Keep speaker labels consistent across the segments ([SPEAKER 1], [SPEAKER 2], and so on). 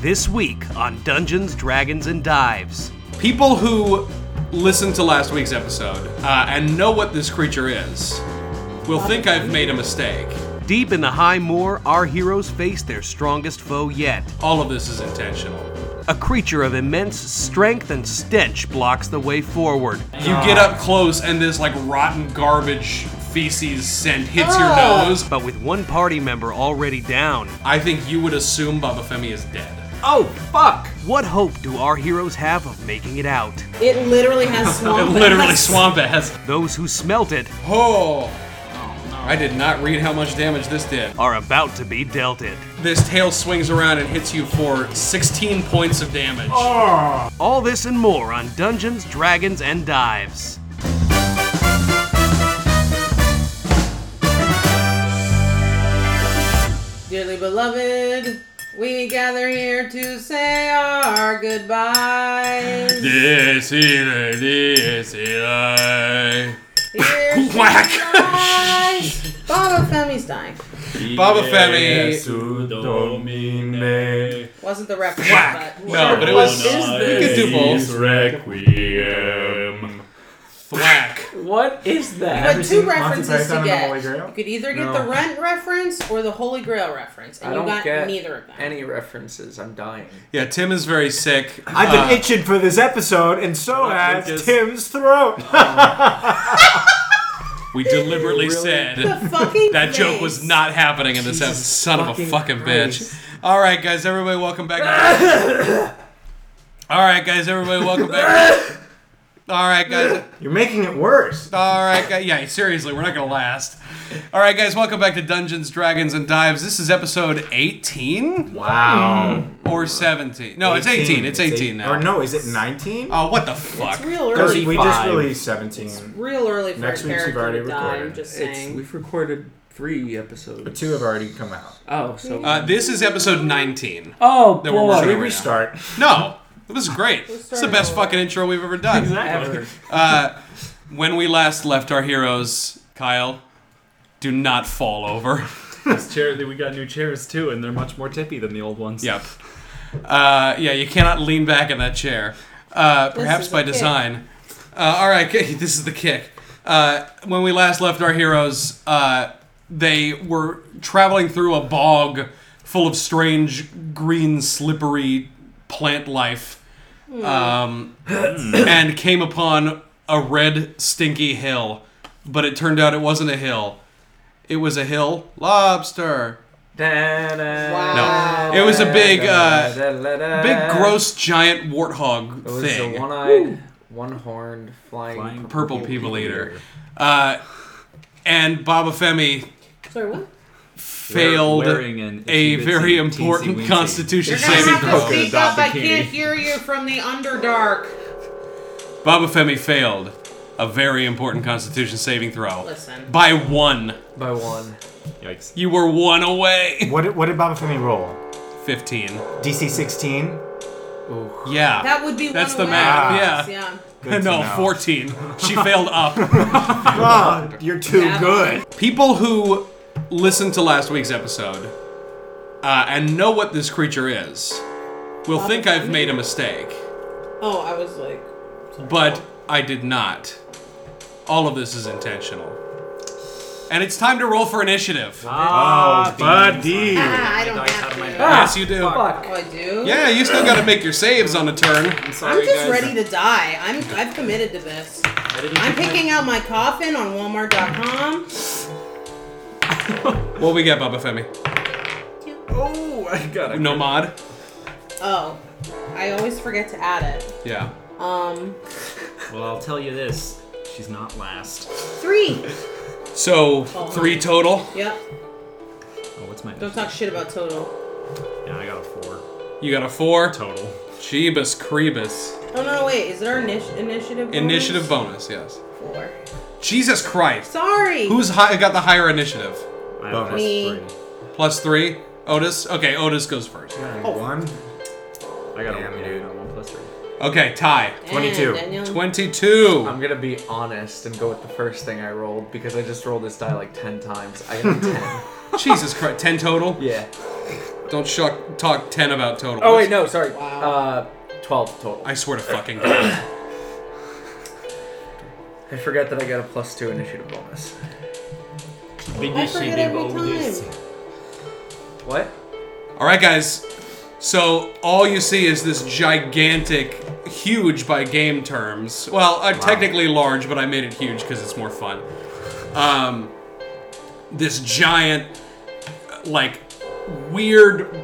[SPEAKER 1] This week on Dungeons, Dragons, and Dives.
[SPEAKER 2] People who listened to last week's episode uh, and know what this creature is will think I've made a mistake.
[SPEAKER 1] Deep in the high moor, our heroes face their strongest foe yet.
[SPEAKER 2] All of this is intentional.
[SPEAKER 1] A creature of immense strength and stench blocks the way forward.
[SPEAKER 2] You get up close and this like rotten garbage feces scent hits your nose.
[SPEAKER 1] But with one party member already down,
[SPEAKER 2] I think you would assume Baba Femi is dead.
[SPEAKER 3] Oh, fuck!
[SPEAKER 1] what hope do our heroes have of making it out?
[SPEAKER 4] It literally has
[SPEAKER 2] It
[SPEAKER 4] swamp.
[SPEAKER 2] literally
[SPEAKER 4] ass.
[SPEAKER 2] swamp ass.
[SPEAKER 1] Those who smelt it
[SPEAKER 2] Oh. I did not read how much damage this did.
[SPEAKER 1] are about to be dealt it.
[SPEAKER 2] This tail swings around and hits you for 16 points of damage.
[SPEAKER 1] All this and more on Dungeons, Dragons, and Dives.
[SPEAKER 4] Dearly beloved, we gather here to say our goodbyes.
[SPEAKER 2] This is this is
[SPEAKER 4] Here she
[SPEAKER 2] Whack.
[SPEAKER 4] lies. Baba Femi's dying.
[SPEAKER 2] Baba Femi.
[SPEAKER 5] Domine.
[SPEAKER 4] Wasn't the reference,
[SPEAKER 2] Whack.
[SPEAKER 4] but
[SPEAKER 2] No, but it
[SPEAKER 4] What
[SPEAKER 2] was-
[SPEAKER 4] is this?
[SPEAKER 2] could do both.
[SPEAKER 5] Requiem.
[SPEAKER 2] Thwack.
[SPEAKER 3] What is that?
[SPEAKER 4] But two
[SPEAKER 6] seen Monty
[SPEAKER 4] references
[SPEAKER 6] Python
[SPEAKER 4] to
[SPEAKER 6] and the
[SPEAKER 4] get.
[SPEAKER 6] Holy Grail?
[SPEAKER 4] You could either get the Rent reference or the Holy Grail reference, and
[SPEAKER 3] I
[SPEAKER 4] you
[SPEAKER 3] don't
[SPEAKER 4] got
[SPEAKER 3] get
[SPEAKER 4] neither of them.
[SPEAKER 3] any references. I'm dying.
[SPEAKER 2] Yeah, Tim is very sick. Uh,
[SPEAKER 6] I've been itching for this episode, and so has
[SPEAKER 2] Lucas.
[SPEAKER 6] Tim's throat.
[SPEAKER 2] We deliberately said
[SPEAKER 4] The fucking
[SPEAKER 2] that joke
[SPEAKER 4] face.
[SPEAKER 2] was not happening in this episode. Son of a
[SPEAKER 3] fucking
[SPEAKER 2] fucking
[SPEAKER 3] Christ.
[SPEAKER 2] bitch. All right, guys, everybody, welcome back. All right, guys, everybody, welcome back. All right, guys.
[SPEAKER 6] You're making it worse.
[SPEAKER 2] All right, guys. Yeah, seriously, we're not gonna last. All right, guys, welcome back to Dungeons, Dragons, and Dives. This is episode 18
[SPEAKER 6] Wow.
[SPEAKER 2] or 17. Mm. No, it's 18. It's 18 now.
[SPEAKER 6] Or no, is it 19?
[SPEAKER 2] Oh, what the fuck?
[SPEAKER 4] It's real
[SPEAKER 6] Because
[SPEAKER 4] early.
[SPEAKER 6] we just
[SPEAKER 3] 35.
[SPEAKER 6] released 17.
[SPEAKER 4] real early for
[SPEAKER 6] Next
[SPEAKER 4] a
[SPEAKER 6] week's
[SPEAKER 4] character
[SPEAKER 6] you've already
[SPEAKER 4] to die. I'm
[SPEAKER 6] recorded.
[SPEAKER 4] just
[SPEAKER 3] It's
[SPEAKER 4] saying.
[SPEAKER 3] we've recorded three episodes.
[SPEAKER 6] Two have already come out.
[SPEAKER 3] Oh, so
[SPEAKER 2] Uh, this is episode 19.
[SPEAKER 3] oh
[SPEAKER 2] There were
[SPEAKER 6] Should we
[SPEAKER 2] more.
[SPEAKER 3] boy.
[SPEAKER 6] restart?
[SPEAKER 2] No, it was great. It's the
[SPEAKER 4] starting
[SPEAKER 2] best
[SPEAKER 4] over.
[SPEAKER 2] fucking intro we've ever done.
[SPEAKER 3] Ever.
[SPEAKER 2] Uh, when we last left our heroes, Kyle, do not fall over.
[SPEAKER 5] This chair, we got new chairs too, and they're much more tippy than the old ones.
[SPEAKER 2] Yep. Uh, yeah, you cannot lean back in that chair. Uh, perhaps
[SPEAKER 4] is
[SPEAKER 2] by
[SPEAKER 4] a kick.
[SPEAKER 2] design. Uh, all right, okay, this is the kick. Uh, when we last left our heroes, uh, they were traveling through a bog full of strange, green, slippery plant life,
[SPEAKER 4] Hmm.
[SPEAKER 2] um, and came upon a red, stinky hill. But it turned out it wasn't a hill; it was a hill lobster.
[SPEAKER 4] Wow. Ah,
[SPEAKER 2] No, it was a big, uh, Big,
[SPEAKER 3] big
[SPEAKER 2] gross, giant warthog
[SPEAKER 3] It was
[SPEAKER 2] thing.
[SPEAKER 3] a one-eyed, one-horned, flying,
[SPEAKER 5] Flying
[SPEAKER 2] purple people eater. Uh, and Baba Femi
[SPEAKER 4] Sorry, what?
[SPEAKER 2] failed
[SPEAKER 5] Wearing an
[SPEAKER 2] a
[SPEAKER 5] itsy-bitsy,
[SPEAKER 2] very important
[SPEAKER 5] teensy-weensy.
[SPEAKER 2] constitution
[SPEAKER 4] You're gonna
[SPEAKER 2] saving
[SPEAKER 4] have to
[SPEAKER 2] throw.
[SPEAKER 4] speak
[SPEAKER 5] Adopt
[SPEAKER 4] up.
[SPEAKER 5] the
[SPEAKER 4] I
[SPEAKER 5] kitty.
[SPEAKER 4] can't hear you from the underdark.
[SPEAKER 2] Baba Femi failed a very important constitution saving throw.
[SPEAKER 4] Listen.
[SPEAKER 2] By one.
[SPEAKER 3] by one.
[SPEAKER 5] Yikes.
[SPEAKER 2] You were one away.
[SPEAKER 6] What did, what did Baba Femi roll?
[SPEAKER 2] 15.
[SPEAKER 6] DC 16?
[SPEAKER 2] Yeah.
[SPEAKER 4] That would be
[SPEAKER 2] That's
[SPEAKER 4] one
[SPEAKER 2] the
[SPEAKER 4] away.
[SPEAKER 2] math,
[SPEAKER 4] Yeah.
[SPEAKER 6] Good to
[SPEAKER 2] no,
[SPEAKER 6] know.
[SPEAKER 2] 14. She failed up.
[SPEAKER 6] God, Ah, you're too
[SPEAKER 4] Yeah.
[SPEAKER 6] good.
[SPEAKER 2] people who listened to last week's episode uh, and know what this creature is will think I've made a mistake,
[SPEAKER 4] Oh, I was like,
[SPEAKER 2] but I did not. All of this is intentional. And it's time to roll for initiative.
[SPEAKER 5] Oh, buddy.
[SPEAKER 2] Hmm.
[SPEAKER 4] ah, I don't have to.
[SPEAKER 2] yes, you do.
[SPEAKER 3] Fuck.
[SPEAKER 4] Oh, I do.
[SPEAKER 2] Yeah, you still gotta make your saves on a turn.
[SPEAKER 4] I'm just ready to die. I'm I've committed to this. I'm picking out my coffin on Walmart.com.
[SPEAKER 2] What we got, Baba Femi?
[SPEAKER 5] Oh, I got
[SPEAKER 2] No mod?
[SPEAKER 4] Oh, I always forget to add it.
[SPEAKER 2] Yeah.
[SPEAKER 4] Um,
[SPEAKER 5] Well, I'll tell you this. She's not last.
[SPEAKER 4] three.
[SPEAKER 2] So, three total.
[SPEAKER 4] Yep.
[SPEAKER 5] Oh, what's my?
[SPEAKER 4] Don't talk shit about total.
[SPEAKER 5] Yeah, I got a four
[SPEAKER 2] You got a four.
[SPEAKER 5] total.
[SPEAKER 2] Jeebus Creebus.
[SPEAKER 4] Oh no, wait. Is there an initi- initiative? Bonus?
[SPEAKER 2] Initiative bonus, yes.
[SPEAKER 4] Four.
[SPEAKER 2] Jesus Christ.
[SPEAKER 4] Sorry.
[SPEAKER 2] Who's high, got the higher initiative?
[SPEAKER 5] I have a plus
[SPEAKER 4] Me.
[SPEAKER 5] three.
[SPEAKER 2] Plus three. Otis. Okay, Otis goes first.
[SPEAKER 6] One.
[SPEAKER 5] I got
[SPEAKER 6] Oh. Damn,
[SPEAKER 5] a
[SPEAKER 6] dude.
[SPEAKER 5] yeah, one plus three.
[SPEAKER 2] Okay, tie.
[SPEAKER 4] Damn,
[SPEAKER 6] 22.
[SPEAKER 4] Daniel.
[SPEAKER 2] Twenty-two.
[SPEAKER 3] I'm gonna be honest and go with the first thing I rolled because I just rolled this die like ten times. I got a ten.
[SPEAKER 2] Jesus Christ. Ten total.
[SPEAKER 3] yeah.
[SPEAKER 2] Don't shuck, talk 10 about total.
[SPEAKER 3] Oh wait, no, sorry.
[SPEAKER 4] Wow.
[SPEAKER 3] Uh, twelve total. I,
[SPEAKER 2] I swear to fucking God.
[SPEAKER 3] forgot that I got a plus two initiative bonus.
[SPEAKER 4] I forget every time.
[SPEAKER 3] What?
[SPEAKER 2] All right, guys. So all you see is this gigantic, huge by game terms. Well, uh, technically large, but I made it huge because it's more fun. Um, this giant, like, weird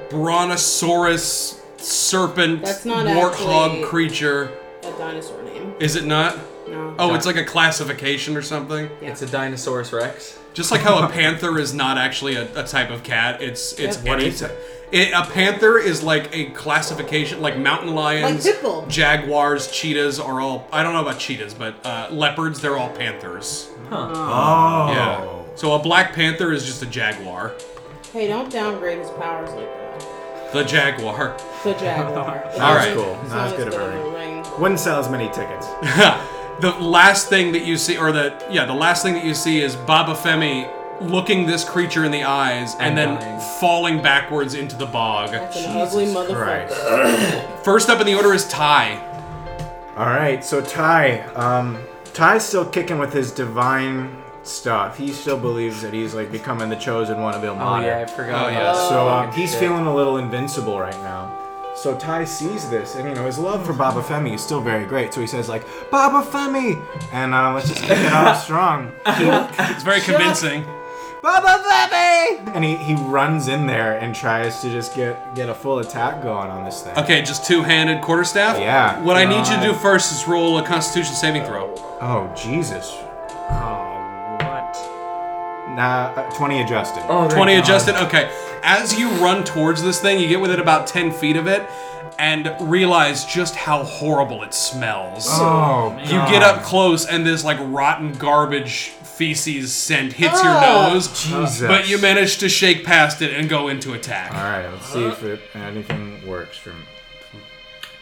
[SPEAKER 2] brontosaurus serpent
[SPEAKER 4] That's not
[SPEAKER 2] warthog
[SPEAKER 4] actually-
[SPEAKER 2] creature.
[SPEAKER 4] A dinosaur name.
[SPEAKER 2] Is it not?
[SPEAKER 4] No.
[SPEAKER 2] Oh, it's like a classification or something.
[SPEAKER 4] Yeah.
[SPEAKER 3] It's a Dinosaurus Rex.
[SPEAKER 2] Just like how a panther is not actually a, a type of cat, it's it's
[SPEAKER 4] Yeah.
[SPEAKER 2] what any
[SPEAKER 5] is
[SPEAKER 2] type. It, a panther is like a classification, like mountain lions,
[SPEAKER 4] Like pit bull.
[SPEAKER 2] jaguars, cheetas are all. I don't know about cheetas, but uh, leopards they're all panthers.
[SPEAKER 6] Oh.
[SPEAKER 2] Yeah. So a black panther is just a jaguar.
[SPEAKER 4] Hey, don't downgrade his powers like that.
[SPEAKER 2] The jaguar.
[SPEAKER 4] The jaguar.
[SPEAKER 2] All right.
[SPEAKER 6] cool.
[SPEAKER 4] It's
[SPEAKER 6] No,
[SPEAKER 4] not
[SPEAKER 6] that's
[SPEAKER 4] as
[SPEAKER 6] good of
[SPEAKER 4] good of
[SPEAKER 6] her.
[SPEAKER 4] a ring.
[SPEAKER 6] Wouldn't sell as many tickets.
[SPEAKER 2] the last thing that you see, or the yeah, the last thing that you see is Baba Femi looking this creature in the eyes and,
[SPEAKER 3] And
[SPEAKER 2] then
[SPEAKER 3] dying.
[SPEAKER 2] falling backwards into the bog.
[SPEAKER 4] That's an ugly
[SPEAKER 6] Christ.
[SPEAKER 4] motherfucker.
[SPEAKER 2] First up in the order is Ty.
[SPEAKER 6] All right, so Ty, um, Ty's still kicking with his divine stuff. He still believes that he's like becoming the chosen one of
[SPEAKER 3] Oh
[SPEAKER 6] Ilmater.
[SPEAKER 3] yeah, I forgot.
[SPEAKER 2] Oh,
[SPEAKER 3] about
[SPEAKER 2] yeah.
[SPEAKER 3] that
[SPEAKER 6] So um,
[SPEAKER 3] fucking
[SPEAKER 6] he's
[SPEAKER 3] shit.
[SPEAKER 6] feeling a little invincible right now. So Ty sees this, and you know his love for Baba Femi is still very great. So he says like Baba Femi, and uh, let's just kick it off strong.
[SPEAKER 2] It's very convincing.
[SPEAKER 6] Baba Femi, and he, he runs in there and tries to just get get a full attack going on this thing.
[SPEAKER 2] Okay, just two-handed quarterstaff.
[SPEAKER 6] Yeah.
[SPEAKER 2] What I need you to do first is roll a Constitution saving throw.
[SPEAKER 6] Oh Jesus!
[SPEAKER 5] Oh, what?
[SPEAKER 6] Nah, uh, twenty adjusted.
[SPEAKER 3] Oh, thank
[SPEAKER 2] Twenty
[SPEAKER 3] God.
[SPEAKER 2] adjusted. Okay. As you run towards this thing, you get within about ten feet of it, and realize just how horrible it smells.
[SPEAKER 6] Oh,
[SPEAKER 2] you get up close, and this like rotten garbage feces scent hits your nose.
[SPEAKER 6] Jesus.
[SPEAKER 2] But you manage to shake past it and go into attack.
[SPEAKER 6] All right, let's see if it, anything works for me.
[SPEAKER 3] Oh,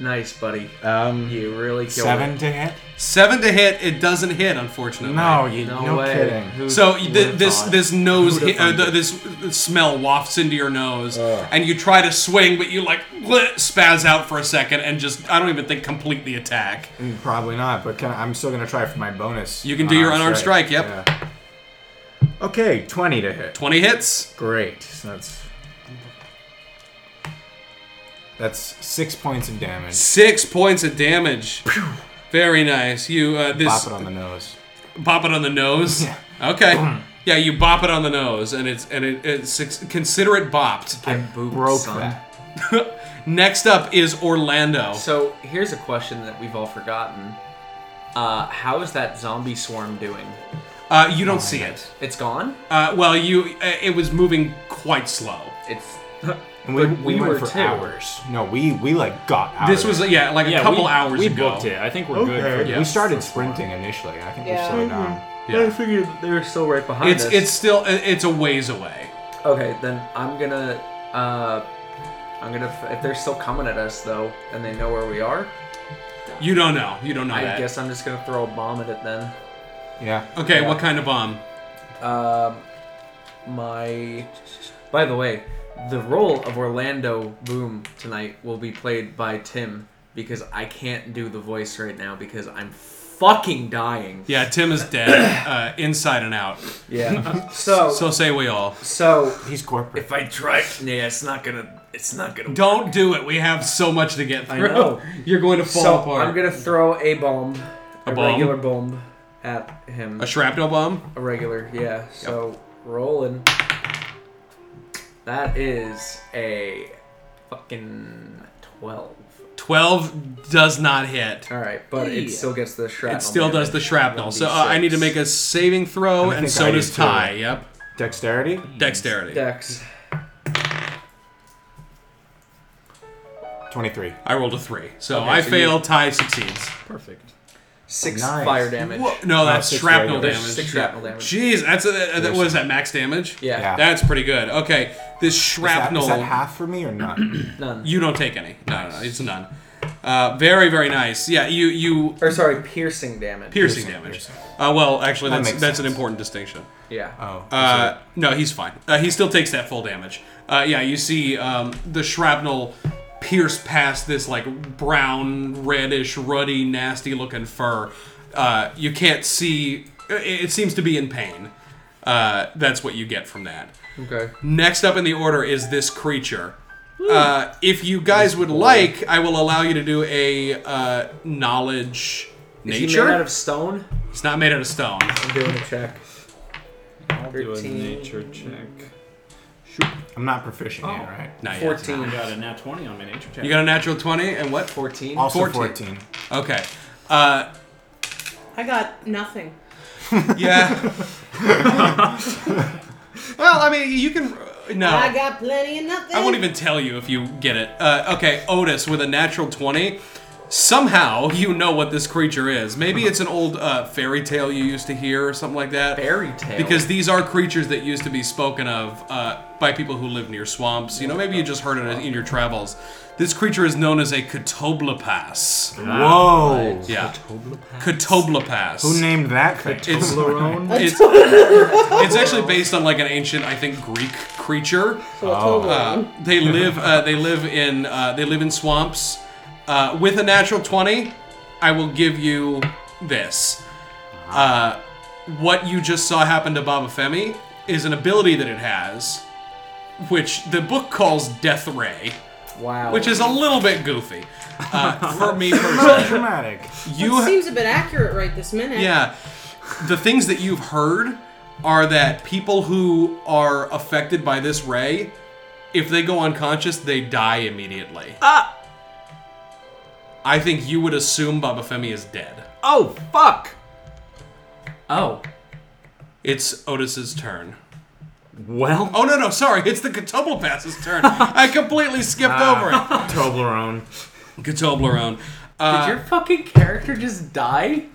[SPEAKER 3] Nice, buddy.
[SPEAKER 6] Um,
[SPEAKER 3] You really killed
[SPEAKER 6] seven
[SPEAKER 3] it.
[SPEAKER 6] to hit?
[SPEAKER 2] Seven to hit. It doesn't hit, unfortunately.
[SPEAKER 6] No, you
[SPEAKER 3] No
[SPEAKER 6] no,
[SPEAKER 3] way.
[SPEAKER 6] kidding.
[SPEAKER 3] Who-
[SPEAKER 2] So th- this
[SPEAKER 6] thought?
[SPEAKER 2] this nose
[SPEAKER 6] Who'da
[SPEAKER 2] hit, uh,
[SPEAKER 6] thunk
[SPEAKER 2] th-
[SPEAKER 6] it?
[SPEAKER 2] this smell wafts into your nose,
[SPEAKER 6] Ugh.
[SPEAKER 2] and you try to swing, but you like bleh, spaz out for a second, and just I don't even think complete the attack.
[SPEAKER 6] Mm, Probably not, but can, I'm still gonna try for my bonus.
[SPEAKER 2] You can do your unarmed strike, yep.
[SPEAKER 6] yeah. Okay, twenty to hit.
[SPEAKER 2] Twenty hits.
[SPEAKER 6] Great. So that's that's six points of damage.
[SPEAKER 2] Six points of damage. Very nice. You uh, this
[SPEAKER 6] Pop it on the nose.
[SPEAKER 2] bop it on the nose.
[SPEAKER 6] Yeah.
[SPEAKER 2] Okay. Yeah, you bop it on the nose, and it's and it, it's six, consider it bopped.
[SPEAKER 3] I booped,
[SPEAKER 6] Broke
[SPEAKER 3] son.
[SPEAKER 6] that.
[SPEAKER 2] Next up is Orlando.
[SPEAKER 3] So here's a question that we've all forgotten. Uh, how is that zombie swarm doing?
[SPEAKER 2] Uh, you
[SPEAKER 6] Oh
[SPEAKER 2] don't see it.
[SPEAKER 3] It's gone.
[SPEAKER 2] Uh, well, you uh, it was moving quite slow.
[SPEAKER 3] It's.
[SPEAKER 6] And we,
[SPEAKER 3] But
[SPEAKER 6] we,
[SPEAKER 3] we
[SPEAKER 6] went
[SPEAKER 3] were
[SPEAKER 6] for
[SPEAKER 3] too.
[SPEAKER 6] hours. No, we we like got out.
[SPEAKER 2] This
[SPEAKER 6] of
[SPEAKER 2] was
[SPEAKER 6] there.
[SPEAKER 2] yeah, like a
[SPEAKER 5] Yeah,
[SPEAKER 2] couple
[SPEAKER 5] we,
[SPEAKER 2] hours
[SPEAKER 5] we
[SPEAKER 2] ago.
[SPEAKER 5] booked it. I think we're good.
[SPEAKER 6] okay.
[SPEAKER 5] For
[SPEAKER 2] yeah.
[SPEAKER 6] we started sprinting initially. I think
[SPEAKER 4] Yeah.
[SPEAKER 6] we slowed down.
[SPEAKER 2] Yeah.
[SPEAKER 3] figured they were still right behind
[SPEAKER 2] It's it's still it's a ways away.
[SPEAKER 3] Okay, then I'm gonna. Uh, I'm gonna. f- If they're still coming at us though, and they know where we are,
[SPEAKER 2] You don't know. You don't know
[SPEAKER 3] I
[SPEAKER 2] that.
[SPEAKER 3] guess I'm just gonna throw a bomb at it then.
[SPEAKER 6] Yeah.
[SPEAKER 2] okay, what kind of bomb?
[SPEAKER 3] Um, my. By the way, the role of Orlando Boom tonight will be played by Tim because I can't do the voice right now because I'm fucking dying.
[SPEAKER 2] Yeah, Tim is dead, uh, inside and out.
[SPEAKER 3] Yeah. so, so
[SPEAKER 2] So say we all.
[SPEAKER 6] He's corporate.
[SPEAKER 3] if I try, yeah, it's not gonna. It's not gonna.
[SPEAKER 2] Don't do it. We have so much to get through.
[SPEAKER 3] know.
[SPEAKER 2] You're going to fall
[SPEAKER 3] so
[SPEAKER 2] apart.
[SPEAKER 3] I'm gonna throw a bomb, a,
[SPEAKER 2] bomb?
[SPEAKER 3] regular bomb, at him.
[SPEAKER 2] a shrapnel bomb.
[SPEAKER 3] A regular, yeah. So rolling. That is a fucking twelve.
[SPEAKER 2] Twelve does not hit.
[SPEAKER 3] All right, but it still gets the shrapnel.
[SPEAKER 2] It still does the shrapnel. So uh, I need to make a saving throw,
[SPEAKER 6] I
[SPEAKER 2] and
[SPEAKER 6] think
[SPEAKER 2] so
[SPEAKER 6] I
[SPEAKER 2] does
[SPEAKER 6] do too.
[SPEAKER 2] Ty. Yep.
[SPEAKER 6] Dexterity.
[SPEAKER 2] Dexterity.
[SPEAKER 3] Mm. dex.
[SPEAKER 6] Twenty-three.
[SPEAKER 2] I rolled a three, so
[SPEAKER 3] Okay,
[SPEAKER 2] I
[SPEAKER 3] so you-
[SPEAKER 2] fail. Ty succeeds.
[SPEAKER 5] Perfect.
[SPEAKER 3] Six
[SPEAKER 6] Nice.
[SPEAKER 3] fire damage.
[SPEAKER 2] Wha- No, that's
[SPEAKER 6] Oh, six
[SPEAKER 2] shrapnel
[SPEAKER 6] regular.
[SPEAKER 2] damage.
[SPEAKER 3] Six shrapnel damage.
[SPEAKER 2] Jeez, that's a, that- that- what is that? Max damage?
[SPEAKER 3] Yeah,
[SPEAKER 6] Yeah.
[SPEAKER 2] That's pretty good. Okay, this
[SPEAKER 6] Is that,
[SPEAKER 2] shrapnel.
[SPEAKER 6] is that half for me or not? Oh,
[SPEAKER 3] none.
[SPEAKER 2] You don't take any. No, no, no, it's none. Uh, very, very nice. Yeah, you you
[SPEAKER 3] or sorry, piercing damage.
[SPEAKER 2] piercing, damage.
[SPEAKER 6] piercing.
[SPEAKER 2] Uh, well, actually,
[SPEAKER 6] That
[SPEAKER 2] that's
[SPEAKER 6] makes
[SPEAKER 2] that's an
[SPEAKER 6] sense.
[SPEAKER 2] important distinction.
[SPEAKER 3] yeah.
[SPEAKER 6] oh.
[SPEAKER 2] Uh, no, he's fine. Uh, he still Uh, takes that full damage. Uh, yeah, you see um, the shrapnel pierce past this like brown, reddish, ruddy, nasty-looking fur. Uh, you can't see. uh, It, it seems to be in pain. Uh, that's what you get from that.
[SPEAKER 3] Okay.
[SPEAKER 2] Next up in the order is this creature. Uh, if you guys would like, I will allow you to do a uh, knowledge
[SPEAKER 3] Is
[SPEAKER 2] nature.
[SPEAKER 3] he made out of stone?
[SPEAKER 2] it's not made out of stone.
[SPEAKER 6] I'm doing a check.
[SPEAKER 5] I'll do a
[SPEAKER 4] 13.
[SPEAKER 5] nature check.
[SPEAKER 6] I'm not proficient yet,
[SPEAKER 2] oh.
[SPEAKER 6] right?
[SPEAKER 2] Not yet.
[SPEAKER 3] 14.
[SPEAKER 5] I got a nat 20 on my nature check.
[SPEAKER 2] You got a natural twenty and what?
[SPEAKER 3] 14?
[SPEAKER 6] Also 14.
[SPEAKER 2] 14. Okay. Uh,
[SPEAKER 4] I got nothing.
[SPEAKER 2] yeah. well, I mean, you can. No.
[SPEAKER 4] I got plenty of nothing.
[SPEAKER 2] Oh. I won't even tell you if you get it. Uh, okay, Otis with a natural 20. Somehow you know what this creature is. Maybe it's an old uh, fairy tale you used to hear or something like that.
[SPEAKER 3] Fairy tale.
[SPEAKER 2] Because these are creatures that used to be spoken of uh, by people who live near swamps. You know, maybe you just heard it in your travels. This creature is known as a Kotoblapas.
[SPEAKER 6] Whoa.
[SPEAKER 2] Yeah. Kotoblapas.
[SPEAKER 6] Who named that thing?
[SPEAKER 2] It's-
[SPEAKER 6] Toblerone?
[SPEAKER 2] it's, it's actually based on like an ancient, I think, Greek creature. Uh, they live. Uh, they live in. Uh, they live in swamps. Uh, with a natural twenty, I will give you this. Uh, what you just saw happen to Baba Femi is an ability that it has, which the book calls Death Ray,
[SPEAKER 3] Wow.
[SPEAKER 2] which is a little bit goofy uh, for me personally.
[SPEAKER 6] Dramatic.
[SPEAKER 2] You
[SPEAKER 4] It
[SPEAKER 2] ha-
[SPEAKER 4] seems a bit accurate right this minute.
[SPEAKER 2] yeah. The things that you've heard are that people who are affected by this ray, if they go unconscious, they die immediately. Ah! I think you would assume Baba Femi is dead.
[SPEAKER 3] Oh, fuck! Oh.
[SPEAKER 2] It's Otis's turn.
[SPEAKER 5] Well,
[SPEAKER 2] Oh no no, sorry, it's the Katoblopas's turn. I completely skipped over
[SPEAKER 6] Toblerone.
[SPEAKER 2] it. Katoblerone.
[SPEAKER 3] Did your fucking character just die?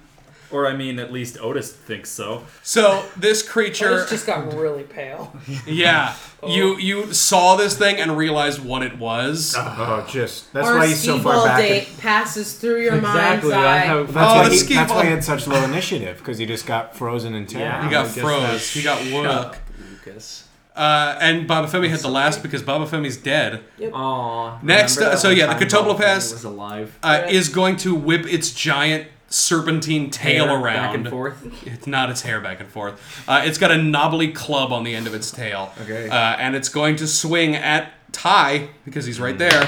[SPEAKER 5] or I mean, at least Otis thinks so.
[SPEAKER 2] So this creature
[SPEAKER 4] It's just got really pale.
[SPEAKER 2] Yeah. You you saw this thing and realized what it was.
[SPEAKER 6] Oh, just. That's
[SPEAKER 4] Our
[SPEAKER 6] why he's so far
[SPEAKER 4] skee-ball
[SPEAKER 6] back.
[SPEAKER 4] date
[SPEAKER 6] in-
[SPEAKER 4] passes through your mind's
[SPEAKER 3] I
[SPEAKER 4] eye.
[SPEAKER 3] have-
[SPEAKER 6] That's,
[SPEAKER 2] Oh,
[SPEAKER 6] why
[SPEAKER 2] the
[SPEAKER 6] he,
[SPEAKER 2] ski
[SPEAKER 6] that's
[SPEAKER 2] ball.
[SPEAKER 6] why he had such low initiative, because he just got frozen in terror.
[SPEAKER 5] Yeah.
[SPEAKER 2] He got froze. He got wook.
[SPEAKER 3] Lucas.
[SPEAKER 2] Uh, and Baba Femi had the last because Baba Femi's dead.
[SPEAKER 3] Aw.
[SPEAKER 2] Next,
[SPEAKER 3] remember
[SPEAKER 2] uh,
[SPEAKER 3] that
[SPEAKER 2] so
[SPEAKER 3] one
[SPEAKER 2] yeah, the
[SPEAKER 3] time
[SPEAKER 2] Catobla
[SPEAKER 3] Boba Fett
[SPEAKER 2] Pass-
[SPEAKER 3] was alive.
[SPEAKER 2] Uh, is going to whip its giant serpentine tail
[SPEAKER 3] Hair
[SPEAKER 2] around.
[SPEAKER 3] Back and forth.
[SPEAKER 2] It's not its hair back and forth. Uh, it's got a knobbly club on the end of its tail.
[SPEAKER 3] Okay.
[SPEAKER 2] Uh, and it's going to swing at Ty because he's right there.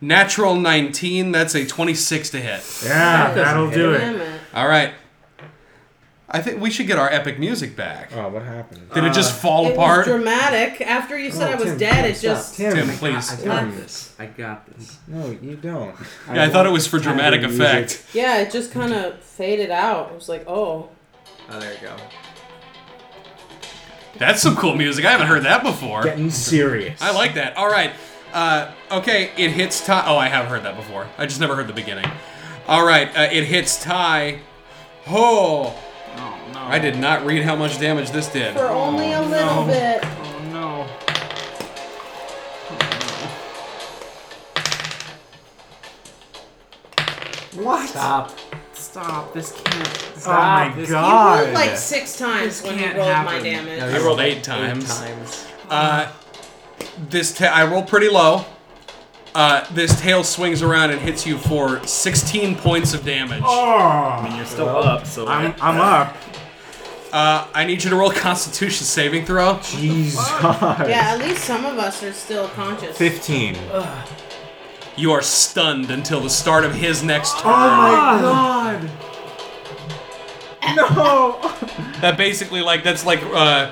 [SPEAKER 2] Natural 19. That's a 26 to hit.
[SPEAKER 6] Yeah, that'll do
[SPEAKER 4] Damn it.
[SPEAKER 2] All right. I think we should get our epic music back.
[SPEAKER 6] Oh, what happened?
[SPEAKER 2] Did it just fall
[SPEAKER 4] It
[SPEAKER 2] apart?
[SPEAKER 4] was dramatic. After you
[SPEAKER 6] Oh,
[SPEAKER 4] said I was dead, it just.
[SPEAKER 2] Tim, please.
[SPEAKER 3] I got this. I got this.
[SPEAKER 6] No, you don't.
[SPEAKER 2] Yeah, I thought it was for dramatic
[SPEAKER 6] music.
[SPEAKER 2] effect.
[SPEAKER 4] Yeah, it just kind of faded out. It was like, oh.
[SPEAKER 3] Oh, there you go.
[SPEAKER 2] That's some cool music. I haven't heard that before.
[SPEAKER 6] Getting serious.
[SPEAKER 2] I like that. All right. Uh, okay, it hits Ty. Oh, I have heard that before. I just never heard the beginning. All right, uh, it hits Ty. Oh,
[SPEAKER 5] Oh, no.
[SPEAKER 2] I did not read how much damage this did.
[SPEAKER 4] For only a little bit.
[SPEAKER 5] Oh, no.
[SPEAKER 6] What?
[SPEAKER 3] Stop.
[SPEAKER 5] Stop. This can't.
[SPEAKER 6] Oh my
[SPEAKER 5] this
[SPEAKER 4] You
[SPEAKER 6] God.
[SPEAKER 4] rolled like six times when you
[SPEAKER 5] can't
[SPEAKER 4] rolled my
[SPEAKER 5] happen.
[SPEAKER 4] damage.
[SPEAKER 3] No,
[SPEAKER 2] I
[SPEAKER 3] you
[SPEAKER 2] rolled eight
[SPEAKER 3] Eight
[SPEAKER 2] times.
[SPEAKER 3] times.
[SPEAKER 2] Uh, this ta- I roll pretty low. Uh, this tail swings around and hits you for 16 points of damage.
[SPEAKER 5] can't-
[SPEAKER 6] Oh,
[SPEAKER 5] You're still up, so.
[SPEAKER 6] I'm, I'm up.
[SPEAKER 2] Uh, I need you to roll Constitution saving throw.
[SPEAKER 6] Jesus.
[SPEAKER 4] Yeah, at least some of us are still conscious.
[SPEAKER 6] 15.
[SPEAKER 2] You are stunned until the start of his
[SPEAKER 4] Oh,
[SPEAKER 2] next turn.
[SPEAKER 6] god. No.
[SPEAKER 2] That basically like that's like uh,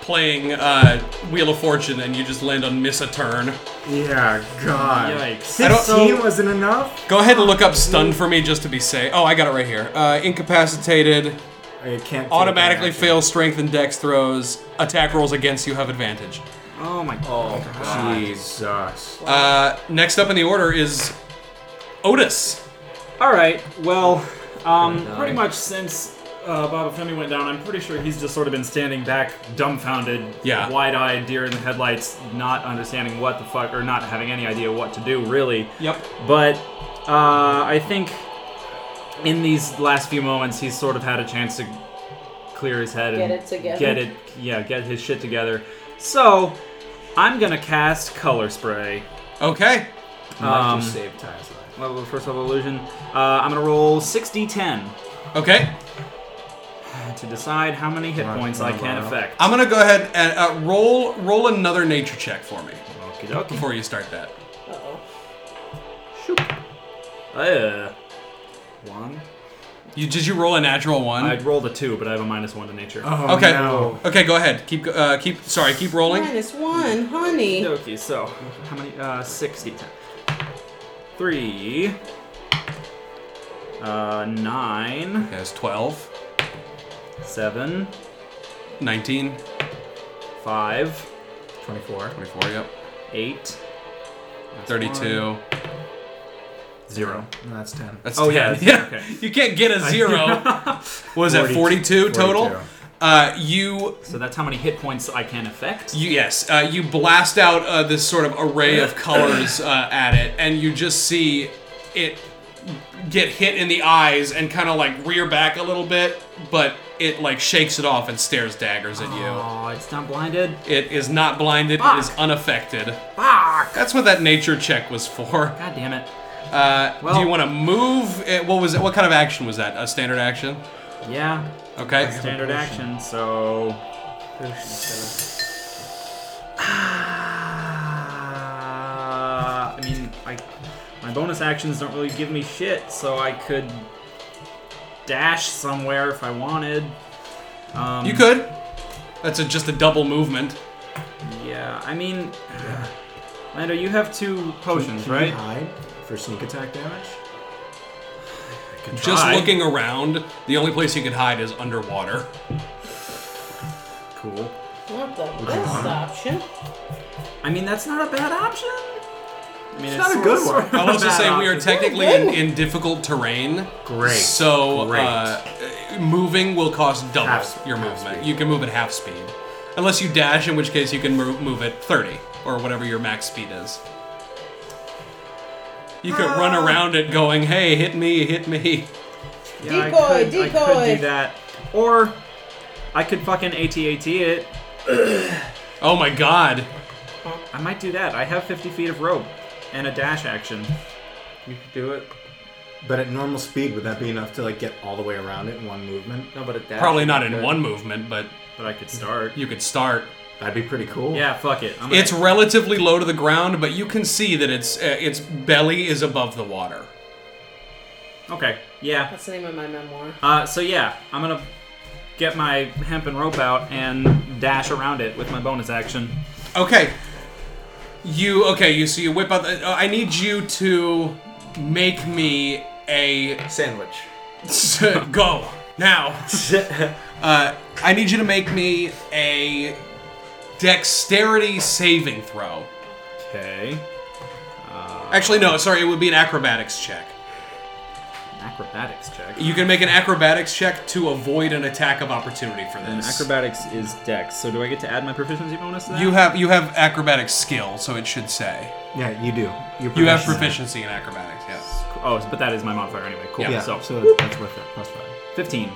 [SPEAKER 2] playing uh, Wheel of Fortune and you just land on miss a turn.
[SPEAKER 6] Yeah, god.
[SPEAKER 5] Yikes.
[SPEAKER 2] I don't-
[SPEAKER 6] 16 wasn't enough?
[SPEAKER 2] Go ahead and look up stunned for me just to be safe. Oh, I got it right here. Uh, incapacitated,
[SPEAKER 6] I can't. take
[SPEAKER 2] automatically
[SPEAKER 6] an action.
[SPEAKER 2] fails strength and dex throws. Attack rolls against you have advantage.
[SPEAKER 5] Oh my
[SPEAKER 3] Oh, God.
[SPEAKER 6] Jesus.
[SPEAKER 2] Uh, next up in the order is Otis.
[SPEAKER 5] All right. Well, um,
[SPEAKER 3] Gonna die.
[SPEAKER 5] pretty much since uh, Baba Femi went down, I'm pretty sure he's just sort of been standing back, dumbfounded,
[SPEAKER 2] Yeah.
[SPEAKER 5] wide-eyed, deer in the headlights, not understanding what the fuck, or not having any idea what to do, really.
[SPEAKER 2] Yep.
[SPEAKER 5] But uh, I think in these last few moments, he's sort of had a chance to clear his head
[SPEAKER 4] Get
[SPEAKER 5] and
[SPEAKER 4] it together.
[SPEAKER 5] Get it, yeah, get his shit together. So I'm gonna cast Color Spray.
[SPEAKER 2] Okay.
[SPEAKER 6] Might just save Ty's life.
[SPEAKER 5] Level first level illusion. Uh, I'm gonna roll 6d10
[SPEAKER 2] Okay.
[SPEAKER 5] to decide how many hit points I can affect.
[SPEAKER 2] I'm gonna go ahead and uh, roll roll another nature check for me
[SPEAKER 5] Okie dokie.
[SPEAKER 2] before you start that.
[SPEAKER 4] Uh-oh.
[SPEAKER 5] Uh, one.
[SPEAKER 2] You did you roll a natural one?
[SPEAKER 5] I rolled a two, but I have a minus one to nature.
[SPEAKER 6] Oh,
[SPEAKER 2] okay.
[SPEAKER 6] no.
[SPEAKER 2] Okay. Go ahead. Keep go- uh, keep. Sorry. Keep rolling.
[SPEAKER 4] Minus one, honey.
[SPEAKER 5] Okie dokie. So how many? Uh, 6d10. Three. Uh, nine.
[SPEAKER 2] That's 12,
[SPEAKER 5] Seven.
[SPEAKER 2] 19,
[SPEAKER 5] Five.
[SPEAKER 6] 24.
[SPEAKER 2] 24, yep,
[SPEAKER 5] Eight.
[SPEAKER 2] 32.
[SPEAKER 5] Zero.
[SPEAKER 6] No, that's 10.
[SPEAKER 2] That's
[SPEAKER 5] Oh,
[SPEAKER 2] 10.
[SPEAKER 5] yeah, that's-
[SPEAKER 2] yeah.
[SPEAKER 5] okay.
[SPEAKER 2] You can't get a zero. what is that? 42,
[SPEAKER 6] 42.
[SPEAKER 2] total. Uh, you
[SPEAKER 5] So that's how many hit points I can affect.
[SPEAKER 2] You, yes, uh, you blast out uh, this sort of array of colors uh, at it, and you just see it get hit in the eyes and kind of like rear back a little bit, but it like shakes it off and stares daggers at you.
[SPEAKER 5] Oh, it's not blinded.
[SPEAKER 2] It is not blinded, it is
[SPEAKER 5] Fuck.
[SPEAKER 2] unaffected.
[SPEAKER 5] Fuck!
[SPEAKER 2] That's what that nature check was for.
[SPEAKER 5] God damn it.
[SPEAKER 2] Uh, do
[SPEAKER 5] Well-
[SPEAKER 2] you want to move? It, what was it? What kind of action was that? A standard action?
[SPEAKER 5] Yeah.
[SPEAKER 2] Okay.
[SPEAKER 5] Standard action, so. Ah, I mean, I, my bonus actions don't really give me shit, so I could dash somewhere if I wanted. Um,
[SPEAKER 2] You could. That's a, just a double movement.
[SPEAKER 5] Yeah, I mean, Lando, you have two potions,
[SPEAKER 6] Can you
[SPEAKER 5] right?
[SPEAKER 6] hide for sneak attack damage?
[SPEAKER 2] Just
[SPEAKER 5] Try.
[SPEAKER 2] looking around, the only place you could hide is underwater.
[SPEAKER 5] Cool.
[SPEAKER 4] Not the best option.
[SPEAKER 5] I mean, that's not a bad option. I mean, it's,
[SPEAKER 6] not a good one.
[SPEAKER 5] sort of- sort of
[SPEAKER 2] I'll also
[SPEAKER 5] bad
[SPEAKER 2] say we are
[SPEAKER 5] option.
[SPEAKER 2] technically in, in difficult terrain.
[SPEAKER 6] Great.
[SPEAKER 2] So
[SPEAKER 6] Great.
[SPEAKER 2] Uh, moving will cost double
[SPEAKER 6] Half sp-
[SPEAKER 2] your
[SPEAKER 6] half
[SPEAKER 2] movement.
[SPEAKER 6] speed.
[SPEAKER 2] You can move at half speed, unless you dash, in which case you can move, move at thirty or whatever your max speed is. You could run
[SPEAKER 6] Ah.
[SPEAKER 2] around it, going, "Hey, hit me, hit me."
[SPEAKER 5] Yeah, I
[SPEAKER 4] Decoy,
[SPEAKER 5] could- I could
[SPEAKER 4] decoy.
[SPEAKER 5] do that, or I could fucking AT-AT it.
[SPEAKER 2] Oh my god!
[SPEAKER 5] I might do that. I have 50 feet of rope and a dash action.
[SPEAKER 3] You could do it.
[SPEAKER 6] But at normal speed, would that be enough to like get all the way around it in one movement?
[SPEAKER 3] No, but a dash.
[SPEAKER 2] Probably not
[SPEAKER 3] would be
[SPEAKER 2] in
[SPEAKER 3] good.
[SPEAKER 2] one movement, but
[SPEAKER 5] But I could start.
[SPEAKER 2] you could start.
[SPEAKER 6] That'd be pretty cool.
[SPEAKER 5] Yeah, fuck it. I'm gonna-
[SPEAKER 2] It's relatively low to the ground, but you can see that its uh, its belly is above the water.
[SPEAKER 5] okay. Yeah.
[SPEAKER 4] That's the name of my memoir.
[SPEAKER 5] Uh, so yeah, I'm gonna get my hemp and rope out and dash around it with my bonus action.
[SPEAKER 2] Okay. You okay? You so you whip out. The, uh, I need you to make me a
[SPEAKER 3] Sandwich.
[SPEAKER 2] go now. Uh, I need you to make me a dexterity saving throw.
[SPEAKER 5] Okay.
[SPEAKER 2] Actually, no. Sorry, it would be an acrobatics check.
[SPEAKER 5] Acrobatics check.
[SPEAKER 2] You can make an acrobatics check to avoid an attack of opportunity for
[SPEAKER 5] And
[SPEAKER 2] this.
[SPEAKER 5] acrobatics is dex. So do I get to add my proficiency bonus to that?
[SPEAKER 2] you have you have acrobatic skill, so it should say
[SPEAKER 6] Yeah, you do. You're
[SPEAKER 2] you have proficiency in acrobatics. Yeah.
[SPEAKER 5] Oh, but that is my modifier anyway. Cool.
[SPEAKER 6] Yeah,
[SPEAKER 5] So,
[SPEAKER 6] so, that's worth it. Plus five.
[SPEAKER 5] 15.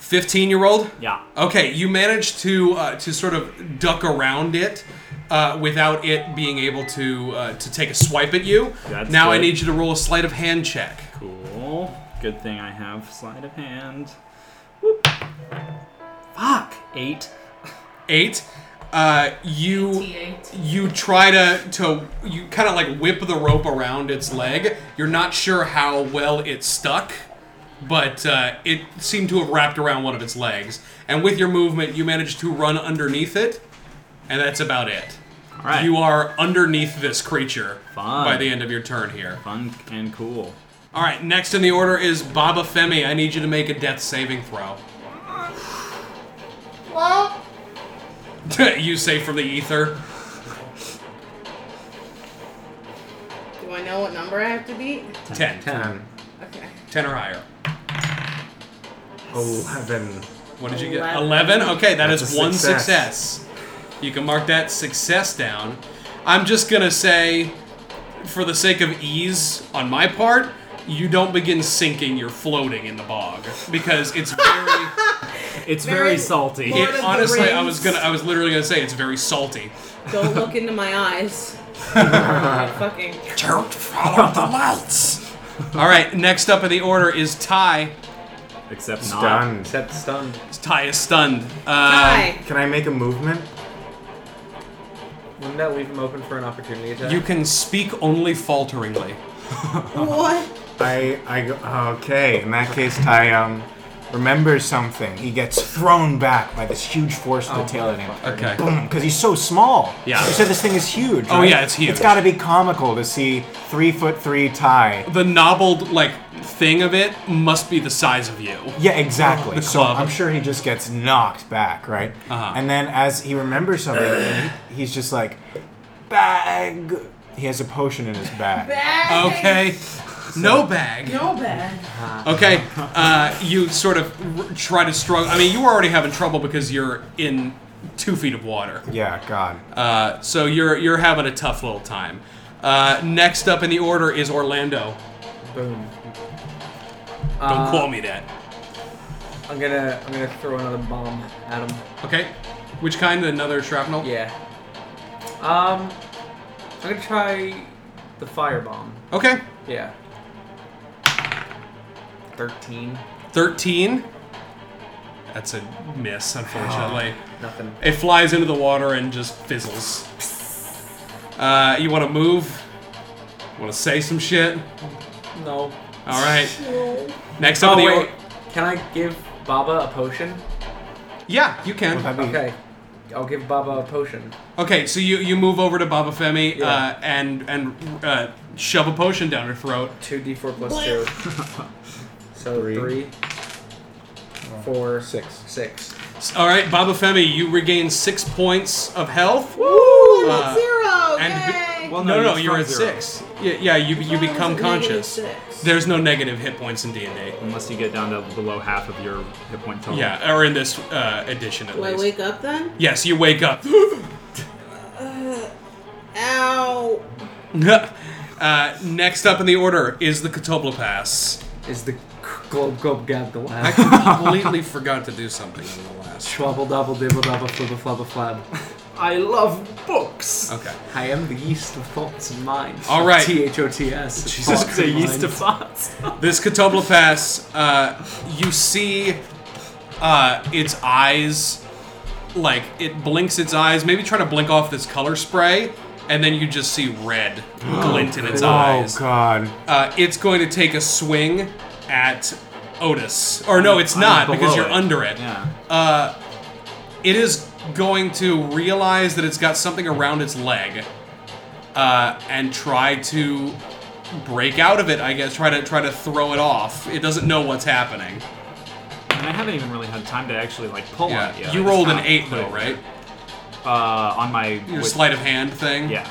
[SPEAKER 2] Fifteen year old.
[SPEAKER 5] Yeah.
[SPEAKER 2] Okay, you managed to uh, to sort of duck around it uh, without it being able to uh, to take a swipe at you.
[SPEAKER 5] That's
[SPEAKER 2] now I
[SPEAKER 5] good.
[SPEAKER 2] need you to roll a sleight of hand check.
[SPEAKER 5] Cool. Good thing I have sleight of hand. Whoop. Fuck. Eight.
[SPEAKER 2] Eight. Uh, you you try to to you kind of like whip the rope around its leg. You're not sure how well it stuck, but uh, it seemed to have wrapped around one of its legs. And with your movement, you managed to run underneath it, and that's about it.
[SPEAKER 5] All right.
[SPEAKER 2] You are underneath this creature
[SPEAKER 5] Fun.
[SPEAKER 2] by the end of your turn here.
[SPEAKER 5] fun and cool.
[SPEAKER 2] All right, next in the order is Baba Femi. I need you to make a death saving throw. you say from the ether.
[SPEAKER 4] Do I know what number I have to beat?
[SPEAKER 2] 10. 10,
[SPEAKER 6] Ten.
[SPEAKER 4] Okay.
[SPEAKER 2] or higher.
[SPEAKER 6] Oh, Eleven.
[SPEAKER 2] What did you get?
[SPEAKER 4] Eleven.
[SPEAKER 2] 11? Okay, that
[SPEAKER 6] That's
[SPEAKER 2] is
[SPEAKER 6] a
[SPEAKER 2] one
[SPEAKER 6] success.
[SPEAKER 2] success. You can mark that success down. I'm just going to say, for the sake of ease on my part, you don't begin sinking, you're floating in the bog. Because it's very.
[SPEAKER 5] It's
[SPEAKER 4] Very-
[SPEAKER 5] very, salty.
[SPEAKER 4] Yeah. Lord of
[SPEAKER 2] It,
[SPEAKER 4] the
[SPEAKER 2] honestly, I
[SPEAKER 4] Rings.
[SPEAKER 2] was gonna, I was literally gonna say it's very salty.
[SPEAKER 4] Don't look into my eyes. Fucking.
[SPEAKER 5] Um,
[SPEAKER 2] Don't follow the lights. All right, next up in the order is Ty.
[SPEAKER 5] Except not.
[SPEAKER 6] Stunned.
[SPEAKER 3] Except stunned.
[SPEAKER 2] Ty is stunned. Uh,
[SPEAKER 4] Hi.
[SPEAKER 6] Can I make a movement?
[SPEAKER 3] Wouldn't that leave him open for an opportunity attack?
[SPEAKER 2] You can speak only falteringly.
[SPEAKER 5] uh-huh.
[SPEAKER 4] What?
[SPEAKER 6] I, I go, okay. In that case, Ty um, remembers something. He gets thrown back by this huge force of the tail at him.
[SPEAKER 2] Oh. Okay.
[SPEAKER 6] Boom, because he's so small.
[SPEAKER 2] Yeah.
[SPEAKER 6] You said this thing is huge.
[SPEAKER 2] Oh,
[SPEAKER 6] right?
[SPEAKER 2] yeah, it's huge.
[SPEAKER 6] It's got to be comical to see three foot three Ty.
[SPEAKER 2] The knobbled like thing of it must be the size of you.
[SPEAKER 6] Yeah, exactly.
[SPEAKER 2] The
[SPEAKER 6] so
[SPEAKER 2] club.
[SPEAKER 6] I'm sure he just gets knocked back, right?
[SPEAKER 2] Uh-huh.
[SPEAKER 6] And then as he remembers something, he- he's just like, bag. He has a potion in his bag.
[SPEAKER 4] Bad.
[SPEAKER 2] Okay. No bag.
[SPEAKER 4] No bad.
[SPEAKER 2] Okay, uh, you sort of r- try to struggle. I mean, you were already having trouble because you're in two feet of water,
[SPEAKER 6] Yeah, God.
[SPEAKER 2] uh, so you're you're having a tough little time. Uh, next up in the order is Orlando.
[SPEAKER 3] Boom.
[SPEAKER 2] Don't
[SPEAKER 3] Uh,
[SPEAKER 2] call me that.
[SPEAKER 3] I'm gonna I'm gonna throw another bomb at him.
[SPEAKER 2] Okay, which kind? Another shrapnel?
[SPEAKER 3] Yeah. Um, I'm gonna try the firebomb.
[SPEAKER 2] Okay,
[SPEAKER 3] Yeah. Thirteen.
[SPEAKER 2] thirteen. That's a miss, unfortunately.
[SPEAKER 3] Nothing.
[SPEAKER 2] It flies into the water and just fizzles. Uh, you want to move? Want to say some shit?
[SPEAKER 3] No.
[SPEAKER 2] All right. Next up
[SPEAKER 3] Oh
[SPEAKER 2] in the
[SPEAKER 3] wait.
[SPEAKER 2] or-
[SPEAKER 3] Oh, Can I give Baba a potion?
[SPEAKER 2] Yeah, you can.
[SPEAKER 6] That'd be-
[SPEAKER 3] Okay. I'll give Baba a potion.
[SPEAKER 2] Okay, so you, you move over to Baba Femi uh,
[SPEAKER 3] Yeah.
[SPEAKER 2] and and uh, shove a potion down her throat.
[SPEAKER 3] Two D four plus
[SPEAKER 4] What?
[SPEAKER 3] two. So
[SPEAKER 6] Three.
[SPEAKER 3] three, four,
[SPEAKER 6] Six.
[SPEAKER 3] six.
[SPEAKER 2] S- All right, Baba Femi, you regain six points of health.
[SPEAKER 4] Woo! I'm
[SPEAKER 2] Uh,
[SPEAKER 4] at zero.
[SPEAKER 2] and
[SPEAKER 4] Yay.
[SPEAKER 5] Well,
[SPEAKER 2] no,
[SPEAKER 5] no,
[SPEAKER 2] no,
[SPEAKER 5] it's
[SPEAKER 2] you're
[SPEAKER 5] from
[SPEAKER 2] at
[SPEAKER 5] zero.
[SPEAKER 2] six. Yeah, yeah you, you
[SPEAKER 4] Mine was
[SPEAKER 2] become
[SPEAKER 4] at negative
[SPEAKER 2] conscious.
[SPEAKER 4] six.
[SPEAKER 2] There's no negative hit points in D and D.
[SPEAKER 5] Unless you get down to below half of your hit point total.
[SPEAKER 2] Yeah, or in this uh, edition at
[SPEAKER 4] Do I
[SPEAKER 2] least.
[SPEAKER 4] wake up then?
[SPEAKER 2] Yes, you wake up.
[SPEAKER 4] Ow.
[SPEAKER 2] uh, next up in the order is the Katobla Pass.
[SPEAKER 3] Is the globe globe gab
[SPEAKER 2] I
[SPEAKER 3] glass?
[SPEAKER 2] completely forgot to do something in the last.
[SPEAKER 3] Schwabble double dibble double flubba flubba flab. I love books.
[SPEAKER 2] Okay.
[SPEAKER 3] I am the yeast of thoughts and minds.
[SPEAKER 2] All right.
[SPEAKER 3] T H O T S.
[SPEAKER 2] Jesus
[SPEAKER 3] Thoughts and
[SPEAKER 5] yeast of
[SPEAKER 3] minds.
[SPEAKER 5] thoughts.
[SPEAKER 2] This Katobla Pass, uh, you see uh, its eyes, like it blinks its eyes. Maybe try to blink off this color spray, and then you just see red glint in its
[SPEAKER 6] Oh,
[SPEAKER 2] eyes.
[SPEAKER 6] God.
[SPEAKER 2] Uh, it's going to take a swing at Otis, or no, it's not
[SPEAKER 5] I'm
[SPEAKER 2] because
[SPEAKER 5] Uh, below
[SPEAKER 2] you're
[SPEAKER 5] it.
[SPEAKER 2] under it.
[SPEAKER 5] Yeah.
[SPEAKER 2] It is going to realize that it's got something around its leg, uh, and try to break out of it. I guess try to try to throw it off. It doesn't know what's happening.
[SPEAKER 5] And I haven't even really had time to actually like pull on it
[SPEAKER 2] Yeah.
[SPEAKER 5] yet.
[SPEAKER 2] You
[SPEAKER 5] It's
[SPEAKER 2] rolled an
[SPEAKER 5] kinda
[SPEAKER 2] eight though,
[SPEAKER 5] quick.
[SPEAKER 2] right?
[SPEAKER 5] Uh, on my
[SPEAKER 2] Your
[SPEAKER 5] wit-
[SPEAKER 2] sleight of hand thing.
[SPEAKER 5] Yeah.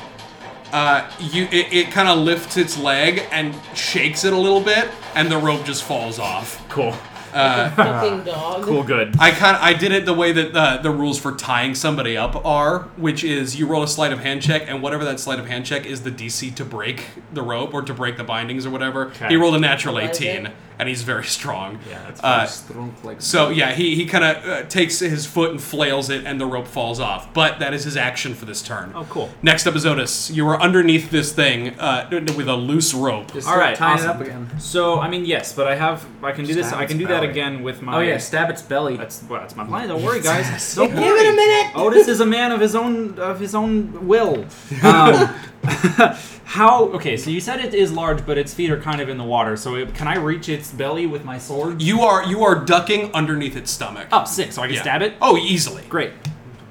[SPEAKER 2] Uh, you it, it kind of lifts its leg and shakes it a little bit, and the rope just falls off.
[SPEAKER 5] Cool.
[SPEAKER 4] Fucking dog.
[SPEAKER 5] Cool. Good.
[SPEAKER 2] I kind I did it the way that uh, the rules for tying somebody up are, which is you roll a sleight of hand check, and whatever that sleight of hand check is the DC to break the rope or to break the bindings or whatever.
[SPEAKER 5] Okay.
[SPEAKER 2] He rolled a natural
[SPEAKER 4] Was it?
[SPEAKER 2] eighteen, and he's very strong.
[SPEAKER 5] Yeah, that's
[SPEAKER 2] uh,
[SPEAKER 3] Strunk like
[SPEAKER 2] So yeah, he, he kind of uh, takes his foot and flails it, and the rope falls off. But that is his action for this turn.
[SPEAKER 5] Oh, cool.
[SPEAKER 2] Next up is Otis. You are underneath this thing uh, with a loose rope.
[SPEAKER 3] Just
[SPEAKER 5] All right,
[SPEAKER 3] tying
[SPEAKER 5] awesome.
[SPEAKER 3] it up again.
[SPEAKER 5] So I mean, yes, but I have. I can do this.
[SPEAKER 6] Stab
[SPEAKER 5] I can
[SPEAKER 6] its
[SPEAKER 5] do
[SPEAKER 6] belly.
[SPEAKER 5] that again with my.
[SPEAKER 3] Oh yeah, stab its belly.
[SPEAKER 5] That's well, that's my plan. Don't worry, guys. Don't
[SPEAKER 4] Give
[SPEAKER 5] worry.
[SPEAKER 4] it a minute.
[SPEAKER 5] Otis is a man of his own of his own will. Um, how? Okay, so you said it is large, but its feet are kind of in the water. So it, can I reach its belly with my sword?
[SPEAKER 2] You are you are ducking underneath its stomach.
[SPEAKER 5] Oh, sick. So I can
[SPEAKER 2] Yeah.
[SPEAKER 5] stab it.
[SPEAKER 2] Oh, easily.
[SPEAKER 5] Great.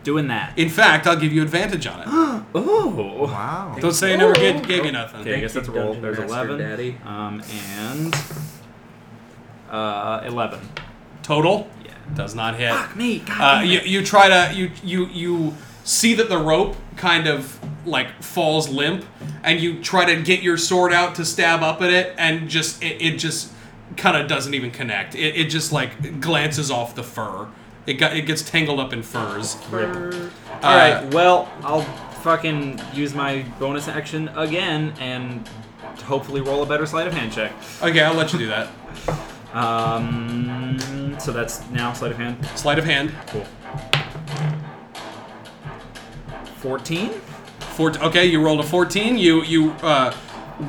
[SPEAKER 5] Doing that.
[SPEAKER 2] In fact, I'll give you advantage on it.
[SPEAKER 5] Oh.
[SPEAKER 6] Wow.
[SPEAKER 2] Don't say I never gave, gave you nothing.
[SPEAKER 5] Okay, I guess that's a
[SPEAKER 3] Thank you,
[SPEAKER 5] roll.
[SPEAKER 3] Dungeon
[SPEAKER 5] There's
[SPEAKER 3] Master
[SPEAKER 5] eleven.
[SPEAKER 3] Daddy.
[SPEAKER 5] Um, and uh, eleven.
[SPEAKER 2] Total
[SPEAKER 5] Yeah.
[SPEAKER 2] does not hit.
[SPEAKER 5] Me. God.
[SPEAKER 2] Uh, you, you try to you you you see that the rope kind of like falls limp and you try to get your sword out to stab up at it and just it, it just kind of doesn't even connect it, it just like glances off the fur it got it gets tangled up in furs
[SPEAKER 5] All
[SPEAKER 2] Uh,
[SPEAKER 5] right. Well, I'll fucking use my bonus action again and hopefully roll a better sleight of hand check.
[SPEAKER 2] okay i'll let you do that
[SPEAKER 5] Um, one, so that's now sleight of hand.
[SPEAKER 2] Sleight of hand.
[SPEAKER 5] Cool. 14?
[SPEAKER 2] Four, okay, you rolled a 14. You you uh,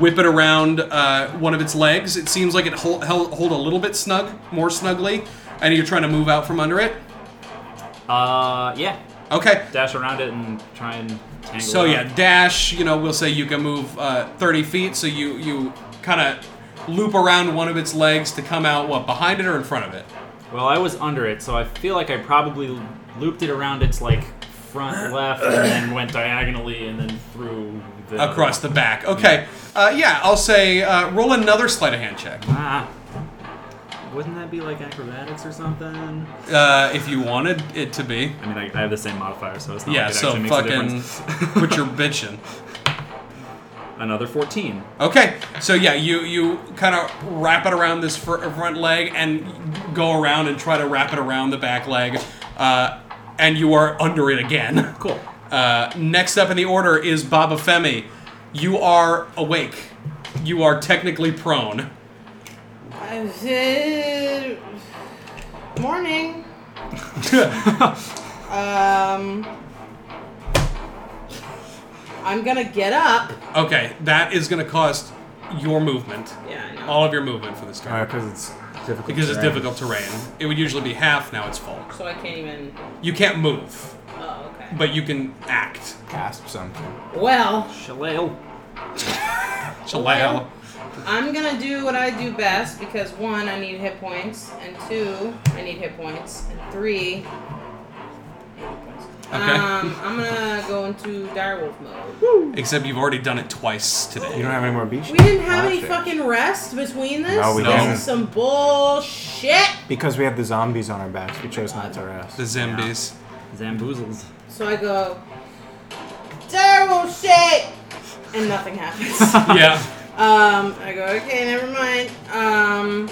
[SPEAKER 2] whip it around uh, one of its legs. It seems like it hold, held, hold a little bit snug, more snugly, and you're trying to move out from under it.
[SPEAKER 5] Uh, yeah.
[SPEAKER 2] Okay.
[SPEAKER 5] Dash around it and try and tangle
[SPEAKER 2] So
[SPEAKER 5] it
[SPEAKER 2] yeah,
[SPEAKER 5] up.
[SPEAKER 2] dash. You know, we'll say you can move uh, 30 feet. So you you kind of loop around one of its legs to come out what behind it or in front of it.
[SPEAKER 5] Well, I was under it, so I feel like I probably looped it around its like front left and then went diagonally and then through the
[SPEAKER 2] Across the back. Okay. Uh, yeah, I'll say uh, roll another sleight of hand check
[SPEAKER 5] Ah. Wouldn't that be like acrobatics or something? I mean,
[SPEAKER 2] uh, if you wanted it to be.
[SPEAKER 5] I, I have the same modifier, so it's not
[SPEAKER 2] Yeah,
[SPEAKER 5] like it
[SPEAKER 2] so
[SPEAKER 5] actually
[SPEAKER 2] fucking
[SPEAKER 5] makes a difference.
[SPEAKER 2] put your bitch in.
[SPEAKER 5] Another 14.
[SPEAKER 2] Okay, so yeah, you you kind of wrap it around this fr- front leg and go around and try to wrap it around the back leg, uh, and you are under it again.
[SPEAKER 5] Cool.
[SPEAKER 2] Uh, next up in the order is Baba Femi. You are awake. You are technically prone.
[SPEAKER 4] I said- Morning. um. I'm gonna get up.
[SPEAKER 2] Okay, that is going to cost your movement,
[SPEAKER 4] Yeah, I know.
[SPEAKER 2] all of your movement for this turn,
[SPEAKER 6] Because it's difficult.
[SPEAKER 2] because it's
[SPEAKER 6] terrain.
[SPEAKER 2] difficult terrain. It would usually be half. Now it's full.
[SPEAKER 4] so I can't even.
[SPEAKER 2] You can't move,
[SPEAKER 4] Oh, okay.
[SPEAKER 2] but you can act.
[SPEAKER 6] Cast something.
[SPEAKER 4] Well,
[SPEAKER 5] Shalale.
[SPEAKER 2] Shalal.
[SPEAKER 4] I'm gonna do what I do best because one, I need hit points, and two, I need hit points, and three.
[SPEAKER 2] Okay.
[SPEAKER 4] Um, I'm gonna go into direwolf mode.
[SPEAKER 2] Except you've already done it twice today.
[SPEAKER 6] You don't have any more beach?
[SPEAKER 4] We didn't have any
[SPEAKER 6] Watch it.
[SPEAKER 4] fucking rest between this.
[SPEAKER 6] No, we
[SPEAKER 4] this
[SPEAKER 2] didn't.
[SPEAKER 4] is some bullshit.
[SPEAKER 6] Because we have the zombies on our backs. We chose not to rest.
[SPEAKER 2] The Zombies.
[SPEAKER 5] Zamboozles.
[SPEAKER 4] So I go, direwolf shit, and nothing happens.
[SPEAKER 2] Yeah.
[SPEAKER 4] um, I go, okay, never mind. Um.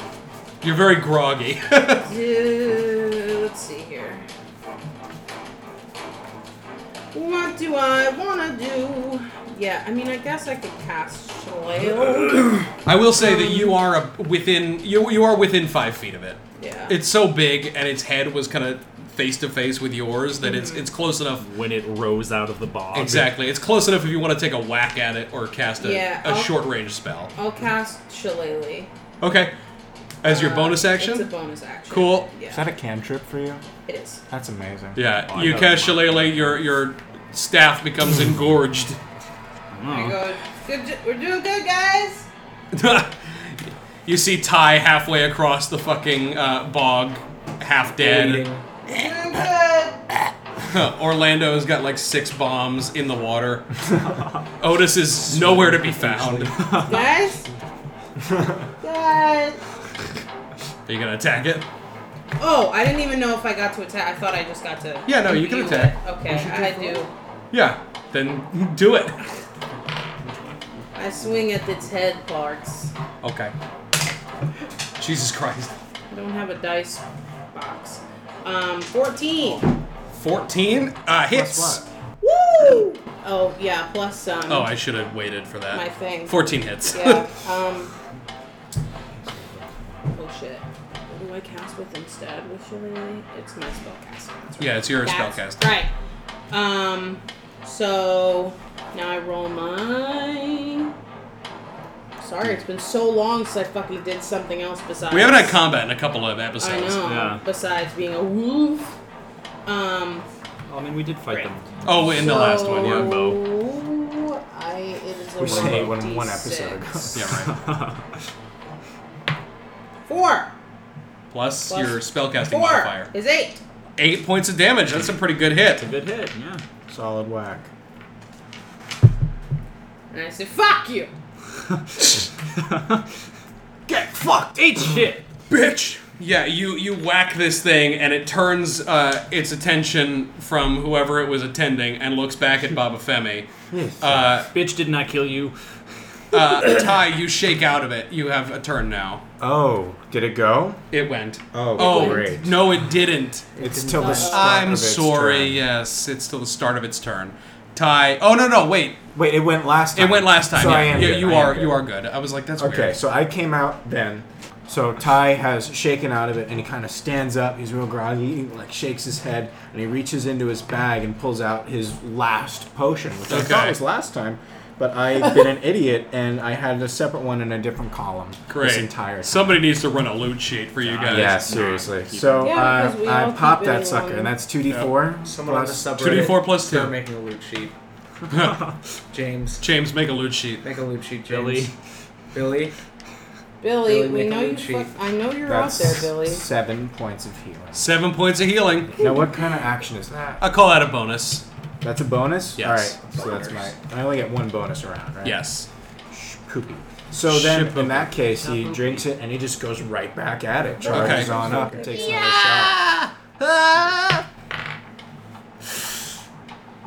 [SPEAKER 2] You're very groggy.
[SPEAKER 4] Uh, let's see here. What do I want to do? Yeah, I mean, I guess I could cast Shalale.
[SPEAKER 2] I will say that you are a, within you you are within five feet of it.
[SPEAKER 4] Yeah.
[SPEAKER 2] It's so big, and its head was kind of face to face with yours that it's it's close enough.
[SPEAKER 5] When it rose out of the bog.
[SPEAKER 2] Exactly, it's close enough if you want to take a whack at it or cast a,
[SPEAKER 4] Yeah,
[SPEAKER 2] a
[SPEAKER 4] I'll-
[SPEAKER 2] short range spell.
[SPEAKER 4] I'll cast Shalale.
[SPEAKER 2] Okay, as your
[SPEAKER 4] Uh,
[SPEAKER 2] bonus
[SPEAKER 4] It's a
[SPEAKER 2] action.
[SPEAKER 4] bonus action.
[SPEAKER 2] Cool.
[SPEAKER 6] Is
[SPEAKER 4] Yeah,
[SPEAKER 6] that a cantrip for you?
[SPEAKER 4] it is.
[SPEAKER 6] That's amazing.
[SPEAKER 2] Yeah,
[SPEAKER 5] Oh, I
[SPEAKER 2] you
[SPEAKER 5] know.
[SPEAKER 2] cast Shillelagh. Your your staff becomes engorged.
[SPEAKER 4] I
[SPEAKER 5] Oh.
[SPEAKER 4] go, good, j- we're doing good, guys.
[SPEAKER 2] you see Ty halfway across the fucking uh, bog, half dead.
[SPEAKER 4] We're doing good.
[SPEAKER 2] Orlando's got like six bombs in the water. Otis is nowhere to be found. Are
[SPEAKER 4] guys? guys.
[SPEAKER 2] you gonna attack it?
[SPEAKER 4] Oh, I didn't even know if I got to attack. I thought I just got to.
[SPEAKER 2] Yeah, no, you can
[SPEAKER 4] view it.
[SPEAKER 2] attack.
[SPEAKER 4] Okay, I do.
[SPEAKER 2] Yeah. Then do it.
[SPEAKER 4] I swing at its head parts.
[SPEAKER 2] Okay. Jesus Christ.
[SPEAKER 4] I don't have a dice box. Um, 14.
[SPEAKER 2] 14 uh, hits.
[SPEAKER 4] Woo! Oh, yeah, plus um,
[SPEAKER 2] Oh, I should have waited for that.
[SPEAKER 4] my thing.
[SPEAKER 2] 14 hits.
[SPEAKER 4] Yeah, um. Oh, shit. What do I cast with instead? With Shillelagh? It's my spellcaster. That's right.
[SPEAKER 2] Yeah, it's your
[SPEAKER 4] That's
[SPEAKER 2] spellcast.
[SPEAKER 4] Right. Um, so now I roll my. Sorry, it's been so long since I fucking did something else besides.
[SPEAKER 2] We haven't had combat in a couple of
[SPEAKER 4] I
[SPEAKER 2] episodes.
[SPEAKER 4] know.
[SPEAKER 5] Yeah.
[SPEAKER 4] Besides being a wolf. Um,
[SPEAKER 5] Well, I mean, we did fight
[SPEAKER 4] Right.
[SPEAKER 5] them.
[SPEAKER 2] Oh, in the last one, yeah.
[SPEAKER 5] Bo.
[SPEAKER 4] so I, it is a
[SPEAKER 6] We said it
[SPEAKER 4] one,
[SPEAKER 6] one- one episode ago.
[SPEAKER 2] Yeah, right.
[SPEAKER 4] Four.
[SPEAKER 2] Plus,
[SPEAKER 4] Plus
[SPEAKER 2] your spellcasting
[SPEAKER 4] Four
[SPEAKER 2] modifier.
[SPEAKER 4] is eight.
[SPEAKER 2] Eight points of damage. That's a pretty good hit.
[SPEAKER 5] Good hit, yeah.
[SPEAKER 6] Solid whack.
[SPEAKER 4] And I say, fuck you.
[SPEAKER 5] Get fucked! Eat shit!
[SPEAKER 2] bitch. Yeah, you you whack this thing and it turns uh, its attention from whoever it was attending and looks back at Baba Femi. Uh,
[SPEAKER 5] Bitch did not kill you.
[SPEAKER 2] uh, Ty, you shake out of it. You have a turn now.
[SPEAKER 6] Oh, did it go?
[SPEAKER 2] It went.
[SPEAKER 6] Oh,
[SPEAKER 2] Oh,
[SPEAKER 6] great.
[SPEAKER 2] no, it didn't.
[SPEAKER 6] It's till the start of
[SPEAKER 2] I'm
[SPEAKER 6] its
[SPEAKER 2] sorry.
[SPEAKER 6] turn.
[SPEAKER 2] Yes, it's still the start of its turn. Ty. Oh no no wait.
[SPEAKER 6] Wait, it went last time.
[SPEAKER 2] It went last time.
[SPEAKER 6] So
[SPEAKER 2] yeah,
[SPEAKER 6] I am
[SPEAKER 2] yeah
[SPEAKER 6] good,
[SPEAKER 2] you
[SPEAKER 6] I am
[SPEAKER 2] are
[SPEAKER 6] good.
[SPEAKER 2] you are good. I was like that's
[SPEAKER 6] Okay,
[SPEAKER 2] weird.
[SPEAKER 6] so I came out then. So Ty has shaken out of it, and he kind of stands up. He's real groggy, he, like shakes his head, and he reaches into his bag and pulls out his last potion, which I
[SPEAKER 2] Okay.
[SPEAKER 6] thought was last time. But I've been an idiot, and I had a separate one in a different column
[SPEAKER 2] Great.
[SPEAKER 6] this entire time.
[SPEAKER 2] Somebody needs to run a loot sheet for you guys.
[SPEAKER 6] yeah, seriously. So uh,
[SPEAKER 4] Yeah, because we
[SPEAKER 6] I,
[SPEAKER 4] all
[SPEAKER 6] I popped
[SPEAKER 4] keep
[SPEAKER 6] that
[SPEAKER 4] it
[SPEAKER 6] sucker,
[SPEAKER 4] alone.
[SPEAKER 6] and that's two d four.
[SPEAKER 3] Someone on the subreddit.
[SPEAKER 2] 2d4 plus
[SPEAKER 3] Start
[SPEAKER 2] 2.
[SPEAKER 3] making a loot sheet. James,
[SPEAKER 2] James, make a loot sheet.
[SPEAKER 3] make a loot sheet. James.
[SPEAKER 5] Billy.
[SPEAKER 3] Billy.
[SPEAKER 4] Billy,
[SPEAKER 3] Billy,
[SPEAKER 4] we
[SPEAKER 3] make
[SPEAKER 4] know
[SPEAKER 3] a
[SPEAKER 4] you.
[SPEAKER 3] loot sheet.
[SPEAKER 4] Fuck, I know you're
[SPEAKER 6] That's
[SPEAKER 4] out there, Billy.
[SPEAKER 6] seven points of healing.
[SPEAKER 2] Seven points of healing.
[SPEAKER 6] Now, what kind of action is that?
[SPEAKER 2] I call that a bonus.
[SPEAKER 6] That's a bonus.
[SPEAKER 2] Yes.
[SPEAKER 6] All right. So that's my. I only get one bonus around, right?
[SPEAKER 2] Yes.
[SPEAKER 6] Poopy. So then,
[SPEAKER 2] Ship
[SPEAKER 6] in that case, he drinks it and he just goes right back at it,
[SPEAKER 2] Okay.
[SPEAKER 6] charges on up, and takes another Ah! shot.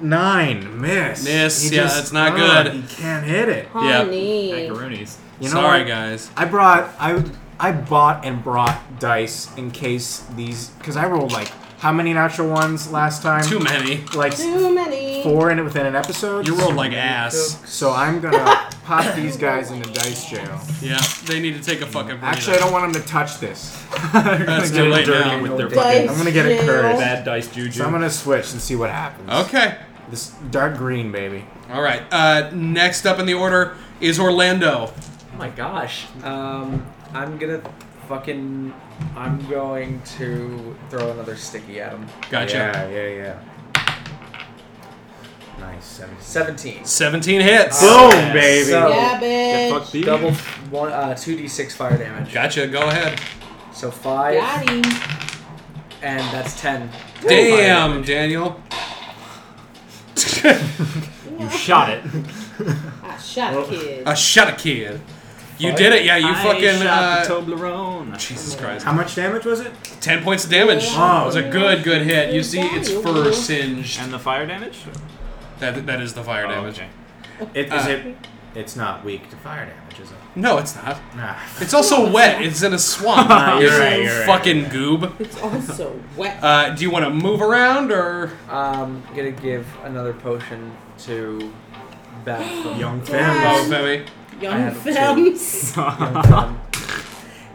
[SPEAKER 6] Nine miss.
[SPEAKER 2] Miss,
[SPEAKER 6] He
[SPEAKER 2] yeah,
[SPEAKER 6] just-
[SPEAKER 2] that's not
[SPEAKER 6] ah,
[SPEAKER 2] good.
[SPEAKER 6] He can't hit it.
[SPEAKER 4] Honey.
[SPEAKER 5] Macaroonies.
[SPEAKER 6] You know
[SPEAKER 2] Sorry,
[SPEAKER 6] what?
[SPEAKER 2] guys.
[SPEAKER 6] I brought I I bought and brought dice in case these because I rolled like how many natural ones last time?
[SPEAKER 2] Too many.
[SPEAKER 6] Like
[SPEAKER 4] Too many.
[SPEAKER 6] four in it within an episode.
[SPEAKER 2] You rolled like ass.
[SPEAKER 6] So I'm gonna pop these guys into dice jail.
[SPEAKER 2] Yeah, they need to take a fucking breather.
[SPEAKER 6] Actually, I don't want them to touch this. That's
[SPEAKER 2] too late now.
[SPEAKER 5] With their
[SPEAKER 4] Dice
[SPEAKER 6] I'm gonna get it
[SPEAKER 4] jail.
[SPEAKER 6] cursed.
[SPEAKER 5] Bad dice juju.
[SPEAKER 6] So I'm gonna switch and see what happens.
[SPEAKER 2] Okay.
[SPEAKER 6] This dark green baby.
[SPEAKER 2] All right. Uh, next up in the order is Orlando.
[SPEAKER 3] Oh my gosh. Um, I'm gonna fucking. I'm going to throw another sticky at him.
[SPEAKER 2] Gotcha.
[SPEAKER 6] Yeah, yeah, yeah. Nice. Seven.
[SPEAKER 3] 17.
[SPEAKER 2] 17 hits.
[SPEAKER 6] Boom,
[SPEAKER 5] Yes.
[SPEAKER 6] baby.
[SPEAKER 3] So-
[SPEAKER 4] Yeah, bitch.
[SPEAKER 5] Fuck these.
[SPEAKER 3] Double one, uh, two d6 fire damage.
[SPEAKER 2] Gotcha. Go ahead.
[SPEAKER 3] So five,
[SPEAKER 4] Got him.
[SPEAKER 3] and that's ten.
[SPEAKER 2] Damn, Daniel.
[SPEAKER 5] You shot it.
[SPEAKER 4] Ah, shut kid.
[SPEAKER 2] A shot a kid. You did it. Yeah, you
[SPEAKER 5] I
[SPEAKER 2] fucking.
[SPEAKER 5] shot
[SPEAKER 2] Uh,
[SPEAKER 5] the Toblerone.
[SPEAKER 2] Jesus Christ.
[SPEAKER 6] How much damage was it?
[SPEAKER 2] 10 points of damage.
[SPEAKER 4] Yeah.
[SPEAKER 2] It was a good, good hit. You see, its fur singed.
[SPEAKER 5] And the fire damage?
[SPEAKER 2] That, that is the fire damage.
[SPEAKER 6] It is
[SPEAKER 2] Uh,
[SPEAKER 6] it. It's not weak to fire damage, is it?
[SPEAKER 2] No, it's not.
[SPEAKER 6] Nah.
[SPEAKER 2] It's also wet. It's in a swamp.
[SPEAKER 6] You're
[SPEAKER 2] It's
[SPEAKER 6] right, you're right.
[SPEAKER 2] fucking goob.
[SPEAKER 4] It's also wet.
[SPEAKER 2] Uh, do you want to move around or?
[SPEAKER 3] Um, gonna give another potion to Beth.
[SPEAKER 6] Young
[SPEAKER 2] Oh,
[SPEAKER 6] fam.
[SPEAKER 2] Femi.
[SPEAKER 3] I
[SPEAKER 4] Young
[SPEAKER 3] have two.
[SPEAKER 4] femmes.
[SPEAKER 3] Um,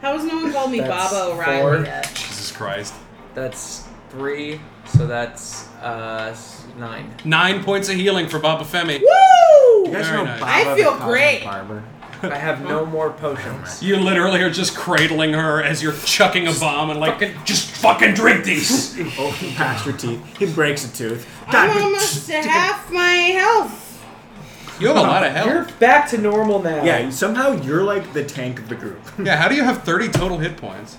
[SPEAKER 4] How has no one called me
[SPEAKER 3] That's
[SPEAKER 4] Baba
[SPEAKER 3] four.
[SPEAKER 4] O'Reilly yet?
[SPEAKER 2] Jesus Christ.
[SPEAKER 3] that's three, so that's uh s- nine.
[SPEAKER 2] Nine points of healing for Baba Femi.
[SPEAKER 6] You
[SPEAKER 4] Woo!
[SPEAKER 6] guys
[SPEAKER 2] Very
[SPEAKER 6] know
[SPEAKER 2] nice.
[SPEAKER 6] Baba
[SPEAKER 4] I
[SPEAKER 6] the
[SPEAKER 4] feel
[SPEAKER 6] Cosmic
[SPEAKER 4] great.
[SPEAKER 6] Barber?
[SPEAKER 3] I have no more potions.
[SPEAKER 2] You literally are just cradling her as you're chucking a bomb and like, just fucking drink these.
[SPEAKER 6] Oh, he passed your teeth. He breaks a tooth.
[SPEAKER 4] I'm almost at half my health.
[SPEAKER 2] You have a lot of
[SPEAKER 3] You're
[SPEAKER 2] health.
[SPEAKER 3] back to normal now.
[SPEAKER 6] Yeah, somehow you're like the tank of the group.
[SPEAKER 2] Yeah, how do you have 30 total hit points?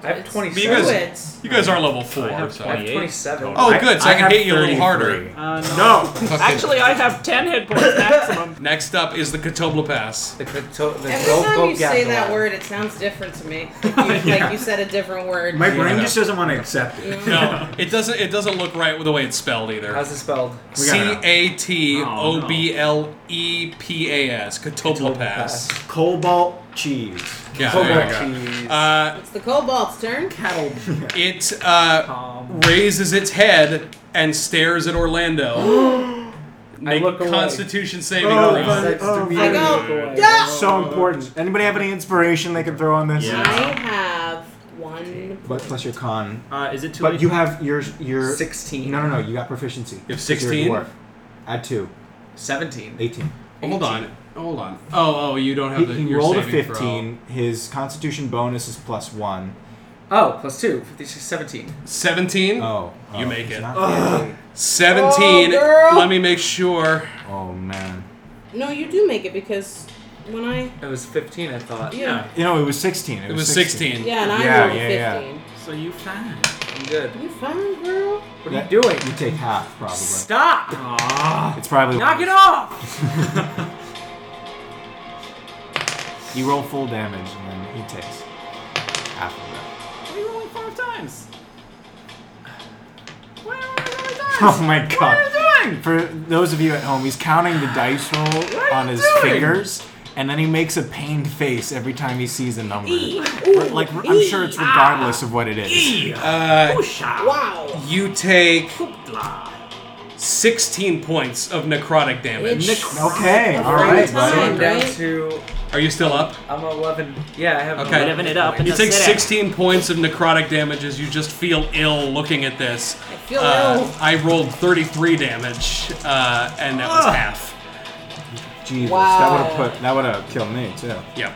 [SPEAKER 3] I have
[SPEAKER 4] It's
[SPEAKER 3] twenty.
[SPEAKER 2] You guys-
[SPEAKER 4] fluids.
[SPEAKER 2] You guys are level four.
[SPEAKER 5] I have
[SPEAKER 2] so-
[SPEAKER 5] 20.
[SPEAKER 3] Twenty-seven.
[SPEAKER 2] Oh, good. So I, can
[SPEAKER 6] have
[SPEAKER 2] hit you a little
[SPEAKER 6] 33.
[SPEAKER 2] harder.
[SPEAKER 5] Uh,
[SPEAKER 6] No.
[SPEAKER 2] Fucking-
[SPEAKER 5] Actually, I have 10 hit points maximum.
[SPEAKER 2] Next up is the Katobla Pass.
[SPEAKER 3] The, Kato- the
[SPEAKER 4] Every
[SPEAKER 3] Go-
[SPEAKER 4] time
[SPEAKER 3] Go
[SPEAKER 4] you say
[SPEAKER 3] Gazola.
[SPEAKER 4] that word, it sounds different to me. Like you, like you said a different word.
[SPEAKER 6] My brain
[SPEAKER 2] Yeah.
[SPEAKER 6] just doesn't want to accept it.
[SPEAKER 2] No, it doesn't. It doesn't look right with the way it's spelled either.
[SPEAKER 3] How's it spelled?
[SPEAKER 6] We got
[SPEAKER 2] C
[SPEAKER 6] it.
[SPEAKER 2] A T O
[SPEAKER 5] Oh, no.
[SPEAKER 2] B L E P A S. Katobla Pass.
[SPEAKER 6] Cobalt cheese.
[SPEAKER 2] Yeah, there
[SPEAKER 3] Cobalt
[SPEAKER 2] you go.
[SPEAKER 3] cheese.
[SPEAKER 2] Uh,
[SPEAKER 4] it's the cobalt's turn. Cattle.
[SPEAKER 2] It uh,
[SPEAKER 5] Um,
[SPEAKER 2] raises its head and stares at Orlando. Make
[SPEAKER 3] look
[SPEAKER 2] a
[SPEAKER 3] away.
[SPEAKER 2] Constitution saving
[SPEAKER 6] Oh,
[SPEAKER 2] throw.
[SPEAKER 6] but-
[SPEAKER 3] That's
[SPEAKER 6] Oh,
[SPEAKER 3] the
[SPEAKER 4] I
[SPEAKER 6] yeah.
[SPEAKER 4] go.
[SPEAKER 5] Yeah.
[SPEAKER 4] "Duh!"
[SPEAKER 6] So important. Anybody have any inspiration they can throw on this?
[SPEAKER 5] Yeah.
[SPEAKER 4] I have one.
[SPEAKER 6] But plus your con.
[SPEAKER 5] uh, is it too
[SPEAKER 6] But
[SPEAKER 5] late?
[SPEAKER 6] you have your your
[SPEAKER 3] 16.
[SPEAKER 6] No, no, no. You got proficiency.
[SPEAKER 2] You have
[SPEAKER 6] So you're a
[SPEAKER 2] 16?
[SPEAKER 6] dwarf. Add two.
[SPEAKER 3] 17.
[SPEAKER 6] 18.
[SPEAKER 2] Hold on. Hold on. Oh, oh, you don't
[SPEAKER 6] He,
[SPEAKER 2] have the.
[SPEAKER 6] he
[SPEAKER 2] your
[SPEAKER 6] rolled a
[SPEAKER 2] saving
[SPEAKER 6] 15. His constitution bonus is plus one.
[SPEAKER 3] Oh, plus 2. 56, 17.
[SPEAKER 2] Throw. 17?
[SPEAKER 6] Oh.
[SPEAKER 2] You
[SPEAKER 6] oh,
[SPEAKER 2] make
[SPEAKER 6] he's
[SPEAKER 2] it.
[SPEAKER 6] not fancy.
[SPEAKER 2] 17.
[SPEAKER 4] Oh, girl.
[SPEAKER 2] Let me make sure.
[SPEAKER 6] Oh, man.
[SPEAKER 4] No, you do make it because when I
[SPEAKER 3] It was 15, I thought.
[SPEAKER 4] yeah
[SPEAKER 6] You know, it was 16. It,
[SPEAKER 2] It was 16.
[SPEAKER 4] yeah and I
[SPEAKER 6] Yeah,
[SPEAKER 4] rolled
[SPEAKER 6] yeah, yeah.
[SPEAKER 4] fifteen.
[SPEAKER 5] So you fine.
[SPEAKER 3] I'm good.
[SPEAKER 4] You fine, girl?
[SPEAKER 3] What
[SPEAKER 6] Yeah.
[SPEAKER 3] are you doing?
[SPEAKER 6] You take half, probably.
[SPEAKER 3] Stop!
[SPEAKER 5] Ah,
[SPEAKER 6] It's probably.
[SPEAKER 3] Knock it off!
[SPEAKER 6] You roll full damage, and then he takes half of that.
[SPEAKER 5] we roll it five times. Why are we rolling
[SPEAKER 6] Oh
[SPEAKER 5] dice?
[SPEAKER 6] my
[SPEAKER 5] What
[SPEAKER 6] god.
[SPEAKER 5] are you doing?
[SPEAKER 6] For those of you at home, he's counting the dice roll
[SPEAKER 5] What are
[SPEAKER 6] on
[SPEAKER 5] you
[SPEAKER 6] his
[SPEAKER 5] doing?
[SPEAKER 6] fingers, and then he makes a pained face every time he sees a number.
[SPEAKER 4] Eee.
[SPEAKER 6] Re- Like, re- I'm sure it's regardless of what it is.
[SPEAKER 2] Uh,
[SPEAKER 4] Wow.
[SPEAKER 2] you take 16 points of necrotic damage.
[SPEAKER 4] It's
[SPEAKER 6] Okay,
[SPEAKER 4] a fun
[SPEAKER 6] alright,
[SPEAKER 3] So
[SPEAKER 6] buddy.
[SPEAKER 4] time,
[SPEAKER 3] I'm down
[SPEAKER 4] right?
[SPEAKER 3] to
[SPEAKER 2] Are you still up?
[SPEAKER 3] I'm 11. Yeah, I have.
[SPEAKER 2] Okay.
[SPEAKER 5] Living it up.
[SPEAKER 2] You
[SPEAKER 5] and
[SPEAKER 2] take
[SPEAKER 5] that's it.
[SPEAKER 2] 16 points of necrotic damage as you just feel ill looking at this. I
[SPEAKER 4] feel ill.
[SPEAKER 2] I rolled 33 damage, uh, and that was half.
[SPEAKER 6] Jesus,
[SPEAKER 4] Wow.
[SPEAKER 6] that would have put that would have killed me too.
[SPEAKER 2] Yep.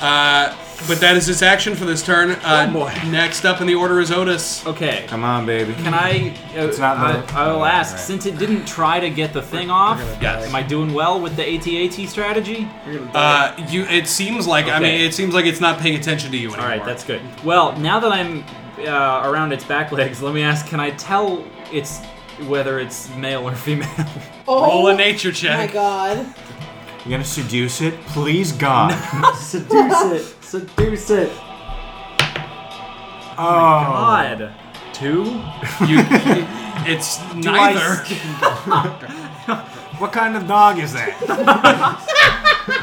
[SPEAKER 2] Uh, but that is its action for this turn. Uh,
[SPEAKER 5] Oh, boy.
[SPEAKER 2] Next up in the order is Otis.
[SPEAKER 5] Okay.
[SPEAKER 6] Come on, baby.
[SPEAKER 5] Can I? Uh,
[SPEAKER 6] It's not the-
[SPEAKER 5] I, I will ask.
[SPEAKER 6] Alright.
[SPEAKER 5] Since it didn't try to get the thing off,
[SPEAKER 2] Yes.
[SPEAKER 5] am I doing well with the ATAT strategy?
[SPEAKER 2] Uh, you. It seems like I mean,
[SPEAKER 5] Okay.
[SPEAKER 2] it seems like it's not paying attention to you anymore.
[SPEAKER 5] All right, that's good. Well, now that I'm uh, around its back legs, let me ask: Can I tell it's whether it's male or female?
[SPEAKER 4] Oh
[SPEAKER 2] Roll a nature
[SPEAKER 4] my
[SPEAKER 2] check.
[SPEAKER 4] god.
[SPEAKER 6] You're gonna seduce it? Please God.
[SPEAKER 5] seduce it, seduce it.
[SPEAKER 6] oh.
[SPEAKER 5] Odd. Two.
[SPEAKER 2] You, it's neither.
[SPEAKER 6] What kind of dog is that?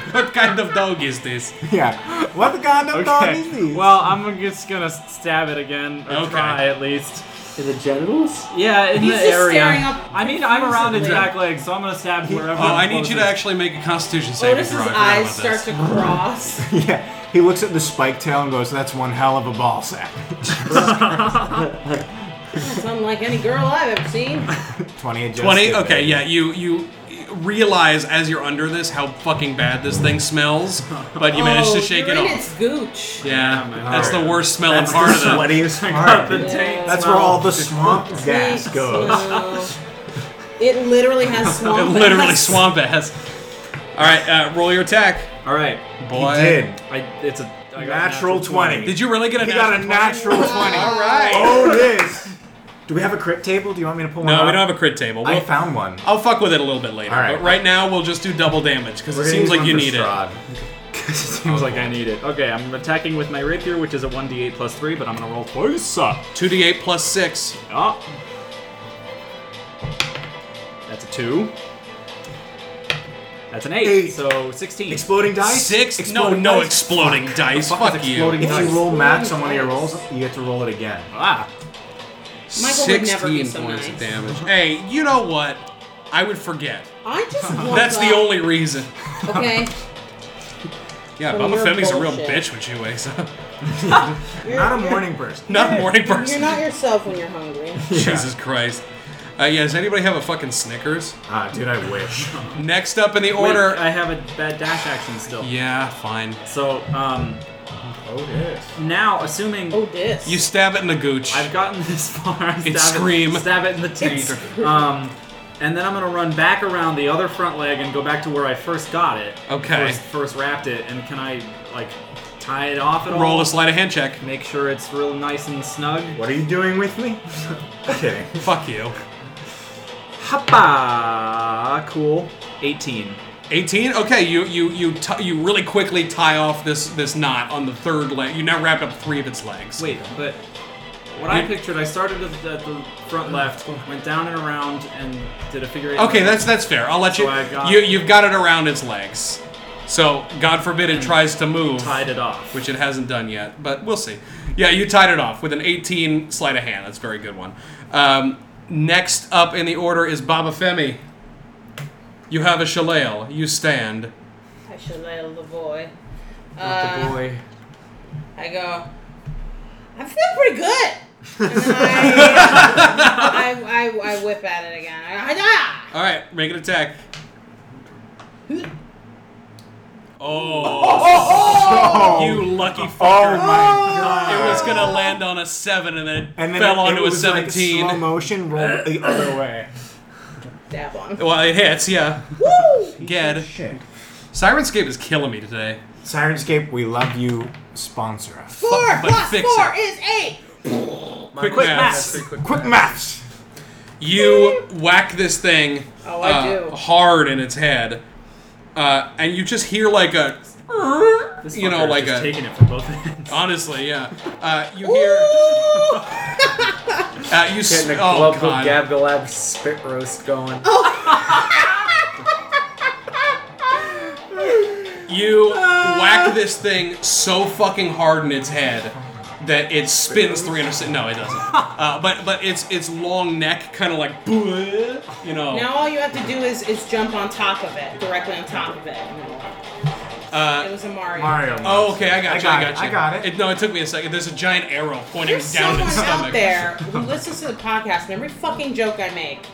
[SPEAKER 2] what kind of dog is this?
[SPEAKER 6] yeah. What kind of dog is
[SPEAKER 5] Okay.
[SPEAKER 6] this?
[SPEAKER 5] Well, I'm just gonna stab it again, or
[SPEAKER 2] Okay.
[SPEAKER 5] try at least.
[SPEAKER 7] In the genitals?
[SPEAKER 5] Yeah, in
[SPEAKER 4] He's
[SPEAKER 5] the
[SPEAKER 4] just
[SPEAKER 5] area.
[SPEAKER 4] staring up
[SPEAKER 5] I mean, I'm around its
[SPEAKER 4] confusedly.
[SPEAKER 5] back legs, so I'm gonna stab wherever.
[SPEAKER 2] Oh, I need you to actually make a Constitution saving
[SPEAKER 4] Otis's
[SPEAKER 2] throw. I forgot
[SPEAKER 4] Oh, eyes
[SPEAKER 2] about this.
[SPEAKER 4] start to cross.
[SPEAKER 6] yeah. He looks at the spike tail and goes, "That's one hell of a ball sack."
[SPEAKER 4] It's unlike any girl I've ever seen.
[SPEAKER 6] Twenty.
[SPEAKER 2] 20 okay yeah you you realize as you're under this how fucking bad this thing smells but you manage
[SPEAKER 4] oh,
[SPEAKER 2] to shake
[SPEAKER 4] you're
[SPEAKER 2] it
[SPEAKER 4] in
[SPEAKER 2] off
[SPEAKER 4] its gooch.
[SPEAKER 2] yeah
[SPEAKER 5] Yeah, man.
[SPEAKER 2] that's the
[SPEAKER 6] Alright.
[SPEAKER 2] worst smelling
[SPEAKER 5] That's
[SPEAKER 2] part
[SPEAKER 5] the
[SPEAKER 2] of the
[SPEAKER 6] Sweatiest
[SPEAKER 5] got
[SPEAKER 6] part.
[SPEAKER 5] the
[SPEAKER 4] Yeah.
[SPEAKER 5] tank.
[SPEAKER 6] That's where all the swamp gas
[SPEAKER 4] Snake
[SPEAKER 6] goes.
[SPEAKER 4] smell. It literally has
[SPEAKER 2] it
[SPEAKER 4] swamp.
[SPEAKER 2] literally
[SPEAKER 4] ass.
[SPEAKER 2] swamp ass all right uh, roll your attack
[SPEAKER 5] All right,
[SPEAKER 2] boy
[SPEAKER 6] He did.
[SPEAKER 5] I it's a I got a
[SPEAKER 6] Natural 20.
[SPEAKER 2] Did you really get a
[SPEAKER 6] He
[SPEAKER 2] natural
[SPEAKER 6] got a natural 20.
[SPEAKER 2] all right
[SPEAKER 6] Oh, it is. Do we have a crit table? Do you want me to pull one
[SPEAKER 2] no we
[SPEAKER 6] out?
[SPEAKER 2] don't have a crit table
[SPEAKER 6] I
[SPEAKER 2] we'll,
[SPEAKER 6] found one.
[SPEAKER 2] i'll fuck with it a little bit later
[SPEAKER 6] All right.
[SPEAKER 2] but right now we'll just do double damage because
[SPEAKER 6] We're
[SPEAKER 2] it
[SPEAKER 6] gonna
[SPEAKER 2] seems
[SPEAKER 6] use
[SPEAKER 2] like
[SPEAKER 6] one
[SPEAKER 2] you
[SPEAKER 6] for
[SPEAKER 2] need it
[SPEAKER 6] Strahd.
[SPEAKER 5] Seems like I need it. Okay, I'm attacking with my rapier, which is a 1d8 plus 3, but I'm gonna roll twice. Ah.
[SPEAKER 2] 2d8 plus 6
[SPEAKER 5] That's a 2. That's an 8,
[SPEAKER 6] Eight.
[SPEAKER 5] so 16.
[SPEAKER 6] Exploding dice?
[SPEAKER 2] 6 no
[SPEAKER 6] Exploding
[SPEAKER 2] no
[SPEAKER 6] dice?
[SPEAKER 2] exploding dice
[SPEAKER 6] Fuck, it's
[SPEAKER 2] fuck
[SPEAKER 6] exploding
[SPEAKER 2] you
[SPEAKER 6] If
[SPEAKER 4] dice.
[SPEAKER 6] you roll max on one of your
[SPEAKER 4] Exploding
[SPEAKER 6] rolls, you get to roll it again.
[SPEAKER 5] ah,
[SPEAKER 4] Michael would never be
[SPEAKER 2] 16
[SPEAKER 4] so
[SPEAKER 2] points of
[SPEAKER 4] nice.
[SPEAKER 2] damage. Hey, you know what? I would forget.
[SPEAKER 4] I just want
[SPEAKER 2] That's the only reason.
[SPEAKER 4] Okay.
[SPEAKER 2] Yeah,
[SPEAKER 4] From
[SPEAKER 2] Baba
[SPEAKER 4] your
[SPEAKER 2] Femi's a real
[SPEAKER 4] bullshit.
[SPEAKER 2] bitch when she wakes up.
[SPEAKER 4] You're,
[SPEAKER 6] Not a morning person.
[SPEAKER 2] Not a morning
[SPEAKER 4] you're-
[SPEAKER 2] person.
[SPEAKER 4] You're not yourself when you're hungry.
[SPEAKER 2] Jesus Christ. Uh, yeah, does anybody have a fucking Snickers?
[SPEAKER 6] Ah, dude, I wish.
[SPEAKER 2] Next up in the order.
[SPEAKER 5] Wait, I have a bad dash action still.
[SPEAKER 2] yeah, fine.
[SPEAKER 5] So, um,
[SPEAKER 6] Oh, yes.
[SPEAKER 5] now, assuming
[SPEAKER 4] Oh, this.
[SPEAKER 2] You stab it in the gooch.
[SPEAKER 5] I've gotten this far. I stab
[SPEAKER 2] It's scream.
[SPEAKER 5] It, stab it in the tank. Um, and then I'm gonna run back around the other front leg and go back to where I first got it.
[SPEAKER 2] Okay.
[SPEAKER 5] First, first wrapped it, and can I like tie it off at all?
[SPEAKER 2] Roll a sleight of hand check.
[SPEAKER 5] Make sure it's real nice and snug.
[SPEAKER 6] What are you doing with me? Kidding.
[SPEAKER 2] Fuck you.
[SPEAKER 5] Hoppa! Cool. 18.
[SPEAKER 2] 18. Okay, you you you t- you really quickly tie off this this knot on the third leg. You now wrap up three of its legs.
[SPEAKER 5] Wait, but what I pictured, I started at the, at the front left, went down and around, and did a figure eight.
[SPEAKER 2] Mm. Okay, that's that's fair. I'll let you.
[SPEAKER 5] So I got-
[SPEAKER 2] you you've got it around its legs, so God forbid it tries to move,
[SPEAKER 5] tied it off.
[SPEAKER 2] which it hasn't done yet. But we'll see. Yeah, you tied it off with an 18 sleight of hand. That's a very good one. Um, next up in the order is Baba Femi. You have a shalail. You stand.
[SPEAKER 4] I should let the boy.
[SPEAKER 3] The
[SPEAKER 4] Uh,
[SPEAKER 3] boy.
[SPEAKER 4] I go. I feel pretty good. And then I, I, I, I whip at it again. I go, "Ah, "Hi-ya!"
[SPEAKER 2] All right, make an attack.
[SPEAKER 6] Oh,
[SPEAKER 2] oh you lucky
[SPEAKER 6] oh my
[SPEAKER 2] fucker!
[SPEAKER 6] god.
[SPEAKER 2] It was gonna land on a seven and then,
[SPEAKER 6] and then
[SPEAKER 2] fell
[SPEAKER 6] it,
[SPEAKER 2] onto
[SPEAKER 6] it
[SPEAKER 2] a
[SPEAKER 6] was
[SPEAKER 2] seventeen.
[SPEAKER 6] Like slow motion roll the other way.
[SPEAKER 4] Dab on.
[SPEAKER 2] well, it hits, yeah.
[SPEAKER 4] Woo!
[SPEAKER 2] Ged.
[SPEAKER 6] Shit.
[SPEAKER 2] Sirenscape is killing me today.
[SPEAKER 6] Sirenscape, we love you. Sponsor us.
[SPEAKER 4] Four
[SPEAKER 2] But
[SPEAKER 4] plus
[SPEAKER 2] fix
[SPEAKER 4] four
[SPEAKER 2] it.
[SPEAKER 4] is eight.
[SPEAKER 2] Quick,
[SPEAKER 5] quick
[SPEAKER 2] maths.
[SPEAKER 6] Quick maths.
[SPEAKER 2] You whack this thing
[SPEAKER 4] Oh, I
[SPEAKER 2] uh,
[SPEAKER 4] do.
[SPEAKER 2] hard in its head, uh, and you just hear like a,
[SPEAKER 5] This
[SPEAKER 2] you know,
[SPEAKER 5] fucker is
[SPEAKER 2] like
[SPEAKER 5] just
[SPEAKER 2] a.
[SPEAKER 5] taking it from both ends.
[SPEAKER 2] Honestly, yeah. Uh, you hear. uh, you s-
[SPEAKER 3] Getting a
[SPEAKER 2] oh
[SPEAKER 3] glove
[SPEAKER 2] god.
[SPEAKER 3] Gab Galab spit roast going.
[SPEAKER 5] Oh.
[SPEAKER 2] You whack this thing so fucking hard in its head that it spins 300. No, it doesn't. Uh, but but its its long neck kind of like, you know.
[SPEAKER 4] Now all you have to do is, is jump on top of it, directly on top of it.
[SPEAKER 2] Uh,
[SPEAKER 4] it was a Mario.
[SPEAKER 6] Mario.
[SPEAKER 2] Oh, okay, I got
[SPEAKER 6] I
[SPEAKER 2] you.
[SPEAKER 6] got
[SPEAKER 2] I got
[SPEAKER 6] it,
[SPEAKER 2] you.
[SPEAKER 6] I got it.
[SPEAKER 2] No, it took me a second. There's a giant arrow pointing
[SPEAKER 4] There's
[SPEAKER 2] down
[SPEAKER 4] someone
[SPEAKER 2] its stomach.
[SPEAKER 4] out there who listens to the podcast and every fucking joke I make,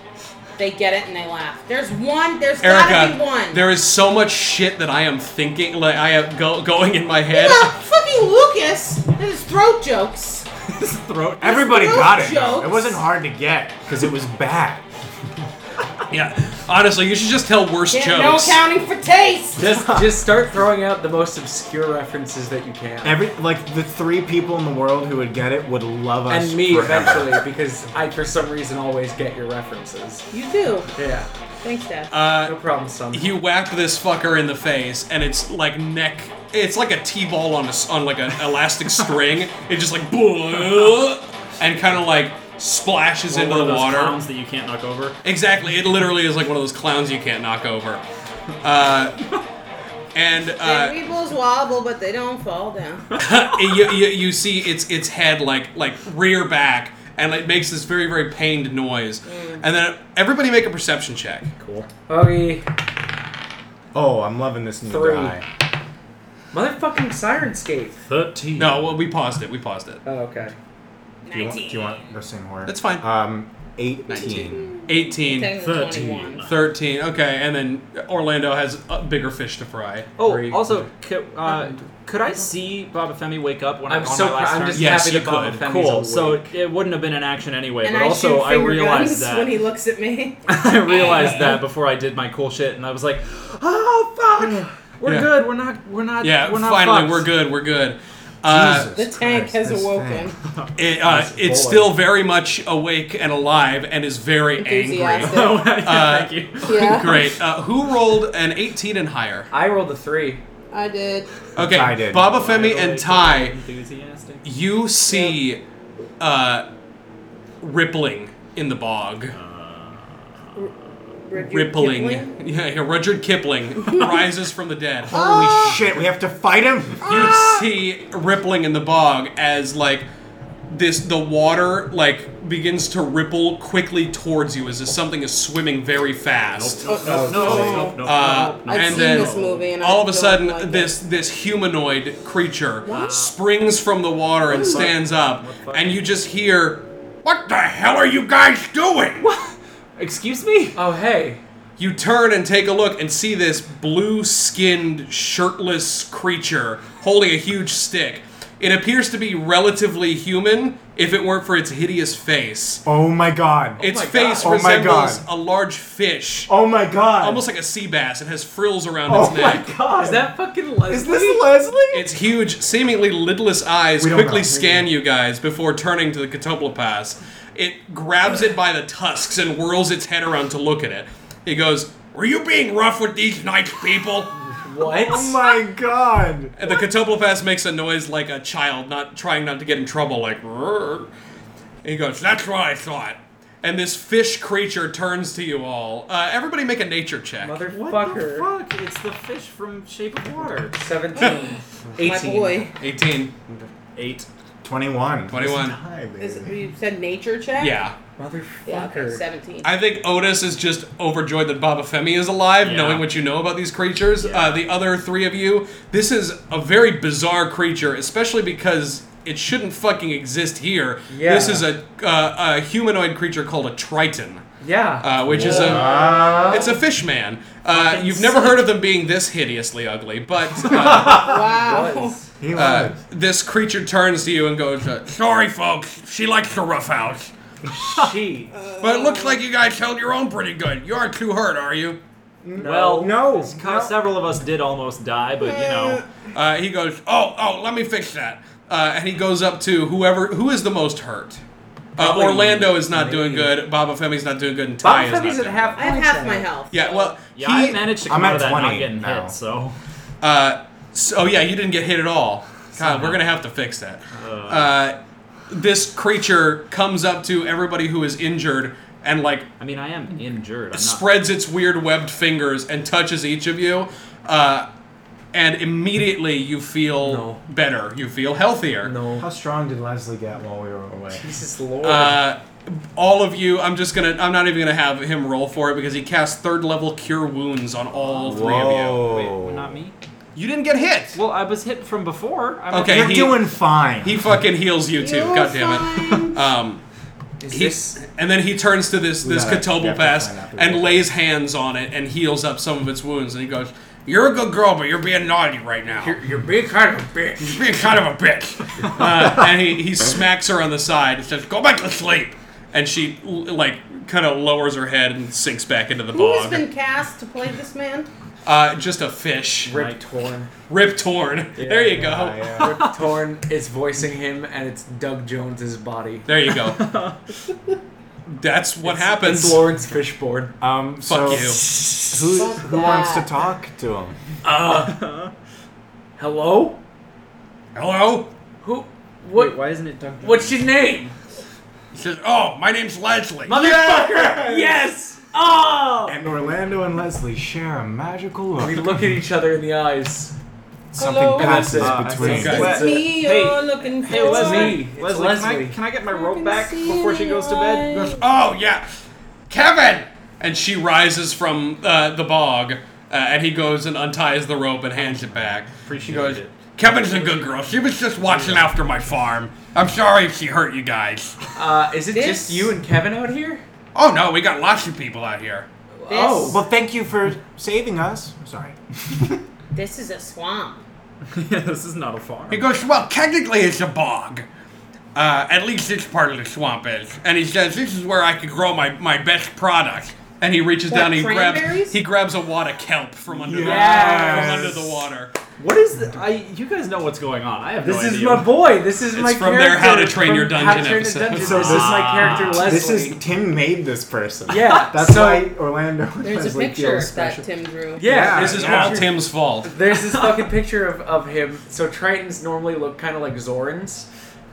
[SPEAKER 4] they get it and they laugh. There's one. There's gotta be
[SPEAKER 2] Erica,
[SPEAKER 4] one.
[SPEAKER 2] there is so much shit that I am thinking, like I am go- going in my head.
[SPEAKER 4] Well, fucking Lucas and his throat jokes.
[SPEAKER 5] Throat.
[SPEAKER 6] Everybody
[SPEAKER 4] Those
[SPEAKER 6] got it. though.
[SPEAKER 4] jokes.
[SPEAKER 6] It wasn't hard to get because it was bad.
[SPEAKER 2] yeah, honestly, you should just tell worse
[SPEAKER 4] Yeah, no
[SPEAKER 2] jokes.
[SPEAKER 4] accounting for taste.
[SPEAKER 3] Just, just start throwing out the most obscure references that you can.
[SPEAKER 6] Every like the three people in the world who would get it would love us.
[SPEAKER 3] and me
[SPEAKER 6] forever.
[SPEAKER 3] eventually, because I, for some reason, always get your references.
[SPEAKER 4] You do.
[SPEAKER 3] Yeah,
[SPEAKER 4] Thanks, Dad.
[SPEAKER 2] Uh,
[SPEAKER 3] no problem, son.
[SPEAKER 2] you whack this fucker in the face, and it's like neck. It's like a t-ball on a s- on like an elastic string. It just like and kind of like splashes
[SPEAKER 5] Or
[SPEAKER 2] into
[SPEAKER 5] one of
[SPEAKER 2] the
[SPEAKER 5] those
[SPEAKER 2] water.
[SPEAKER 5] clowns that you can't knock over.
[SPEAKER 2] Exactly. It literally is like one of those clowns you can't knock over. Uh, and uh,
[SPEAKER 4] Weebles wobble, but they don't fall down.
[SPEAKER 2] you, you, you see its its head like like rear back, and it makes this very very pained noise.
[SPEAKER 5] Mm.
[SPEAKER 2] And then everybody make a perception check.
[SPEAKER 6] Cool.
[SPEAKER 3] Okay,
[SPEAKER 6] Oh, I'm loving this new
[SPEAKER 3] Three.
[SPEAKER 6] guy.
[SPEAKER 3] motherfucking Sirenscape.
[SPEAKER 5] Thirteen.
[SPEAKER 2] No, well, we paused it. We paused it.
[SPEAKER 3] Oh, okay.
[SPEAKER 6] Do you, want, do
[SPEAKER 4] 19.
[SPEAKER 6] you want the same horror?
[SPEAKER 2] That's fine.
[SPEAKER 6] Um, 18.
[SPEAKER 2] 18,
[SPEAKER 4] Technically
[SPEAKER 5] 13.
[SPEAKER 4] 21.
[SPEAKER 2] 13. Okay, and then Orlando has a bigger fish to fry.
[SPEAKER 5] Oh,
[SPEAKER 3] Three.
[SPEAKER 5] also, could, uh, could I see Boba Femi wake up when
[SPEAKER 3] I'm
[SPEAKER 5] I'm on
[SPEAKER 3] so
[SPEAKER 5] my last
[SPEAKER 3] proud. I'm
[SPEAKER 5] turn?
[SPEAKER 3] just
[SPEAKER 2] Yes,
[SPEAKER 3] happy
[SPEAKER 2] you
[SPEAKER 3] that Boba
[SPEAKER 2] could.
[SPEAKER 3] Femi's
[SPEAKER 5] cool.
[SPEAKER 3] awake.
[SPEAKER 5] So it wouldn't have been an action anyway.
[SPEAKER 4] And
[SPEAKER 5] but
[SPEAKER 4] I
[SPEAKER 5] also,
[SPEAKER 4] shoot
[SPEAKER 5] I
[SPEAKER 4] finger
[SPEAKER 5] realized
[SPEAKER 4] guns
[SPEAKER 5] that
[SPEAKER 4] when he looks at me.
[SPEAKER 5] I realized that before I did my cool shit, and I was like, "Oh fuck, we're
[SPEAKER 2] Yeah.
[SPEAKER 5] good. We're not. We're not.
[SPEAKER 2] Yeah,
[SPEAKER 5] we're not
[SPEAKER 2] finally,
[SPEAKER 5] fucked."
[SPEAKER 2] we're good. We're good. Uh,
[SPEAKER 6] Jesus
[SPEAKER 4] The tank
[SPEAKER 6] Christ,
[SPEAKER 4] has
[SPEAKER 6] this
[SPEAKER 4] awoken.
[SPEAKER 6] thing.
[SPEAKER 2] It, uh,
[SPEAKER 6] Nice
[SPEAKER 2] it's
[SPEAKER 6] boy.
[SPEAKER 2] still very much awake and alive and is very angry.
[SPEAKER 4] Enthusiastic.
[SPEAKER 5] Oh, yeah, thank you.
[SPEAKER 4] Yeah.
[SPEAKER 2] Great. Uh, who rolled an 18 and higher?
[SPEAKER 3] I rolled a three.
[SPEAKER 4] I did.
[SPEAKER 2] Okay,
[SPEAKER 6] Ty did.
[SPEAKER 2] Baba Femi and Ty,
[SPEAKER 5] Enthusiastic.
[SPEAKER 2] you see uh, rippling in the bog.
[SPEAKER 4] Rudyard
[SPEAKER 2] rippling.
[SPEAKER 4] Kipling.
[SPEAKER 2] Yeah, yeah, Rudyard Kipling rises from the dead. Ah!
[SPEAKER 6] Holy shit, we have to fight him?
[SPEAKER 2] you see rippling in the bog as like this the water like begins to ripple quickly towards you as if something is swimming very fast.
[SPEAKER 6] Oh,
[SPEAKER 5] No,
[SPEAKER 6] shit.
[SPEAKER 5] no, no,
[SPEAKER 2] Uh,
[SPEAKER 5] no, no.
[SPEAKER 4] I've
[SPEAKER 2] and
[SPEAKER 4] seen
[SPEAKER 2] then
[SPEAKER 4] this movie and I
[SPEAKER 2] all of a
[SPEAKER 4] don't
[SPEAKER 2] sudden
[SPEAKER 4] like it.
[SPEAKER 2] this this humanoid creature springs from the water and stands up
[SPEAKER 5] fuck?
[SPEAKER 2] and you just hear what the hell are you guys doing
[SPEAKER 5] Excuse me.
[SPEAKER 3] Oh, hey.
[SPEAKER 2] you turn and take a look and see this blue skinned, shirtless creature holding a huge stick. It appears to be relatively human if it weren't for its hideous face.
[SPEAKER 6] Oh my god.
[SPEAKER 2] Its
[SPEAKER 5] my
[SPEAKER 2] face
[SPEAKER 6] God. Oh my
[SPEAKER 2] resembles
[SPEAKER 6] God.
[SPEAKER 2] a large fish,
[SPEAKER 6] oh my god.
[SPEAKER 2] almost like a sea bass. It has frills around
[SPEAKER 6] Oh
[SPEAKER 2] its
[SPEAKER 6] my
[SPEAKER 2] neck.
[SPEAKER 6] god.
[SPEAKER 3] Is that fucking Leslie?
[SPEAKER 6] Is this Leslie?
[SPEAKER 2] Its huge, seemingly lidless eyes
[SPEAKER 6] We don't
[SPEAKER 2] quickly
[SPEAKER 6] know.
[SPEAKER 2] scan you guys before turning to the catoplopass. It grabs it by the tusks and whirls its head around to look at it. It goes, Were you being rough with these nice people?
[SPEAKER 3] what?
[SPEAKER 6] oh my god.
[SPEAKER 2] And the Catoplopass makes a noise like a child, not trying not to get in trouble, like. "Rrrr." And he goes, "That's what I thought." And this fish creature turns to you all. Uh, everybody, make a nature check.
[SPEAKER 5] What the
[SPEAKER 3] Motherfucker.
[SPEAKER 5] fuck? It's the fish from Shape of Water.
[SPEAKER 3] 17.
[SPEAKER 4] My
[SPEAKER 3] 18.
[SPEAKER 4] boy.
[SPEAKER 2] Eighteen.
[SPEAKER 5] Eight.
[SPEAKER 6] 21.
[SPEAKER 2] 21.
[SPEAKER 6] Hi, baby.
[SPEAKER 4] Is it, you said nature check?
[SPEAKER 2] Yeah,
[SPEAKER 4] Yeah, okay,
[SPEAKER 3] Motherfucker.
[SPEAKER 4] 17.
[SPEAKER 2] I think Otis is just overjoyed that Baba Femi is alive,
[SPEAKER 5] Yeah.
[SPEAKER 2] knowing what you know about these creatures.
[SPEAKER 5] Yeah.
[SPEAKER 2] Uh, the other three of you, this is a very bizarre creature, especially because it shouldn't fucking exist here.
[SPEAKER 3] Yeah.
[SPEAKER 2] This is a uh, a humanoid creature called a Triton,
[SPEAKER 3] Yeah.
[SPEAKER 2] uh, which is a
[SPEAKER 5] Ah.
[SPEAKER 6] Uh,
[SPEAKER 2] It's a fish man. Uh,
[SPEAKER 5] Fucking
[SPEAKER 2] you've never
[SPEAKER 5] sick.
[SPEAKER 2] heard of them being this hideously ugly, but uh,
[SPEAKER 4] wow.
[SPEAKER 3] Was.
[SPEAKER 6] he
[SPEAKER 2] uh,
[SPEAKER 6] was.
[SPEAKER 2] this creature turns to you and goes, uh, "Sorry, folks. She likes to rough out,
[SPEAKER 3] She.
[SPEAKER 2] but it looks like you guys held your own pretty good. You aren't too hurt, are you?" oh,
[SPEAKER 5] Well,
[SPEAKER 6] no,
[SPEAKER 5] s-
[SPEAKER 6] no.
[SPEAKER 5] Several of us did almost die, but you know.
[SPEAKER 2] Uh, he goes, "Oh, oh, let me fix that." Uh, and he goes up to whoever who is the most hurt. Uh,
[SPEAKER 5] Probably
[SPEAKER 2] Orlando is not doing
[SPEAKER 5] me.
[SPEAKER 2] good. Baba Femi's not doing good, and Ty
[SPEAKER 3] Bob
[SPEAKER 2] is not
[SPEAKER 3] Femi's at
[SPEAKER 2] doing
[SPEAKER 3] half
[SPEAKER 4] I have
[SPEAKER 3] points
[SPEAKER 4] half
[SPEAKER 3] now.
[SPEAKER 4] my health.
[SPEAKER 2] good. Yeah, well, he,
[SPEAKER 5] Yeah, I managed to come
[SPEAKER 6] I'm
[SPEAKER 5] out
[SPEAKER 6] at
[SPEAKER 5] of that not
[SPEAKER 6] 20
[SPEAKER 5] getting
[SPEAKER 6] now.
[SPEAKER 5] hit. So
[SPEAKER 2] Uh, so oh, yeah, you didn't get hit at all. God, we're gonna have to fix that. Uh, this creature comes up to everybody who is injured and like
[SPEAKER 5] I mean, I am injured. I'm not.
[SPEAKER 2] spreads its weird webbed fingers and touches each of you. Uh, and immediately you feel
[SPEAKER 3] No.
[SPEAKER 2] better. You feel healthier.
[SPEAKER 3] No.
[SPEAKER 6] How strong did Leslie get while we were away?
[SPEAKER 3] Jesus Lord.
[SPEAKER 2] Uh, all of you, I'm just gonna. I'm not even gonna have him roll for it because he cast third level cure wounds on all three of you.
[SPEAKER 5] Wait, not me.
[SPEAKER 2] You You didn't get hit.
[SPEAKER 5] Well, I was hit from before. I'm
[SPEAKER 2] Okay,
[SPEAKER 6] You're
[SPEAKER 2] he-
[SPEAKER 6] doing fine.
[SPEAKER 2] He fucking heals you too.
[SPEAKER 4] You're
[SPEAKER 2] God damn
[SPEAKER 4] fine.
[SPEAKER 2] it. Um, he- and then he turns to this this
[SPEAKER 6] gotta- we
[SPEAKER 2] Catobal
[SPEAKER 6] have to
[SPEAKER 2] pass
[SPEAKER 6] find out the
[SPEAKER 2] and
[SPEAKER 6] real-
[SPEAKER 2] lays hands on it and heals up some of its wounds. And he goes, "You're a good girl, but you're being naughty right now. You're,
[SPEAKER 3] You're being kind of a bitch.
[SPEAKER 2] being kind of a bitch." uh, and he, he smacks her on the side and says, "Go back to sleep." And she l- like kind of lowers her head and sinks back into the
[SPEAKER 4] Who has
[SPEAKER 2] bog.
[SPEAKER 4] been cast to play this man?
[SPEAKER 2] uh, just a fish. Rip,
[SPEAKER 3] Rip Torn.
[SPEAKER 2] torn. there you go.
[SPEAKER 6] Yeah, yeah.
[SPEAKER 3] Rip Torn is voicing him, and it's Doug Jones's body.
[SPEAKER 2] There you go. That's what happens.
[SPEAKER 3] It's Lawrence Fishburne.
[SPEAKER 6] Um,
[SPEAKER 2] Fuck
[SPEAKER 6] so
[SPEAKER 2] you.
[SPEAKER 6] Who,
[SPEAKER 4] Fuck
[SPEAKER 6] who wants to
[SPEAKER 4] that.
[SPEAKER 6] talk to him?
[SPEAKER 3] Hello?
[SPEAKER 2] Hello?
[SPEAKER 3] Who?
[SPEAKER 5] Wait,
[SPEAKER 3] What?
[SPEAKER 5] why isn't it Doug?
[SPEAKER 3] what's your name?
[SPEAKER 2] He says, Oh, my name's Leslie.
[SPEAKER 3] Motherfucker! Yes! Oh!
[SPEAKER 6] And Orlando and Leslie share a magical look.
[SPEAKER 3] We look at each other in the eyes.
[SPEAKER 6] Something
[SPEAKER 4] Hello?
[SPEAKER 6] passes
[SPEAKER 4] Ah,
[SPEAKER 5] Uh, I
[SPEAKER 6] between.
[SPEAKER 5] think
[SPEAKER 2] Okay.
[SPEAKER 5] that's
[SPEAKER 4] It's me
[SPEAKER 5] Hey,
[SPEAKER 4] you're looking for.
[SPEAKER 5] Hey, Leslie.
[SPEAKER 3] me. It's
[SPEAKER 5] Leslie, Can,
[SPEAKER 3] Leslie.
[SPEAKER 5] I, can I get my
[SPEAKER 4] Fucking
[SPEAKER 5] rope back
[SPEAKER 4] see
[SPEAKER 5] before she goes to bed?
[SPEAKER 4] me,
[SPEAKER 5] Goes,
[SPEAKER 2] Oh, yeah. Kevin! And she rises from uh, the bog, uh, and he goes and unties the rope and hands it back. She
[SPEAKER 5] Appreciate
[SPEAKER 2] goes,
[SPEAKER 5] it.
[SPEAKER 2] Kevin's a good girl. She was just watching after my farm. I'm sorry if she hurt you guys.
[SPEAKER 3] Uh, is it
[SPEAKER 4] This-
[SPEAKER 3] just you and Kevin out here?
[SPEAKER 2] Oh, no, we got lots of people out here.
[SPEAKER 4] This,
[SPEAKER 3] Oh,
[SPEAKER 6] Well, thank you for saving us. Sorry.
[SPEAKER 4] this is a swamp.
[SPEAKER 5] yeah, this is not a farm.
[SPEAKER 2] He goes, Well, technically it's a bog. Uh, at least this part of the swamp is. And he says, This is where I could grow my, my best product. And he reaches
[SPEAKER 4] What,
[SPEAKER 2] down and he grabs,
[SPEAKER 4] cranberries?
[SPEAKER 2] he grabs a wad of kelp from under, the, from
[SPEAKER 3] Yes.
[SPEAKER 2] under the water.
[SPEAKER 5] What is the? I you guys know what's going on. I have
[SPEAKER 3] This
[SPEAKER 5] no
[SPEAKER 3] is
[SPEAKER 5] idea.
[SPEAKER 3] my boy. This is my
[SPEAKER 2] from
[SPEAKER 3] character.
[SPEAKER 2] their How to Train
[SPEAKER 3] from
[SPEAKER 2] Your
[SPEAKER 3] How to
[SPEAKER 2] Dungeon
[SPEAKER 3] Train Your
[SPEAKER 2] episode.
[SPEAKER 3] Dungeon.
[SPEAKER 6] So
[SPEAKER 3] this is
[SPEAKER 6] this-
[SPEAKER 3] my character Leslie.
[SPEAKER 6] This is Tim made this person.
[SPEAKER 3] Yeah,
[SPEAKER 6] That's
[SPEAKER 3] so-
[SPEAKER 6] why Orlando and
[SPEAKER 4] There's
[SPEAKER 6] Leslie
[SPEAKER 4] a picture
[SPEAKER 6] feel special.
[SPEAKER 4] that Tim drew.
[SPEAKER 3] yeah.
[SPEAKER 2] This is
[SPEAKER 6] Yeah.
[SPEAKER 2] all Tim's fault.
[SPEAKER 3] There's this fucking picture of, of him. So Tritons normally look kind of like Zorans,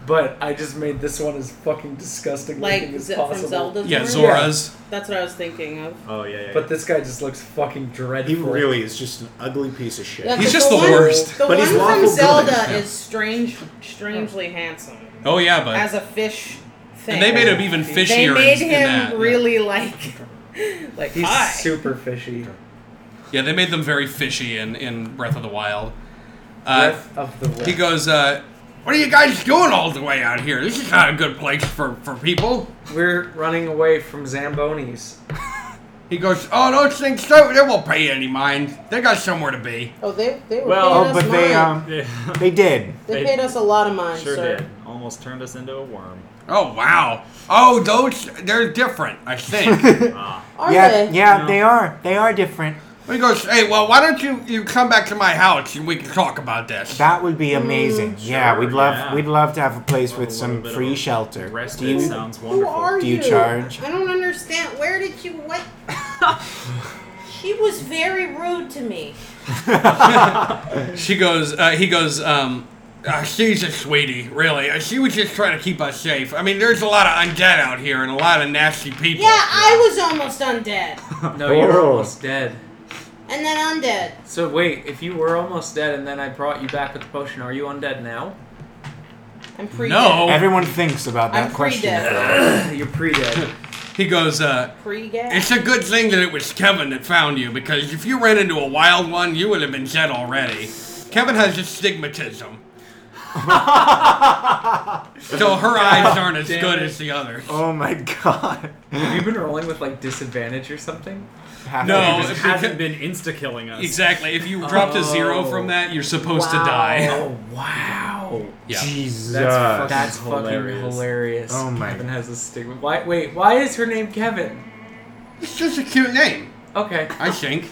[SPEAKER 3] but I just made this one as fucking disgusting
[SPEAKER 4] Like
[SPEAKER 3] looking as
[SPEAKER 4] Z- from
[SPEAKER 3] possible.
[SPEAKER 4] Zelda.
[SPEAKER 2] Yeah, Zora's.
[SPEAKER 4] That's what I was thinking of.
[SPEAKER 5] Oh yeah, yeah.
[SPEAKER 3] But this guy just looks fucking dreadful.
[SPEAKER 6] He really is just an ugly piece of shit.
[SPEAKER 4] Yeah, 'cause
[SPEAKER 2] He's just the
[SPEAKER 4] one-
[SPEAKER 2] worst.
[SPEAKER 4] The
[SPEAKER 6] But
[SPEAKER 4] one
[SPEAKER 6] he's
[SPEAKER 4] from
[SPEAKER 6] lawful
[SPEAKER 4] Zelda
[SPEAKER 6] good.
[SPEAKER 4] is strange, strangely handsome.
[SPEAKER 2] Oh yeah, but
[SPEAKER 4] as a fish thing.
[SPEAKER 2] and they made him even fishier.
[SPEAKER 4] They made
[SPEAKER 2] in, in
[SPEAKER 4] him
[SPEAKER 2] that.
[SPEAKER 4] really like, like
[SPEAKER 3] He's
[SPEAKER 4] hi.
[SPEAKER 3] super fishy.
[SPEAKER 2] Yeah, they made them very fishy in, in Breath of the Wild. Uh,
[SPEAKER 3] Breath of the
[SPEAKER 2] he
[SPEAKER 3] Wild.
[SPEAKER 2] goes, uh, "What are you guys doing all the way out here? This is not a good place for, for people."
[SPEAKER 3] We're running away from Zambonis.
[SPEAKER 2] He goes, "Oh, those things, so they won't pay any mind. They got somewhere to be."
[SPEAKER 4] oh, they they were
[SPEAKER 5] Well,
[SPEAKER 4] paying
[SPEAKER 6] Oh,
[SPEAKER 4] us
[SPEAKER 6] but
[SPEAKER 4] mine.
[SPEAKER 6] they um
[SPEAKER 5] Yeah.
[SPEAKER 6] they did.
[SPEAKER 4] they
[SPEAKER 5] they
[SPEAKER 4] paid us a lot of mine,
[SPEAKER 5] sure
[SPEAKER 4] sir.
[SPEAKER 5] did. Almost turned us into a worm.
[SPEAKER 2] Oh wow. Oh, those they're different. I think.
[SPEAKER 5] Ah.
[SPEAKER 4] Are
[SPEAKER 6] yeah,
[SPEAKER 4] they?
[SPEAKER 6] yeah,
[SPEAKER 5] No.
[SPEAKER 6] they are. They are different.
[SPEAKER 2] he goes, "Hey, well, why don't you you come back to my house and we can talk about this?"
[SPEAKER 6] That would
[SPEAKER 4] Mm,
[SPEAKER 6] be amazing. yeah,
[SPEAKER 5] sure,
[SPEAKER 6] we'd love
[SPEAKER 5] yeah.
[SPEAKER 6] we'd love to have a place
[SPEAKER 5] Love a
[SPEAKER 6] with
[SPEAKER 5] little
[SPEAKER 6] some
[SPEAKER 5] bit of
[SPEAKER 6] free
[SPEAKER 5] a
[SPEAKER 6] shelter.
[SPEAKER 5] Rest
[SPEAKER 6] Do you-
[SPEAKER 5] sounds
[SPEAKER 4] Who
[SPEAKER 5] wonderful.
[SPEAKER 4] are
[SPEAKER 6] Do you charge?
[SPEAKER 4] I don't understand. Where did you what? she was very rude to me.
[SPEAKER 2] She goes, uh, he goes, um, uh, she's a sweetie, really. Uh, she was just trying to keep us safe. I mean, there's a lot of undead out here and a lot of nasty people.
[SPEAKER 4] Yeah, I was almost undead,
[SPEAKER 3] No, you were
[SPEAKER 6] Oh.
[SPEAKER 3] almost dead.
[SPEAKER 4] and then undead.
[SPEAKER 3] So wait, if you were almost dead and then I brought you back with the potion, are you undead now?
[SPEAKER 4] I'm pre.
[SPEAKER 2] No.
[SPEAKER 6] Everyone thinks about that
[SPEAKER 4] I'm
[SPEAKER 6] question.
[SPEAKER 4] pre-dead.
[SPEAKER 3] You're pre-dead.
[SPEAKER 2] He goes, uh,
[SPEAKER 4] Pre gay.
[SPEAKER 2] it's a good thing that it was Kevin that found you because if you ran into a wild one, you would have been dead already. Kevin has astigmatism. so her eyes aren't as
[SPEAKER 3] Damn
[SPEAKER 2] good
[SPEAKER 3] it.
[SPEAKER 2] as the others.
[SPEAKER 6] Oh my god.
[SPEAKER 3] Have you been rolling with like disadvantage or something?
[SPEAKER 6] Half
[SPEAKER 2] No,
[SPEAKER 6] of
[SPEAKER 5] It
[SPEAKER 6] it is-
[SPEAKER 5] hasn't been insta killing us.
[SPEAKER 2] Exactly. If you dropped a zero
[SPEAKER 3] Oh.
[SPEAKER 2] from that, you're supposed to die.
[SPEAKER 3] Oh wow.
[SPEAKER 2] Yeah.
[SPEAKER 6] Jesus.
[SPEAKER 3] That's fucking,
[SPEAKER 5] That's
[SPEAKER 3] Oh, That's fucking
[SPEAKER 5] hilarious.
[SPEAKER 3] hilarious.
[SPEAKER 6] Oh my-
[SPEAKER 3] Kevin has a stigma. Why? Wait, why is her name Kevin?
[SPEAKER 2] It's just a cute name,
[SPEAKER 3] Okay.
[SPEAKER 2] I think.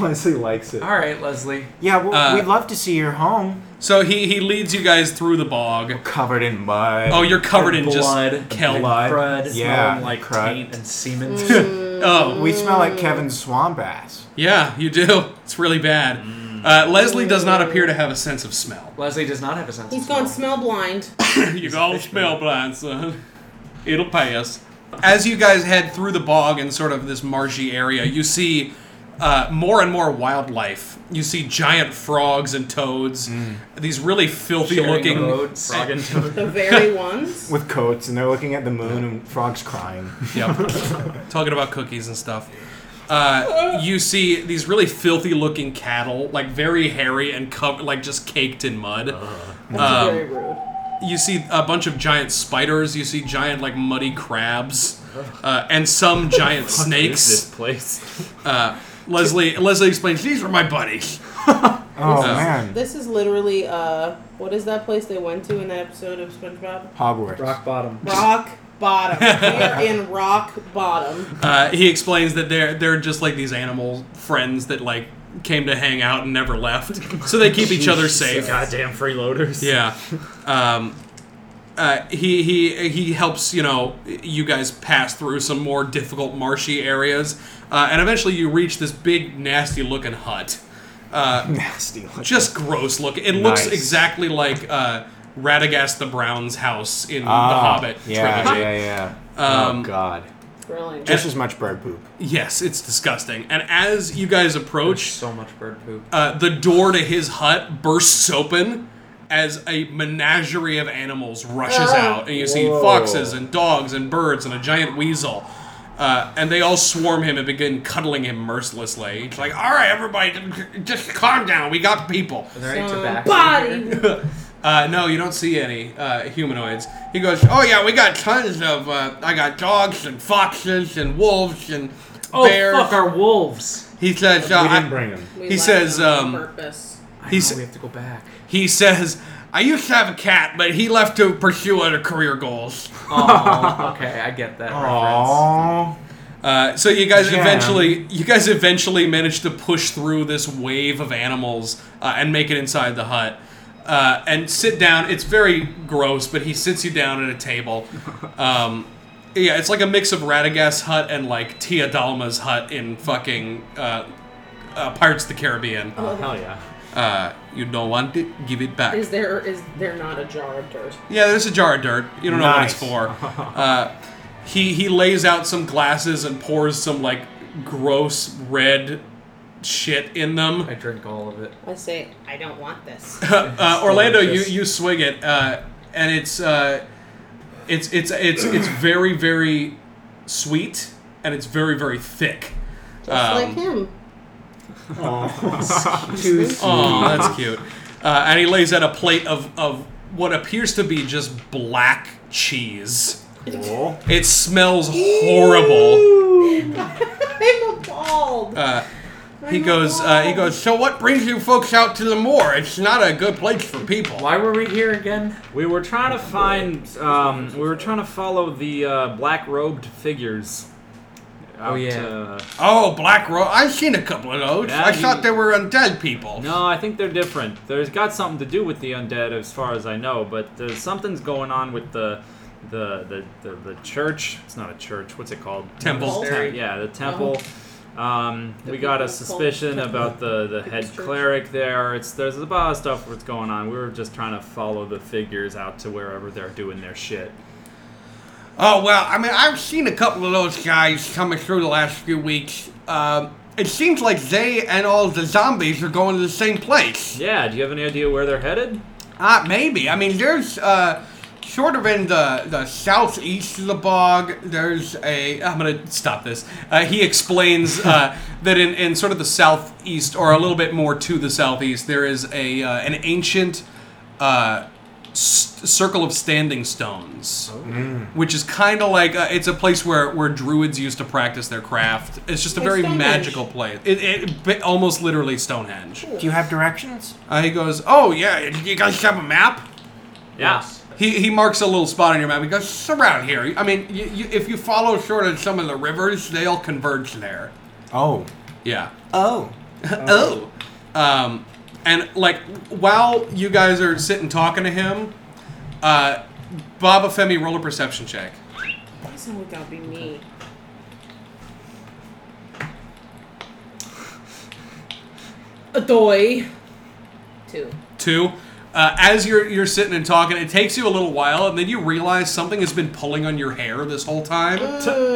[SPEAKER 6] Leslie likes it.
[SPEAKER 3] All right, Leslie.
[SPEAKER 6] Yeah, well,
[SPEAKER 2] Uh,
[SPEAKER 6] we'd love to see your home.
[SPEAKER 2] So he, he leads you guys through the bog.
[SPEAKER 6] Covered in mud.
[SPEAKER 2] Oh, you're covered in
[SPEAKER 3] Blood.
[SPEAKER 2] just kelp.
[SPEAKER 6] blood.
[SPEAKER 5] Crud.
[SPEAKER 6] Yeah,
[SPEAKER 5] Smelling like
[SPEAKER 6] crud.
[SPEAKER 5] taint
[SPEAKER 3] And Siemens.
[SPEAKER 5] Hmm.
[SPEAKER 2] Oh,
[SPEAKER 6] We smell like Kevin's swamp ass.
[SPEAKER 2] yeah, you do. It's really bad.
[SPEAKER 5] Mm.
[SPEAKER 2] Uh, Leslie does not appear to have a sense of smell.
[SPEAKER 3] Leslie does not have a sense.
[SPEAKER 4] He's
[SPEAKER 3] of
[SPEAKER 4] gone
[SPEAKER 3] smell.
[SPEAKER 4] smell blind.
[SPEAKER 2] you all smell blind, son. It'll pay us. As you guys head through the bog and sort of this marshy area, you see uh, more and more wildlife. You see giant frogs and toads. These really filthy
[SPEAKER 3] Sharing
[SPEAKER 2] looking.
[SPEAKER 3] a road,
[SPEAKER 5] Frog and toad.
[SPEAKER 4] The very ones.
[SPEAKER 6] With coats, and they're looking at the moon, and frogs crying.
[SPEAKER 2] Yep. Talking about cookies and stuff. uh, you see these really filthy looking cattle, like very hairy and covered, like just caked in mud.
[SPEAKER 4] That's
[SPEAKER 2] Um,
[SPEAKER 4] very rude.
[SPEAKER 2] You see a bunch of giant spiders. You see giant like muddy crabs, uh, and some giant
[SPEAKER 5] Is
[SPEAKER 2] snakes.
[SPEAKER 5] this place.
[SPEAKER 2] Uh, Leslie Leslie explains these were my buddies.
[SPEAKER 6] Oh
[SPEAKER 2] Uh,
[SPEAKER 6] man,
[SPEAKER 4] This is literally uh, what is that place they went to in that episode of SpongeBob?
[SPEAKER 6] Hogwarts.
[SPEAKER 3] Rock bottom.
[SPEAKER 4] Rock bottom. We're in rock bottom.
[SPEAKER 2] Uh, he explains that they're they're just like these animal friends that like came to hang out and never left, so they keep each other safe.
[SPEAKER 5] Goddamn freeloaders.
[SPEAKER 2] Yeah. Um, uh, he he he helps you know you guys pass through some more difficult marshy areas, uh, and eventually you reach this big nasty looking hut. Uh,
[SPEAKER 6] Nasty. looking.
[SPEAKER 2] just gross look. It
[SPEAKER 6] Nice.
[SPEAKER 2] looks exactly like uh, Radagast the Brown's house in The
[SPEAKER 6] Ah,
[SPEAKER 2] Hobbit
[SPEAKER 6] Yeah,
[SPEAKER 2] trilogy.
[SPEAKER 6] yeah, yeah.
[SPEAKER 2] Um,
[SPEAKER 6] oh god.
[SPEAKER 4] Brilliant.
[SPEAKER 6] Just as much bird poop.
[SPEAKER 2] Yes, it's disgusting. And as you guys approach,
[SPEAKER 3] So much bird poop.
[SPEAKER 2] uh, the door to his hut bursts open as a menagerie of animals rushes
[SPEAKER 3] Ah.
[SPEAKER 2] out, and you see
[SPEAKER 6] Whoa.
[SPEAKER 2] foxes and dogs and birds and a giant weasel. Uh, and they all swarm him and begin cuddling him mercilessly. It's like, all right, everybody, just calm down. We got people.
[SPEAKER 3] Is there any tobacco? in here?
[SPEAKER 4] Body.
[SPEAKER 2] Uh, no, you don't see any uh, humanoids. He goes, oh yeah, we got tons of. Uh, I got dogs and foxes and wolves and
[SPEAKER 3] Oh
[SPEAKER 2] bears.
[SPEAKER 3] fuck! Our wolves.
[SPEAKER 2] He says, uh,
[SPEAKER 6] we didn't
[SPEAKER 2] I-
[SPEAKER 6] bring him.
[SPEAKER 4] We
[SPEAKER 2] He
[SPEAKER 4] left
[SPEAKER 2] says,
[SPEAKER 4] on
[SPEAKER 2] um,
[SPEAKER 4] purpose.
[SPEAKER 3] I
[SPEAKER 2] He's-
[SPEAKER 3] know, we have to go back.
[SPEAKER 2] He says, I used to have a cat, but he left to pursue other career goals.
[SPEAKER 3] Oh, okay, I get that reference.
[SPEAKER 6] Aww.
[SPEAKER 2] Uh, so you guys
[SPEAKER 6] Yeah.
[SPEAKER 2] eventually, you guys eventually manage to push through this wave of animals uh, and make it inside the hut. Uh, and sit down. It's very gross, but he sits you down at a table. Um, yeah, it's like a mix of Radagast's hut and like Tia Dalma's hut in fucking uh, uh, Pirates of the Caribbean.
[SPEAKER 5] Oh, hell yeah.
[SPEAKER 2] Uh, you don't want it, give it back.
[SPEAKER 4] Is there is there not a jar of dirt?
[SPEAKER 2] Yeah, there's a jar of dirt. You don't
[SPEAKER 6] Nice.
[SPEAKER 2] know what it's for. Uh, he he lays out some glasses and pours some like gross red shit in them.
[SPEAKER 3] I drink all of it.
[SPEAKER 4] I say I don't want this.
[SPEAKER 2] Uh, Orlando, you
[SPEAKER 3] delicious.
[SPEAKER 2] you swig it, uh, and it's uh, it's it's it's it's very very sweet and it's very very thick.
[SPEAKER 4] Just
[SPEAKER 2] Um,
[SPEAKER 4] like him.
[SPEAKER 2] Oh, that's cute. Uh, and he lays out a plate of of what appears to be just black cheese.
[SPEAKER 6] Cool.
[SPEAKER 2] It smells horrible.
[SPEAKER 4] I'm appalled.
[SPEAKER 2] Uh, he
[SPEAKER 4] I'm
[SPEAKER 2] goes. Uh, he
[SPEAKER 4] appalled.
[SPEAKER 2] goes. So what brings you folks out to the moor? It's not a good place for people.
[SPEAKER 3] Why were we here again?
[SPEAKER 5] We were trying to find. Um, we were trying to follow the uh, black robed figures.
[SPEAKER 3] Oh,
[SPEAKER 5] out,
[SPEAKER 3] yeah.
[SPEAKER 5] uh,
[SPEAKER 2] Oh, Black Rose. I've seen a couple of those.
[SPEAKER 5] Yeah,
[SPEAKER 2] I
[SPEAKER 5] you-
[SPEAKER 2] thought they were undead people.
[SPEAKER 5] no, I think they're different. There's got something to do with the undead, as far as I know. But there's something's going on with the, the the the, the church. It's not a church. What's it called?
[SPEAKER 2] Temple.
[SPEAKER 4] Monastery.
[SPEAKER 5] Yeah, the temple. Um,
[SPEAKER 4] Uh-huh. The
[SPEAKER 5] we got a
[SPEAKER 4] people's cult
[SPEAKER 5] suspicion
[SPEAKER 4] temple.
[SPEAKER 5] about the, the head
[SPEAKER 4] People's church.
[SPEAKER 5] cleric there. It's there's a lot of stuff that's going on. We were just trying to follow the figures out to wherever they're doing their shit.
[SPEAKER 2] Oh well. I mean, I've seen a couple of those guys coming through the last few weeks. Um, it seems like they and all the zombies are going to the same place.
[SPEAKER 5] Yeah, do you have any idea where they're headed?
[SPEAKER 2] Ah, maybe. I mean, there's uh, sort of in the the southeast of the bog. There's a. I'm gonna stop this. Uh, he explains uh, that in, in sort of the southeast, or a little bit more to the southeast, there is a uh, an ancient uh, s- circle of standing stones, which is kind of like uh, it's a place where where druids used to practice their craft. It's just a
[SPEAKER 4] Like
[SPEAKER 2] very
[SPEAKER 4] Stonehenge.
[SPEAKER 2] magical place. It, it, it almost literally Stonehenge.
[SPEAKER 6] Do you have directions?
[SPEAKER 2] Uh, he goes, "Oh yeah, you guys have a map."
[SPEAKER 5] Yeah.
[SPEAKER 2] He, he marks a little spot on your map. He goes, "It's around here." I mean, you, you, if you follow sort of some of the rivers, they all converge there.
[SPEAKER 6] Oh.
[SPEAKER 2] Yeah.
[SPEAKER 6] Oh.
[SPEAKER 2] Oh. Um, and like while you guys are sitting talking to him, uh, Baba Femi roll a perception check.
[SPEAKER 4] That's only gotta be me. Adoy. Two.
[SPEAKER 2] Two. Uh, as you're you're sitting and talking, it takes you a little while, and then you realize something has been pulling on your hair this whole time,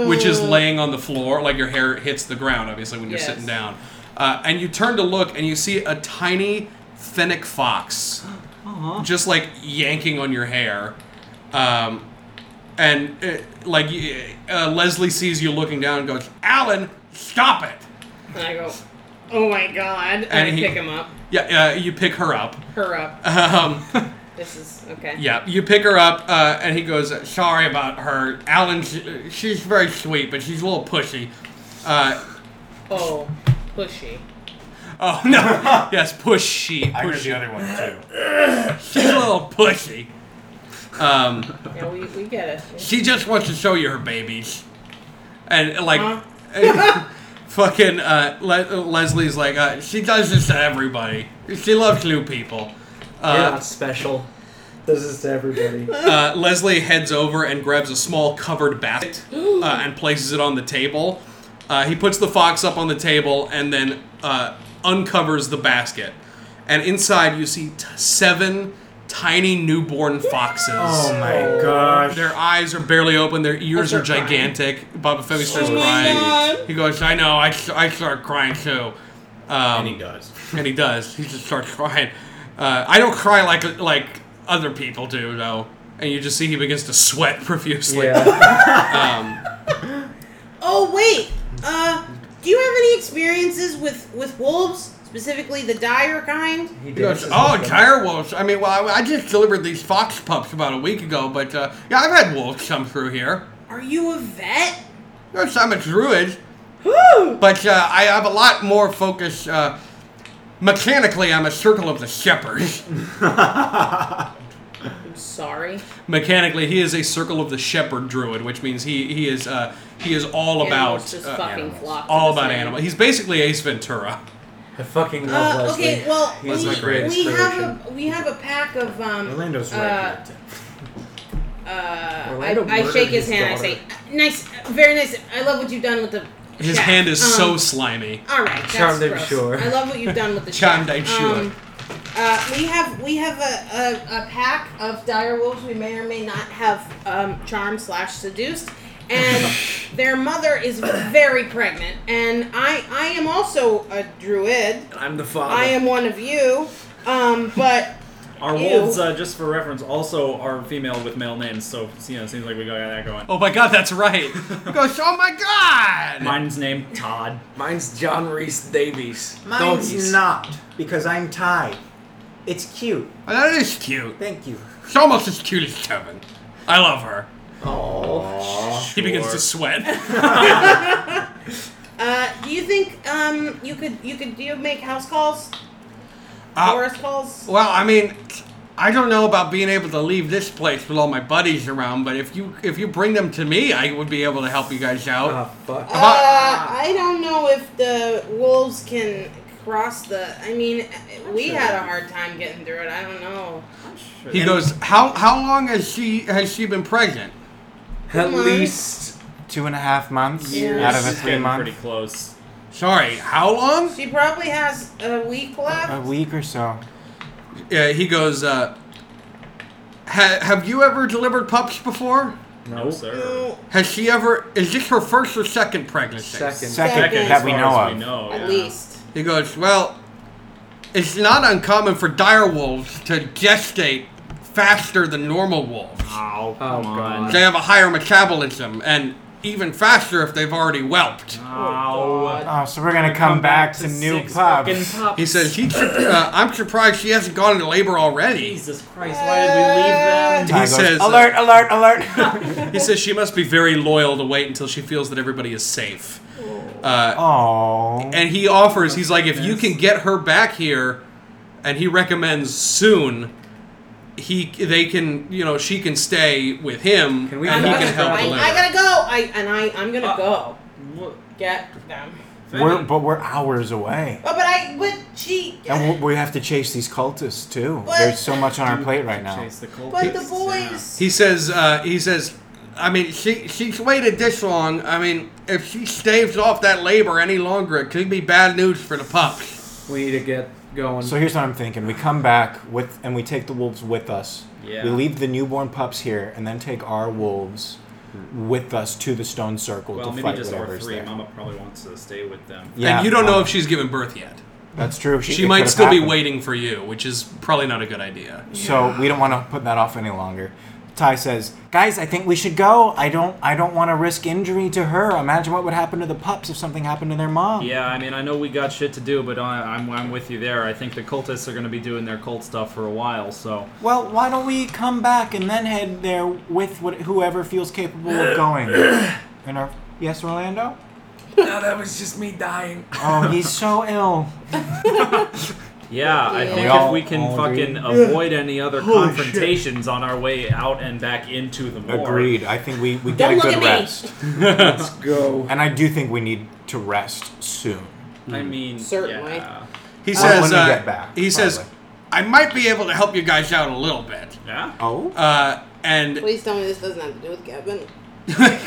[SPEAKER 2] which is laying on the floor. Like your hair hits the ground, obviously, when you're
[SPEAKER 4] Yes.
[SPEAKER 2] sitting down. Uh, and you turn to look, and you see a tiny fennec fox, just like yanking on your hair. Um, and uh, like y- uh, Leslie sees you looking down and goes, "Alan, Stop it!
[SPEAKER 4] And I go, oh my god. And, I
[SPEAKER 2] And he-
[SPEAKER 4] pick him up,
[SPEAKER 2] Yeah, uh, you pick her up.
[SPEAKER 4] her up.
[SPEAKER 2] Um,
[SPEAKER 4] This is, okay.
[SPEAKER 2] yeah, you pick her up, uh, and he goes, "Sorry about her, Alan. She, she's very sweet, but she's a little pushy." Uh,
[SPEAKER 4] Oh, pushy.
[SPEAKER 2] oh no, yes, pushy,
[SPEAKER 7] I heard the
[SPEAKER 2] pushy.
[SPEAKER 7] other one too.
[SPEAKER 2] She's a little pushy. Um,
[SPEAKER 4] Yeah, we, we get it.
[SPEAKER 2] She just wants to show you her babies. And like,
[SPEAKER 4] Huh?
[SPEAKER 7] Uh-huh.
[SPEAKER 2] fucking uh, Le- Leslie's like, uh, she does this to everybody. She loves new people.
[SPEAKER 3] You're
[SPEAKER 2] Uh,
[SPEAKER 3] not special. This is to everybody.
[SPEAKER 2] uh, Leslie heads over and grabs a small covered basket uh, and places it on the table. Uh, he puts the fox up on the table and then uh, uncovers the basket. And inside, you see t- seven tiny newborn foxes.
[SPEAKER 6] Oh my gosh.
[SPEAKER 2] Their eyes are barely open. Their ears are gigantic. Baba
[SPEAKER 3] Oh
[SPEAKER 2] Femi starts crying. He goes, "I know. I, I start crying too." Um,
[SPEAKER 7] And he does.
[SPEAKER 2] and he does. He just starts crying. Uh, I don't cry like like other people do though. And you just see he begins to sweat profusely.
[SPEAKER 3] yeah.
[SPEAKER 4] Oh, wait. Uh, do you have any experiences with, with wolves? Specifically the dire kind?
[SPEAKER 3] He
[SPEAKER 2] He goes,
[SPEAKER 3] dances
[SPEAKER 2] "Oh,
[SPEAKER 3] with them.
[SPEAKER 2] dire wolves. I mean, well, I, I just delivered these fox pups about a week ago, but uh, yeah, I've had wolves come through here.
[SPEAKER 4] Are you a vet?
[SPEAKER 2] Yes, I'm a druid."
[SPEAKER 4] Woo!
[SPEAKER 2] But uh, I have a lot more focus. Uh, mechanically, I'm a circle of the shepherds.
[SPEAKER 4] I'm sorry.
[SPEAKER 2] mechanically, he is a circle of the shepherd druid, which means he he is uh, he is all
[SPEAKER 4] Animals
[SPEAKER 2] about
[SPEAKER 4] just
[SPEAKER 2] uh,
[SPEAKER 4] fucking
[SPEAKER 7] animals.
[SPEAKER 4] flock to
[SPEAKER 2] all
[SPEAKER 4] this
[SPEAKER 2] about
[SPEAKER 4] land.
[SPEAKER 2] animal. He's basically Ace Ventura.
[SPEAKER 3] I fucking love
[SPEAKER 4] Uh,
[SPEAKER 3] Leslie.
[SPEAKER 4] okay, well, we,
[SPEAKER 3] He's my greatest
[SPEAKER 4] we
[SPEAKER 3] creation.
[SPEAKER 4] have a we have a pack of um.
[SPEAKER 6] Orlando's
[SPEAKER 4] uh,
[SPEAKER 6] right.
[SPEAKER 4] uh, I,
[SPEAKER 3] Orlando
[SPEAKER 4] I shake
[SPEAKER 3] murdered
[SPEAKER 4] his,
[SPEAKER 3] his
[SPEAKER 4] hand. I say, "Nice, very nice. I love what you've done with the."
[SPEAKER 2] His
[SPEAKER 4] shack.
[SPEAKER 2] hand is so
[SPEAKER 4] Um,
[SPEAKER 2] slimy.
[SPEAKER 4] All right, that's
[SPEAKER 3] Charmed, I'm
[SPEAKER 4] gross.
[SPEAKER 3] sure.
[SPEAKER 4] I love what you've done with the.
[SPEAKER 2] Charmed,
[SPEAKER 4] shack.
[SPEAKER 2] I'm sure.
[SPEAKER 4] Um, uh, we have we have a, a, a pack of dire wolves. We may or may not have um, charmed slash seduced, and their mother is very pregnant. And I I am also a druid.
[SPEAKER 3] I'm the father.
[SPEAKER 4] I am one of you, um, but
[SPEAKER 5] Our
[SPEAKER 4] Ew.
[SPEAKER 5] wolves, uh, just for reference, also are female with male names, so you know, it seems like we got that going.
[SPEAKER 2] Oh my god, that's right. He goes, oh my god.
[SPEAKER 5] Mine's named Todd.
[SPEAKER 3] Mine's John Reese Davies.
[SPEAKER 6] Mine's
[SPEAKER 3] Donkeys.
[SPEAKER 6] not because I'm Thai. It's cute.
[SPEAKER 2] Oh, that is cute.
[SPEAKER 6] Thank you.
[SPEAKER 2] It's almost as cute as Kevin. I love her.
[SPEAKER 6] Aww.
[SPEAKER 2] He begins to sweat.
[SPEAKER 4] Uh, do you think um, you could you could do you make house calls,
[SPEAKER 2] Uh,
[SPEAKER 4] forest calls?
[SPEAKER 2] Well, I mean, I don't know about being able to leave this place with all my buddies around, but if you if you bring them to me, I would be able to help you guys out.
[SPEAKER 3] Oh, fuck.
[SPEAKER 4] Uh, I don't know if the wolves can cross the. I mean, we had a hard time getting through it. I don't know.
[SPEAKER 2] he goes, "How how long has she has she been pregnant?"
[SPEAKER 3] At
[SPEAKER 4] on.
[SPEAKER 3] least
[SPEAKER 6] Two and a half months
[SPEAKER 4] Years.
[SPEAKER 6] out of a
[SPEAKER 5] It's
[SPEAKER 6] three
[SPEAKER 5] getting
[SPEAKER 6] month.
[SPEAKER 5] pretty close.
[SPEAKER 2] Sorry, how long?
[SPEAKER 4] She probably has a week left.
[SPEAKER 6] A week or so.
[SPEAKER 2] Yeah, he goes, uh, ha- "Have you ever delivered pups before?
[SPEAKER 5] No, sir.
[SPEAKER 4] No,
[SPEAKER 2] Has she ever? Is this her first or second pregnancy?"
[SPEAKER 3] second.
[SPEAKER 6] Second,
[SPEAKER 4] Second.
[SPEAKER 6] that
[SPEAKER 5] as
[SPEAKER 6] we
[SPEAKER 5] far
[SPEAKER 6] know
[SPEAKER 5] as
[SPEAKER 6] of.
[SPEAKER 5] We know,
[SPEAKER 4] at
[SPEAKER 5] yeah.
[SPEAKER 4] least.
[SPEAKER 2] He goes, Well, it's not uncommon for dire wolves to gestate faster than normal wolves.
[SPEAKER 5] Oh,
[SPEAKER 3] Oh,
[SPEAKER 5] come on.
[SPEAKER 3] God.
[SPEAKER 2] They have a higher metabolism and even faster if they've already whelped.
[SPEAKER 5] Oh,
[SPEAKER 6] Oh, so we're gonna come, back, to new
[SPEAKER 5] six fucking
[SPEAKER 6] pups.
[SPEAKER 5] pups.
[SPEAKER 2] He says, he, uh, I'm surprised she hasn't gone into labor already.
[SPEAKER 5] Jesus Christ, why did we leave them?
[SPEAKER 6] Ty
[SPEAKER 2] He
[SPEAKER 6] goes,
[SPEAKER 2] says, uh,
[SPEAKER 6] alert, alert, alert.
[SPEAKER 2] He says she must be very loyal to wait until she feels that everybody is safe. Uh,
[SPEAKER 6] Oh.
[SPEAKER 2] and he offers he's like if you can get her back here and he recommends soon he they can you know she can stay with him
[SPEAKER 3] Can we
[SPEAKER 2] and he
[SPEAKER 4] I'm
[SPEAKER 3] back
[SPEAKER 2] can
[SPEAKER 4] gonna,
[SPEAKER 2] help
[SPEAKER 4] I,
[SPEAKER 2] deliver
[SPEAKER 4] I gotta go. I and I I'm gonna
[SPEAKER 5] Uh,
[SPEAKER 4] go
[SPEAKER 5] What-
[SPEAKER 4] get them.
[SPEAKER 6] We're, but we're hours away.
[SPEAKER 4] Oh, but I but she.
[SPEAKER 6] And we we have to chase these cultists too.
[SPEAKER 4] But-
[SPEAKER 6] There's so much on our plate right now.
[SPEAKER 5] Chase the cultists,
[SPEAKER 4] But the
[SPEAKER 5] yeah.
[SPEAKER 4] boys.
[SPEAKER 2] he says uh, he says i mean she she's waited this long i mean if she staves off that labor any longer it could be bad news for the pups
[SPEAKER 3] We need to get going.
[SPEAKER 6] So here's what I'm thinking: we come back with, and we take the wolves with us.
[SPEAKER 5] Yeah.
[SPEAKER 6] We leave the newborn pups here, and then take our wolves with us to the stone circle
[SPEAKER 5] Hmm. Well,
[SPEAKER 6] to
[SPEAKER 5] maybe
[SPEAKER 6] fight
[SPEAKER 5] just our
[SPEAKER 6] whatever's
[SPEAKER 5] three.
[SPEAKER 6] there.
[SPEAKER 5] Mama probably wants to stay with them.
[SPEAKER 6] Yeah,
[SPEAKER 2] and you don't know
[SPEAKER 6] um,
[SPEAKER 2] if she's given birth yet
[SPEAKER 6] that's true.
[SPEAKER 2] she
[SPEAKER 6] it
[SPEAKER 2] might
[SPEAKER 6] could've
[SPEAKER 2] still be
[SPEAKER 6] happened.
[SPEAKER 2] waiting for you which is probably not a good idea
[SPEAKER 6] So we don't want to put that off any longer. Ty says, "Guys, I think we should go. I don't. I don't want to risk injury to her. Imagine what would happen to the pups if something happened to their mom."
[SPEAKER 5] Yeah, I mean, I know we got shit to do, but I, I'm, I'm with you there. I think the cultists are going to be doing their cult stuff for a while, so.
[SPEAKER 6] Well, why don't we come back and then head there with what, whoever feels capable of going? and our, yes, Orlando.
[SPEAKER 2] No, that was just me dying.
[SPEAKER 6] Oh, he's so ill.
[SPEAKER 5] Yeah,
[SPEAKER 4] Yeah.
[SPEAKER 5] I think
[SPEAKER 4] We
[SPEAKER 5] if
[SPEAKER 6] all-
[SPEAKER 5] we can
[SPEAKER 6] all
[SPEAKER 5] fucking avoid any other confrontations on our way out and back into the war.
[SPEAKER 6] Agreed. I think we, we
[SPEAKER 4] Don't
[SPEAKER 6] get a
[SPEAKER 4] look
[SPEAKER 6] good
[SPEAKER 4] at me.
[SPEAKER 6] rest.
[SPEAKER 7] Let's go.
[SPEAKER 6] And I do think we need to rest soon.
[SPEAKER 5] I mean,
[SPEAKER 4] Certainly.
[SPEAKER 5] Yeah.
[SPEAKER 2] He
[SPEAKER 6] Well,
[SPEAKER 2] says.
[SPEAKER 6] when we
[SPEAKER 2] uh,
[SPEAKER 6] get back,
[SPEAKER 2] he says,
[SPEAKER 6] probably.
[SPEAKER 2] I might be able to help you guys out a little bit.
[SPEAKER 5] Yeah?
[SPEAKER 6] Oh?
[SPEAKER 2] Uh, and
[SPEAKER 4] Please tell me this doesn't have to do with Kevin.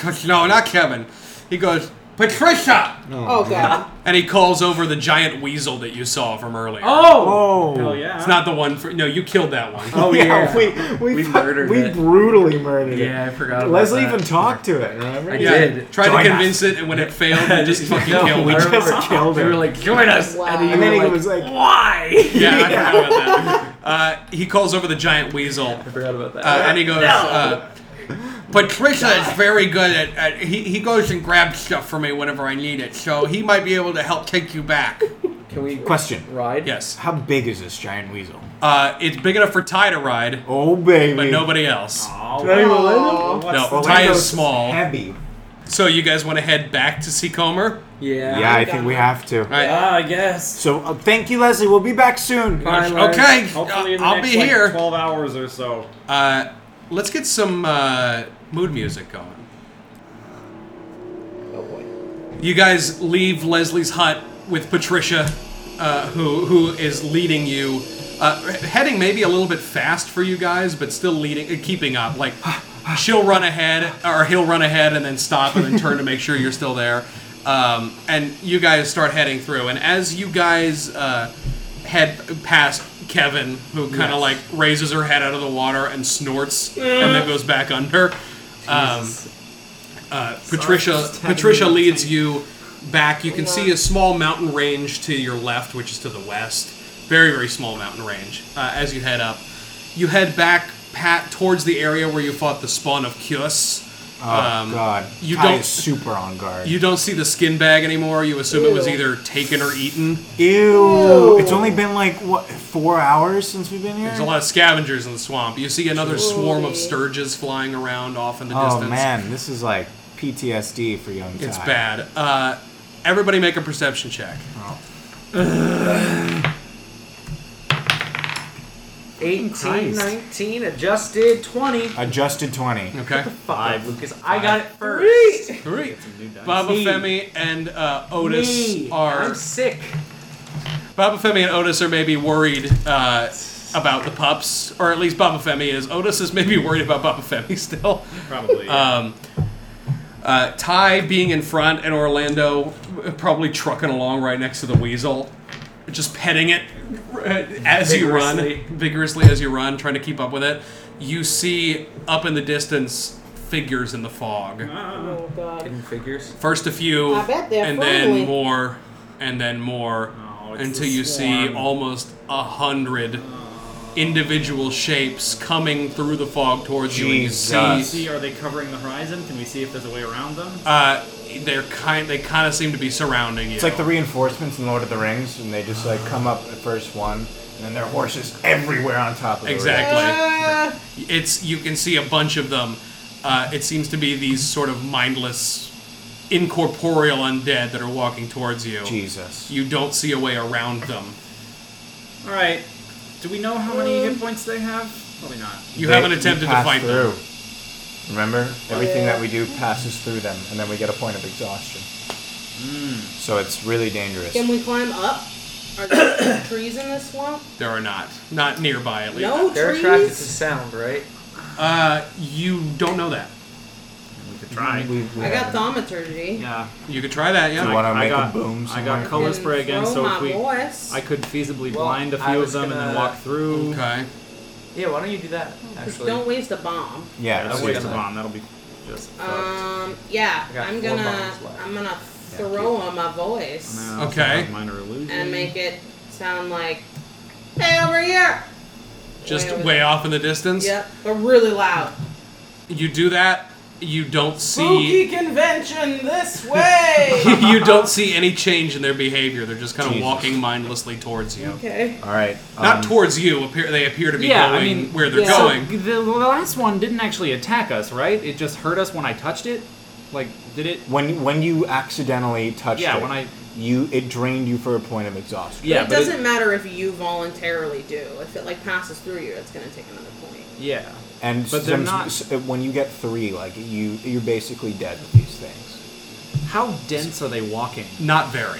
[SPEAKER 2] goes, no, not Kevin. He goes, Patricia,
[SPEAKER 4] Oh, God.
[SPEAKER 2] and he calls over the giant weasel that you saw from earlier.
[SPEAKER 5] Oh!
[SPEAKER 6] Oh.
[SPEAKER 5] Hell yeah.
[SPEAKER 2] it's not the one. For, no, you killed that one.
[SPEAKER 7] Oh yeah,
[SPEAKER 6] we,
[SPEAKER 7] We murdered
[SPEAKER 6] We
[SPEAKER 7] it.
[SPEAKER 6] brutally murdered
[SPEAKER 7] yeah, I
[SPEAKER 6] it.
[SPEAKER 7] forgot. About
[SPEAKER 6] Leslie
[SPEAKER 7] that.
[SPEAKER 6] even talked to it, remember?
[SPEAKER 7] I
[SPEAKER 2] Yeah,
[SPEAKER 7] did.
[SPEAKER 2] Tried
[SPEAKER 6] Join
[SPEAKER 2] to convince it, and when it failed, you just fucking
[SPEAKER 7] No,
[SPEAKER 2] killed
[SPEAKER 7] I
[SPEAKER 2] it.
[SPEAKER 7] remember.
[SPEAKER 6] Just killed
[SPEAKER 7] They
[SPEAKER 6] her.
[SPEAKER 7] were like, join us,
[SPEAKER 4] Wow.
[SPEAKER 7] and, you
[SPEAKER 6] and then
[SPEAKER 7] were
[SPEAKER 6] he
[SPEAKER 7] like,
[SPEAKER 6] was like,
[SPEAKER 7] why?
[SPEAKER 2] Yeah, I forgot about that. Uh, he calls over the giant weasel.
[SPEAKER 7] I forgot about that.
[SPEAKER 2] Uh, and he goes, uh, Patricia is very good at, at he, he goes and grabs stuff for me whenever I need it, so he might be able to help take you back.
[SPEAKER 7] Can we
[SPEAKER 6] Question.
[SPEAKER 7] ride?
[SPEAKER 2] Yes.
[SPEAKER 6] How big is this giant weasel?
[SPEAKER 2] Uh, it's big enough for Ty to ride,
[SPEAKER 6] Oh, baby.
[SPEAKER 2] but nobody else.
[SPEAKER 5] Oh,
[SPEAKER 6] Not even
[SPEAKER 4] Aw.
[SPEAKER 6] Orlando?
[SPEAKER 2] No,
[SPEAKER 6] Orlando's
[SPEAKER 2] Ty is small.
[SPEAKER 6] Heavy.
[SPEAKER 2] So you guys want to head back to Seacomer?
[SPEAKER 7] Yeah.
[SPEAKER 6] Yeah, I
[SPEAKER 4] God.
[SPEAKER 6] think we have
[SPEAKER 2] All
[SPEAKER 6] to.
[SPEAKER 2] right.
[SPEAKER 5] Yeah, Ah, I guess.
[SPEAKER 6] So uh, thank you, Leslie. We'll be back soon.
[SPEAKER 7] Bye, Larry.
[SPEAKER 2] Okay, uh,
[SPEAKER 5] Hopefully, in the
[SPEAKER 2] I'll
[SPEAKER 5] next
[SPEAKER 2] be
[SPEAKER 5] like,
[SPEAKER 2] here.
[SPEAKER 5] 12 hours or so.
[SPEAKER 2] Uh, let's get some uh, mood music going.
[SPEAKER 4] Oh, boy.
[SPEAKER 2] You guys leave Leslie's hut with Patricia, uh, who who is leading you, uh, heading maybe a little bit fast for you guys, but still leading, uh, keeping up. Like she'll run ahead, or he'll run ahead and then stop and then turn to make sure you're still there. Um, and you guys start heading through, and as you guys uh, head past Kevin, who kind of like raises her head out of the water and snorts, and then goes back under. Um, uh, Patricia Patricia leads you back. You can see a small mountain range to your left, which is to the west. Very very small mountain range. Uh, as you head up, you head back pat towards the area where you fought the spawn of Kyus.
[SPEAKER 6] Oh God,
[SPEAKER 2] Um, you
[SPEAKER 6] Ty
[SPEAKER 2] don't-
[SPEAKER 6] is super on guard.
[SPEAKER 2] You don't see the skin bag anymore. You assume it was
[SPEAKER 4] Ew.
[SPEAKER 2] either taken or eaten.
[SPEAKER 6] Ew. It's only been like what four hours since we've been here.
[SPEAKER 2] There's a lot of scavengers in the swamp. You see another swarm of
[SPEAKER 4] Ooh.
[SPEAKER 2] sturges flying around off in the
[SPEAKER 6] oh
[SPEAKER 2] distance.
[SPEAKER 6] man, this is like PTSD for young.
[SPEAKER 2] It's
[SPEAKER 6] Ty.
[SPEAKER 2] bad. Uh, everybody make a perception check.
[SPEAKER 7] Christ.
[SPEAKER 3] 18, 19, adjusted 20.
[SPEAKER 6] Adjusted twenty.
[SPEAKER 2] Okay.
[SPEAKER 3] Five, Lucas. I got it first.
[SPEAKER 2] Three. Baba
[SPEAKER 3] Me.
[SPEAKER 2] Femi and uh, Otis
[SPEAKER 3] Me.
[SPEAKER 2] are
[SPEAKER 3] I'm sick.
[SPEAKER 2] Baba Femi and Otis are maybe worried uh, about the pups, or at least Baba Femi is. Otis is maybe worried about Baba Femi still.
[SPEAKER 5] Probably.
[SPEAKER 2] Um, uh, Ty being in front and Orlando probably trucking along right next to the weasel, just petting it uh, as you run,
[SPEAKER 5] Vigorously.
[SPEAKER 2] vigorously as you run, trying to keep up with it. You see up in the distance figures in the fog.
[SPEAKER 4] Oh, God.
[SPEAKER 3] Hidden figures.
[SPEAKER 2] First a few,
[SPEAKER 4] I bet they're
[SPEAKER 2] and
[SPEAKER 4] friendly.
[SPEAKER 2] then more, and then more,
[SPEAKER 5] Oh, it's
[SPEAKER 2] until
[SPEAKER 5] the
[SPEAKER 2] you see
[SPEAKER 5] swarm.
[SPEAKER 2] almost a hundred individual shapes coming through the fog towards you. And you
[SPEAKER 6] Jesus.
[SPEAKER 2] see,
[SPEAKER 5] See, are they covering the horizon? Can we see if there's a way around them?
[SPEAKER 2] uh, they're kind. They kind of seem to be surrounding you.
[SPEAKER 6] It's like the reinforcements in Lord of the Rings, and they just like come up at first one, and then their horses everywhere on top of the
[SPEAKER 2] Exactly.
[SPEAKER 4] Uh,
[SPEAKER 2] it's you can see a bunch of them. Uh, it seems to be these sort of mindless, incorporeal undead that are walking towards you.
[SPEAKER 6] ring. Jesus.
[SPEAKER 2] You don't see a way around them.
[SPEAKER 5] All right. Do we know how
[SPEAKER 7] Uh,
[SPEAKER 5] many hit points they have? Probably not.
[SPEAKER 2] You
[SPEAKER 6] They-
[SPEAKER 2] haven't attempted to
[SPEAKER 6] pass
[SPEAKER 2] fight
[SPEAKER 6] through.
[SPEAKER 2] them.
[SPEAKER 6] Remember, everything that we do passes through them, and then we get a point of exhaustion.
[SPEAKER 2] Hmm.
[SPEAKER 6] So it's really dangerous.
[SPEAKER 4] can we climb up? Are there trees in this swamp?
[SPEAKER 2] There are not, not nearby at least.
[SPEAKER 4] No
[SPEAKER 3] They're attracted to
[SPEAKER 4] trees?
[SPEAKER 3] sound, right?
[SPEAKER 2] Uh, you don't know that.
[SPEAKER 5] We could try.
[SPEAKER 6] We- we
[SPEAKER 4] I got
[SPEAKER 6] haven't.
[SPEAKER 4] thaumaturgy.
[SPEAKER 5] Yeah.
[SPEAKER 2] You could try that,
[SPEAKER 6] Do
[SPEAKER 2] yeah.
[SPEAKER 6] you want to
[SPEAKER 5] I
[SPEAKER 6] make
[SPEAKER 5] got-
[SPEAKER 6] a boom?
[SPEAKER 5] I
[SPEAKER 6] somewhere?
[SPEAKER 5] got color
[SPEAKER 4] Can
[SPEAKER 5] spray again,
[SPEAKER 4] throw
[SPEAKER 5] so
[SPEAKER 4] Oh my
[SPEAKER 5] if we,
[SPEAKER 4] voice.
[SPEAKER 5] I could feasibly
[SPEAKER 3] Well,
[SPEAKER 5] blind a
[SPEAKER 3] I
[SPEAKER 5] few of
[SPEAKER 3] was
[SPEAKER 5] them and then
[SPEAKER 3] gonna-
[SPEAKER 5] walk through.
[SPEAKER 2] Okay.
[SPEAKER 3] Yeah, why don't you do that,
[SPEAKER 7] Oh,
[SPEAKER 4] Just
[SPEAKER 3] actually?
[SPEAKER 4] don't waste a bomb.
[SPEAKER 6] Yeah,
[SPEAKER 5] That
[SPEAKER 6] it's
[SPEAKER 5] way
[SPEAKER 6] weird.
[SPEAKER 5] it's on. That'll be just. fucked.
[SPEAKER 4] Um, yeah,
[SPEAKER 3] I got
[SPEAKER 4] I'm
[SPEAKER 3] four
[SPEAKER 4] gonna,
[SPEAKER 3] bombs left.
[SPEAKER 4] I'm gonna throw on my voice
[SPEAKER 6] Oh,
[SPEAKER 5] And I also
[SPEAKER 2] Okay.
[SPEAKER 5] have Minor illusion.
[SPEAKER 4] and make it sound like, hey, over here.
[SPEAKER 2] Just
[SPEAKER 4] over
[SPEAKER 2] way
[SPEAKER 4] there.
[SPEAKER 2] off in the distance.
[SPEAKER 4] Yep, but really loud.
[SPEAKER 2] You do that, you don't
[SPEAKER 4] Spooky
[SPEAKER 2] see
[SPEAKER 4] convention this way.
[SPEAKER 2] you don't see any change in their behavior. They're just kind of
[SPEAKER 6] Jesus.
[SPEAKER 2] walking mindlessly towards you.
[SPEAKER 4] okay.
[SPEAKER 6] All right.
[SPEAKER 2] Not
[SPEAKER 6] um,
[SPEAKER 2] towards you. Appear they appear to be
[SPEAKER 5] Yeah, I
[SPEAKER 2] going
[SPEAKER 5] mean,
[SPEAKER 2] where they're
[SPEAKER 5] so
[SPEAKER 2] going.
[SPEAKER 5] the- the last one didn't actually attack us, right? It just hurt us when I touched it. Like, did it?
[SPEAKER 6] When when you accidentally touched
[SPEAKER 5] Yeah,
[SPEAKER 6] it,
[SPEAKER 5] when I-
[SPEAKER 6] you it drained you for a point of exhaustion.
[SPEAKER 5] Yeah,
[SPEAKER 4] it
[SPEAKER 5] but it-
[SPEAKER 4] doesn't matter if you voluntarily do. If it like passes through you, it's gonna take another point.
[SPEAKER 5] Yeah.
[SPEAKER 6] And
[SPEAKER 5] But they're
[SPEAKER 6] some-
[SPEAKER 5] not-
[SPEAKER 6] s- when you get three, like you you're basically dead with these things.
[SPEAKER 5] How dense are they walking?
[SPEAKER 2] Not very.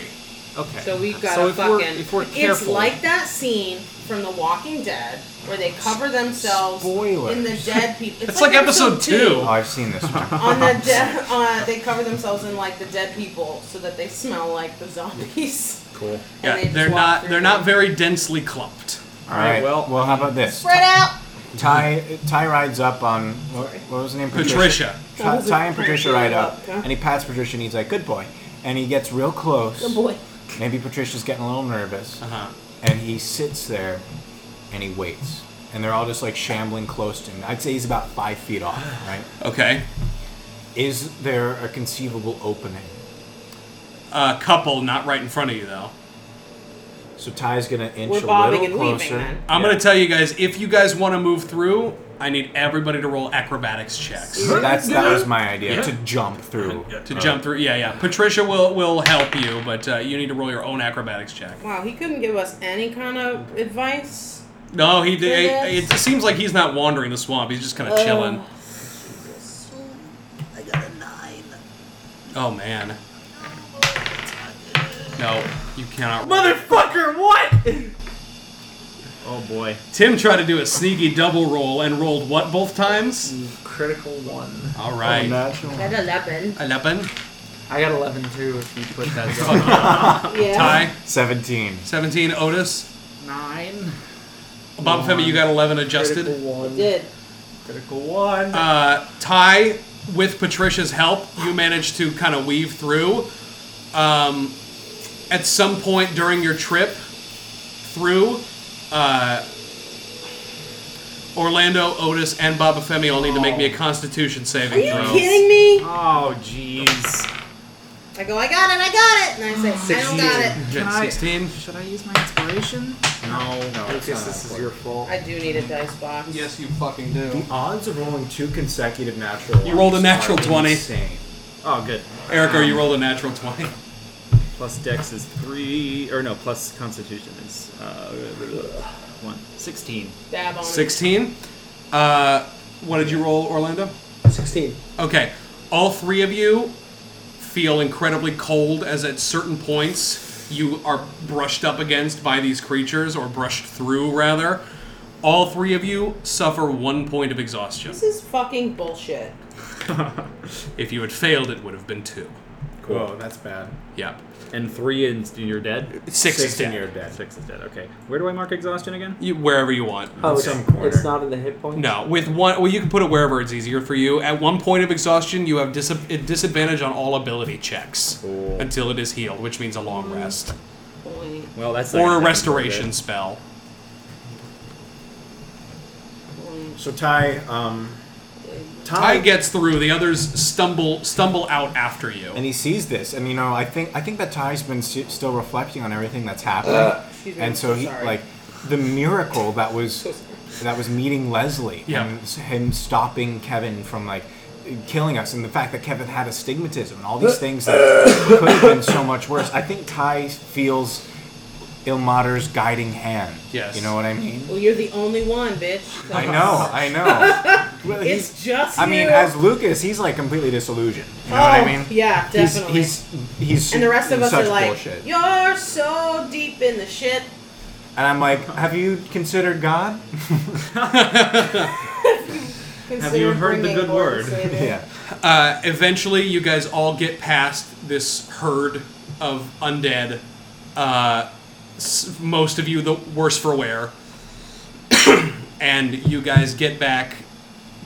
[SPEAKER 5] Okay.
[SPEAKER 4] So we got
[SPEAKER 5] So
[SPEAKER 4] to
[SPEAKER 5] if we're-
[SPEAKER 4] fucking.
[SPEAKER 5] if we're
[SPEAKER 4] it's
[SPEAKER 5] careful-
[SPEAKER 4] like that scene from The Walking Dead where they cover themselves in the
[SPEAKER 6] Spoilers.
[SPEAKER 4] dead people. It's,
[SPEAKER 2] It's like episode two.
[SPEAKER 6] Oh, I've seen this one.
[SPEAKER 4] on the dead, uh, they cover themselves in like the dead people so that they smell like the zombies.
[SPEAKER 6] cool.
[SPEAKER 4] And
[SPEAKER 2] Yeah,
[SPEAKER 4] they
[SPEAKER 2] they're
[SPEAKER 4] just walk
[SPEAKER 2] not
[SPEAKER 4] through
[SPEAKER 2] they're
[SPEAKER 4] them.
[SPEAKER 2] not very densely clumped.
[SPEAKER 6] All right.
[SPEAKER 5] well,
[SPEAKER 6] Well, well, how about this?
[SPEAKER 4] Spread out.
[SPEAKER 6] Ty Ty rides up on what, what was the name?
[SPEAKER 2] Patricia.
[SPEAKER 6] Ty, Ty and Patricia ride up,
[SPEAKER 4] Huh?
[SPEAKER 6] and he pats Patricia, and he's like, "Good boy," and he gets real close.
[SPEAKER 4] Good boy.
[SPEAKER 6] Maybe Patricia's getting a little nervous,
[SPEAKER 2] Uh-huh.
[SPEAKER 6] and he sits there, and he waits, and they're all just like shambling close to him. I'd say he's about five feet off, right?
[SPEAKER 2] Okay.
[SPEAKER 6] Is there a conceivable opening?
[SPEAKER 2] A Uh, couple not right in front of you though.
[SPEAKER 6] So Ty's gonna inch
[SPEAKER 4] We're
[SPEAKER 6] a
[SPEAKER 4] bobbing
[SPEAKER 6] little
[SPEAKER 4] and weaving,
[SPEAKER 6] closer.
[SPEAKER 4] then.
[SPEAKER 2] I'm
[SPEAKER 6] Yeah.
[SPEAKER 2] gonna tell you guys if you guys want to move through, I need everybody to roll acrobatics checks
[SPEAKER 6] So that's that was my idea
[SPEAKER 2] Yeah.
[SPEAKER 6] to jump through.
[SPEAKER 2] to jump through. Yeah, yeah. Patricia will will help you, but uh, you need to roll your own acrobatics check.
[SPEAKER 4] Wow, he couldn't give us any kind of advice.
[SPEAKER 2] No, he did. It,
[SPEAKER 4] Goodness.
[SPEAKER 2] seems like he's not wandering the swamp. He's just kind of
[SPEAKER 4] Uh,
[SPEAKER 2] chilling.
[SPEAKER 8] I got a nine.
[SPEAKER 2] Oh man. No, you cannot.
[SPEAKER 3] Motherfucker, what?
[SPEAKER 5] Oh boy.
[SPEAKER 2] Tim tried to do a sneaky double roll and rolled what both times?
[SPEAKER 7] Critical one.
[SPEAKER 2] All
[SPEAKER 6] Oh,
[SPEAKER 2] right.
[SPEAKER 6] Natural.
[SPEAKER 4] At eleven.
[SPEAKER 2] Eleven.
[SPEAKER 7] I got 11 too if you put that down.
[SPEAKER 2] Tie.
[SPEAKER 4] Yeah.
[SPEAKER 6] Seventeen.
[SPEAKER 2] Seventeen. Otis.
[SPEAKER 5] Nine.
[SPEAKER 2] Bob Femi, you got eleven
[SPEAKER 7] Critical
[SPEAKER 2] adjusted.
[SPEAKER 7] one.
[SPEAKER 4] Did.
[SPEAKER 7] Critical one.
[SPEAKER 2] Uh, Ty, with Patricia's help, you managed to kind of weave through. Um, at some point during your trip through, uh, Orlando, Otis, and Bob Femi all need to make me a Constitution
[SPEAKER 4] Are
[SPEAKER 2] saving
[SPEAKER 4] you
[SPEAKER 2] throw.
[SPEAKER 4] kidding me?
[SPEAKER 5] Oh jeez.
[SPEAKER 4] I go, I got it, I got it, and I say, I don't got it.
[SPEAKER 2] Okay,
[SPEAKER 5] Can I-
[SPEAKER 2] Sixteen.
[SPEAKER 5] Should I use my inspiration? No. No.
[SPEAKER 6] it's
[SPEAKER 5] Lucas,
[SPEAKER 6] not
[SPEAKER 5] this is
[SPEAKER 6] important.
[SPEAKER 5] your fault.
[SPEAKER 4] I do need a dice box.
[SPEAKER 2] Yes, you fucking do.
[SPEAKER 6] Odds of rolling two consecutive natural.
[SPEAKER 2] You rolled a
[SPEAKER 6] ones
[SPEAKER 2] natural
[SPEAKER 6] are
[SPEAKER 2] 20.
[SPEAKER 6] Insane.
[SPEAKER 5] Oh good.
[SPEAKER 2] Erica, you rolled a natural twenty.
[SPEAKER 5] Plus Dex is three, or no, plus Constitution is uh, one. Sixteen.
[SPEAKER 4] Dab on.
[SPEAKER 2] Sixteen. Uh, what did you roll, Orlando?
[SPEAKER 7] 16.
[SPEAKER 2] Okay, all three of you feel incredibly cold as at certain points you are brushed up against by these creatures, or brushed through, rather. All three of you suffer one point of exhaustion.
[SPEAKER 4] This is fucking bullshit.
[SPEAKER 2] If you had failed, it would have been two.
[SPEAKER 5] Cool.
[SPEAKER 6] Whoa, that's bad.
[SPEAKER 2] Yep.
[SPEAKER 5] And three, and you're dead.
[SPEAKER 2] Six, is
[SPEAKER 6] Sixteen
[SPEAKER 2] dead.
[SPEAKER 6] year dead.
[SPEAKER 5] Six is dead. Okay. Where do I mark exhaustion again?
[SPEAKER 2] You, wherever you want.
[SPEAKER 7] Oh, it's,
[SPEAKER 6] some corner.
[SPEAKER 7] it's not in the hit point?
[SPEAKER 2] No, with one. Well, you can put it wherever it's easier for you. At one point of exhaustion, you have dis- a disadvantage on all ability checks until it is healed, which means a long rest
[SPEAKER 4] Point.
[SPEAKER 5] Well, that's
[SPEAKER 2] or a restoration spell.
[SPEAKER 6] So Ty, um,
[SPEAKER 2] Ty gets through. The others stumble stumble out after
[SPEAKER 6] and
[SPEAKER 2] you.
[SPEAKER 6] he sees this, and you know, I think I think that Ty's been s still reflecting on everything that's happened,
[SPEAKER 4] Excuse me, I'm
[SPEAKER 6] and so he
[SPEAKER 4] sorry.
[SPEAKER 6] like the miracle that was that was meeting Leslie
[SPEAKER 2] Yeah.
[SPEAKER 6] and s- him stopping Kevin from like killing us, and the fact that Kevin had astigmatism and all these
[SPEAKER 4] Uh.
[SPEAKER 6] things that could have been so much worse. I think Ty feels Ilmater's guiding hand.
[SPEAKER 2] Yes.
[SPEAKER 6] you know what I mean.
[SPEAKER 4] Well, you're the only one, bitch.
[SPEAKER 6] I know, I know. Well, he's-
[SPEAKER 4] It's just.
[SPEAKER 6] I mean,
[SPEAKER 4] you.
[SPEAKER 6] as Lucas, he's like completely disillusioned. You know what I
[SPEAKER 4] Oh,
[SPEAKER 6] mean?
[SPEAKER 4] Yeah,
[SPEAKER 6] He's-
[SPEAKER 4] definitely.
[SPEAKER 6] He's he's,
[SPEAKER 4] and the rest of us
[SPEAKER 6] such
[SPEAKER 4] are like,
[SPEAKER 6] bullshit.
[SPEAKER 4] you're so deep in the shit.
[SPEAKER 6] And I'm like, have you considered God?
[SPEAKER 4] Have
[SPEAKER 5] you heard the good word?
[SPEAKER 6] yeah.
[SPEAKER 2] Uh, eventually, you guys all get past this herd of undead. Uh, s- most of you the worse for wear, and you guys get back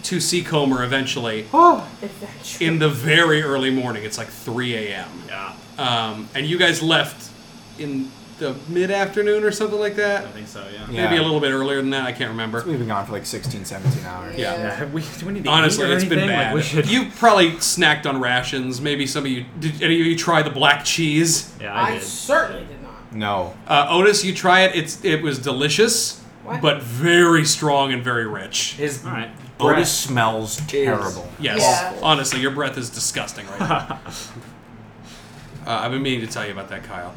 [SPEAKER 2] to Seacomer eventually. in the very early morning. It's like 3 a.m.
[SPEAKER 5] Yeah.
[SPEAKER 2] Um, and you guys left in the mid afternoon or something like that.
[SPEAKER 5] I think so. Yeah.
[SPEAKER 6] Yeah.
[SPEAKER 2] Maybe a little bit earlier than that. I can't remember.
[SPEAKER 6] We've been gone for like 16, 17 hours.
[SPEAKER 2] Yeah.
[SPEAKER 5] we, do we need to
[SPEAKER 2] Honestly,
[SPEAKER 5] eat or
[SPEAKER 2] it's been
[SPEAKER 5] anything? Like,
[SPEAKER 2] bad.
[SPEAKER 5] we should-
[SPEAKER 2] You probably snacked on rations. Maybe some of you did. Any of you try the black cheese?
[SPEAKER 5] Yeah, I,
[SPEAKER 4] I,
[SPEAKER 5] did.
[SPEAKER 4] certainly did not.
[SPEAKER 6] No.
[SPEAKER 2] Uh, Otis, you try it. It's it was delicious,
[SPEAKER 4] What?
[SPEAKER 2] but very strong and very rich.
[SPEAKER 3] His
[SPEAKER 5] All right.
[SPEAKER 6] Otis smells terrible.
[SPEAKER 2] Yes,
[SPEAKER 4] Yeah.
[SPEAKER 2] honestly, your breath is disgusting right now. uh, I've been meaning to tell you about that, Kyle.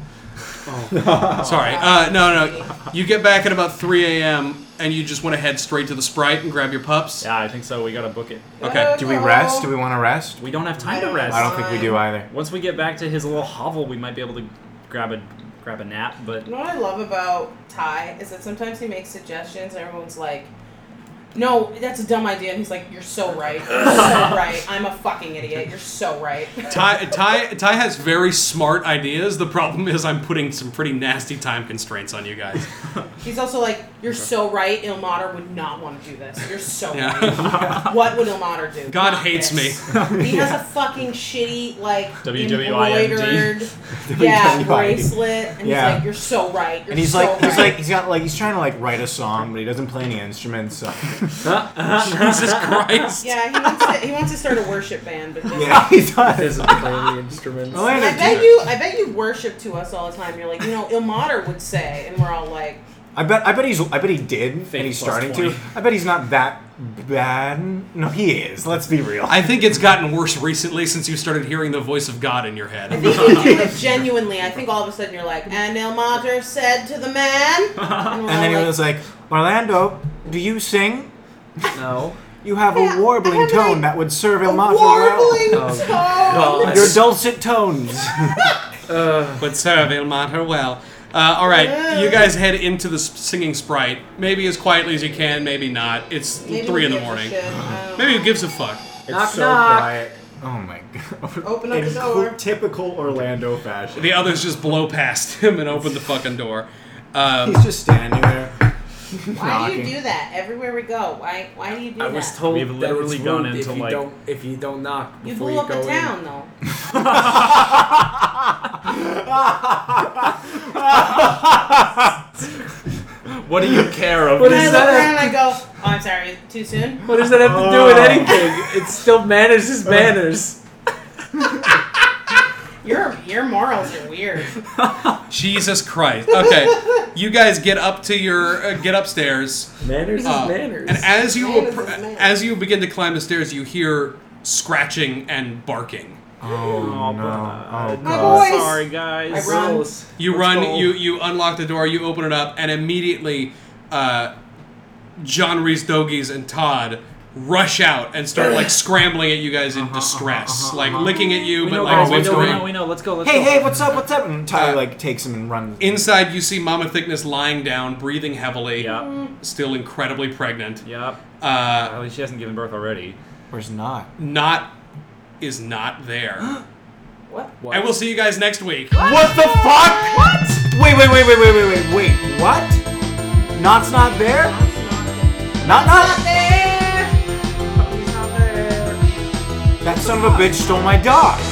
[SPEAKER 4] Oh.
[SPEAKER 2] Sorry. Uh, no, no. You get back at about 3 a.m. and you just want to head straight to the Sprite and grab your pups.
[SPEAKER 5] Yeah, I think so. We gotta book it.
[SPEAKER 2] Okay.
[SPEAKER 6] Do we rest? Do we want to rest?
[SPEAKER 5] We don't have time to
[SPEAKER 4] Yeah.
[SPEAKER 5] rest.
[SPEAKER 6] I don't think we do either.
[SPEAKER 5] Once we get back to his little hovel, we might be able to grab a grab a nap. But
[SPEAKER 4] You know what I love about Ty is that sometimes he makes suggestions and everyone's like, no, that's a dumb idea. And he's like, you're so right. You're so right. I'm a fucking idiot. You're so right.
[SPEAKER 2] Ty, Ty, Ty has very smart ideas. The problem is I'm putting some pretty nasty time constraints on you guys.
[SPEAKER 4] He's also like, you're so right. Ilmater would not want to do this. You're so
[SPEAKER 2] Yeah.
[SPEAKER 4] right. What would Ilmater do?
[SPEAKER 2] God
[SPEAKER 4] Not
[SPEAKER 2] hates
[SPEAKER 4] this. He has a fucking shitty, like,
[SPEAKER 5] WWIMD.
[SPEAKER 4] embroidered, yeah,
[SPEAKER 6] WWIMD.
[SPEAKER 4] bracelet. And
[SPEAKER 6] Yeah.
[SPEAKER 4] he's like, you're so right. You're
[SPEAKER 6] And he's
[SPEAKER 4] so
[SPEAKER 6] like,
[SPEAKER 4] right.
[SPEAKER 6] he's like, he's got like, he's trying to like write a song, but he doesn't play any instruments. So.
[SPEAKER 2] Jesus Christ.
[SPEAKER 4] yeah, he wants, to, he wants to start a worship band, but just
[SPEAKER 6] yeah, he does.
[SPEAKER 7] Physically play the instruments.
[SPEAKER 6] Well, I
[SPEAKER 4] I
[SPEAKER 6] do
[SPEAKER 4] bet
[SPEAKER 6] that.
[SPEAKER 4] you, I bet you worship to us all the time. You're like, you know, Ilmater would say, and we're all like,
[SPEAKER 6] I bet, I bet he's, I bet he did,
[SPEAKER 5] Fake
[SPEAKER 6] and he's
[SPEAKER 5] plus
[SPEAKER 6] starting
[SPEAKER 5] 20.
[SPEAKER 6] to. I bet he's not that bad. No, he is. Let's be real.
[SPEAKER 2] I think it's gotten worse recently since you started hearing the voice of God in your
[SPEAKER 4] I
[SPEAKER 2] head.
[SPEAKER 4] think you do it genuinely. I think all of a sudden you're like, and Ilmater said to the man, and, we're
[SPEAKER 6] and
[SPEAKER 4] all
[SPEAKER 6] then
[SPEAKER 4] like,
[SPEAKER 6] he was like, Orlando, do you sing?
[SPEAKER 7] No.
[SPEAKER 6] You have
[SPEAKER 4] Yeah, I
[SPEAKER 6] a warbling
[SPEAKER 4] have,
[SPEAKER 6] tone
[SPEAKER 4] like,
[SPEAKER 6] that would serve
[SPEAKER 4] "A
[SPEAKER 6] Ilmater well.
[SPEAKER 4] warbling
[SPEAKER 3] Um,
[SPEAKER 7] Oh,
[SPEAKER 4] tongue."
[SPEAKER 7] God.
[SPEAKER 6] Your dulcet tones.
[SPEAKER 7] Uh,
[SPEAKER 2] But Sarah Vilmater, well. Uh, all right, you guys head into the s- singing sprite. Maybe as quietly as you can, maybe not. It's
[SPEAKER 4] Maybe
[SPEAKER 2] three
[SPEAKER 4] who
[SPEAKER 2] in the
[SPEAKER 4] gives a
[SPEAKER 2] morning.
[SPEAKER 4] shit? I don't
[SPEAKER 2] Maybe
[SPEAKER 4] know.
[SPEAKER 2] who gives a fuck?
[SPEAKER 6] It's
[SPEAKER 7] Knock,
[SPEAKER 6] so
[SPEAKER 7] knock.
[SPEAKER 6] quiet. Oh my god.
[SPEAKER 4] Open up
[SPEAKER 6] In
[SPEAKER 4] the door.
[SPEAKER 6] cl- Typical Orlando fashion.
[SPEAKER 2] The others just blow past him and open the fucking door. Um,
[SPEAKER 6] He's just standing there.
[SPEAKER 4] Why do you
[SPEAKER 6] knocking.
[SPEAKER 4] do that everywhere we go? Why? Why do you do
[SPEAKER 3] I
[SPEAKER 4] that?
[SPEAKER 3] was told
[SPEAKER 5] We've
[SPEAKER 3] that
[SPEAKER 5] literally
[SPEAKER 3] it's rude
[SPEAKER 5] gone
[SPEAKER 3] if
[SPEAKER 5] into,
[SPEAKER 3] you
[SPEAKER 5] like-
[SPEAKER 3] don't if you don't knock
[SPEAKER 4] you
[SPEAKER 3] before
[SPEAKER 4] blew
[SPEAKER 3] you
[SPEAKER 4] up
[SPEAKER 3] go
[SPEAKER 4] a
[SPEAKER 3] in.
[SPEAKER 4] town, though.
[SPEAKER 5] what do you care of?
[SPEAKER 7] What
[SPEAKER 4] And I
[SPEAKER 7] is
[SPEAKER 4] look
[SPEAKER 7] that?
[SPEAKER 4] around and I go, "Oh, I'm sorry, too soon."
[SPEAKER 7] What does that have to do with
[SPEAKER 5] Oh.
[SPEAKER 7] anything? It still manners is manners.
[SPEAKER 4] Your your morals are weird.
[SPEAKER 2] Jesus Christ. Okay, you guys get up to your uh, get upstairs.
[SPEAKER 7] Manners
[SPEAKER 2] Uh,
[SPEAKER 7] is manners.
[SPEAKER 2] And as you
[SPEAKER 4] Manners is
[SPEAKER 2] appro-
[SPEAKER 4] manners.
[SPEAKER 2] as you begin to climb the stairs, you hear scratching and barking.
[SPEAKER 6] Oh, no. Oh,
[SPEAKER 5] God.
[SPEAKER 4] My
[SPEAKER 6] God.
[SPEAKER 4] boys.
[SPEAKER 5] Sorry, guys.
[SPEAKER 4] I run.
[SPEAKER 7] Rules.
[SPEAKER 2] You
[SPEAKER 7] Let's
[SPEAKER 2] run.
[SPEAKER 7] go.
[SPEAKER 2] You you unlock the door. You open it up, and immediately, uh, John Reese Dogies and Todd rush out and start like scrambling at you guys
[SPEAKER 5] Uh-huh,
[SPEAKER 2] in distress, like licking at you,
[SPEAKER 5] We
[SPEAKER 2] but
[SPEAKER 5] know,
[SPEAKER 2] like
[SPEAKER 5] guys, we
[SPEAKER 2] what's
[SPEAKER 5] know, we know,
[SPEAKER 2] going.
[SPEAKER 5] we know. Let's go. Let's
[SPEAKER 6] Hey,
[SPEAKER 5] go.
[SPEAKER 6] hey, what's up? What's up? And Tyler
[SPEAKER 2] Uh,
[SPEAKER 6] like takes him and runs.
[SPEAKER 2] Inside, you see Mama Thickness lying down, breathing heavily,
[SPEAKER 5] Yep.
[SPEAKER 2] still incredibly pregnant.
[SPEAKER 5] Yep.
[SPEAKER 2] Uh,
[SPEAKER 5] At least she hasn't given birth already.
[SPEAKER 6] Where's not?
[SPEAKER 2] not is not there.
[SPEAKER 4] What?
[SPEAKER 2] and we'll see you guys next week.
[SPEAKER 6] What the fuck? What? Wait, wait, wait, wait, wait, wait, wait, wait. What? Not's not there?
[SPEAKER 4] Not
[SPEAKER 6] Not not.
[SPEAKER 4] there. He's not there.
[SPEAKER 6] That son of a bitch stole my dog.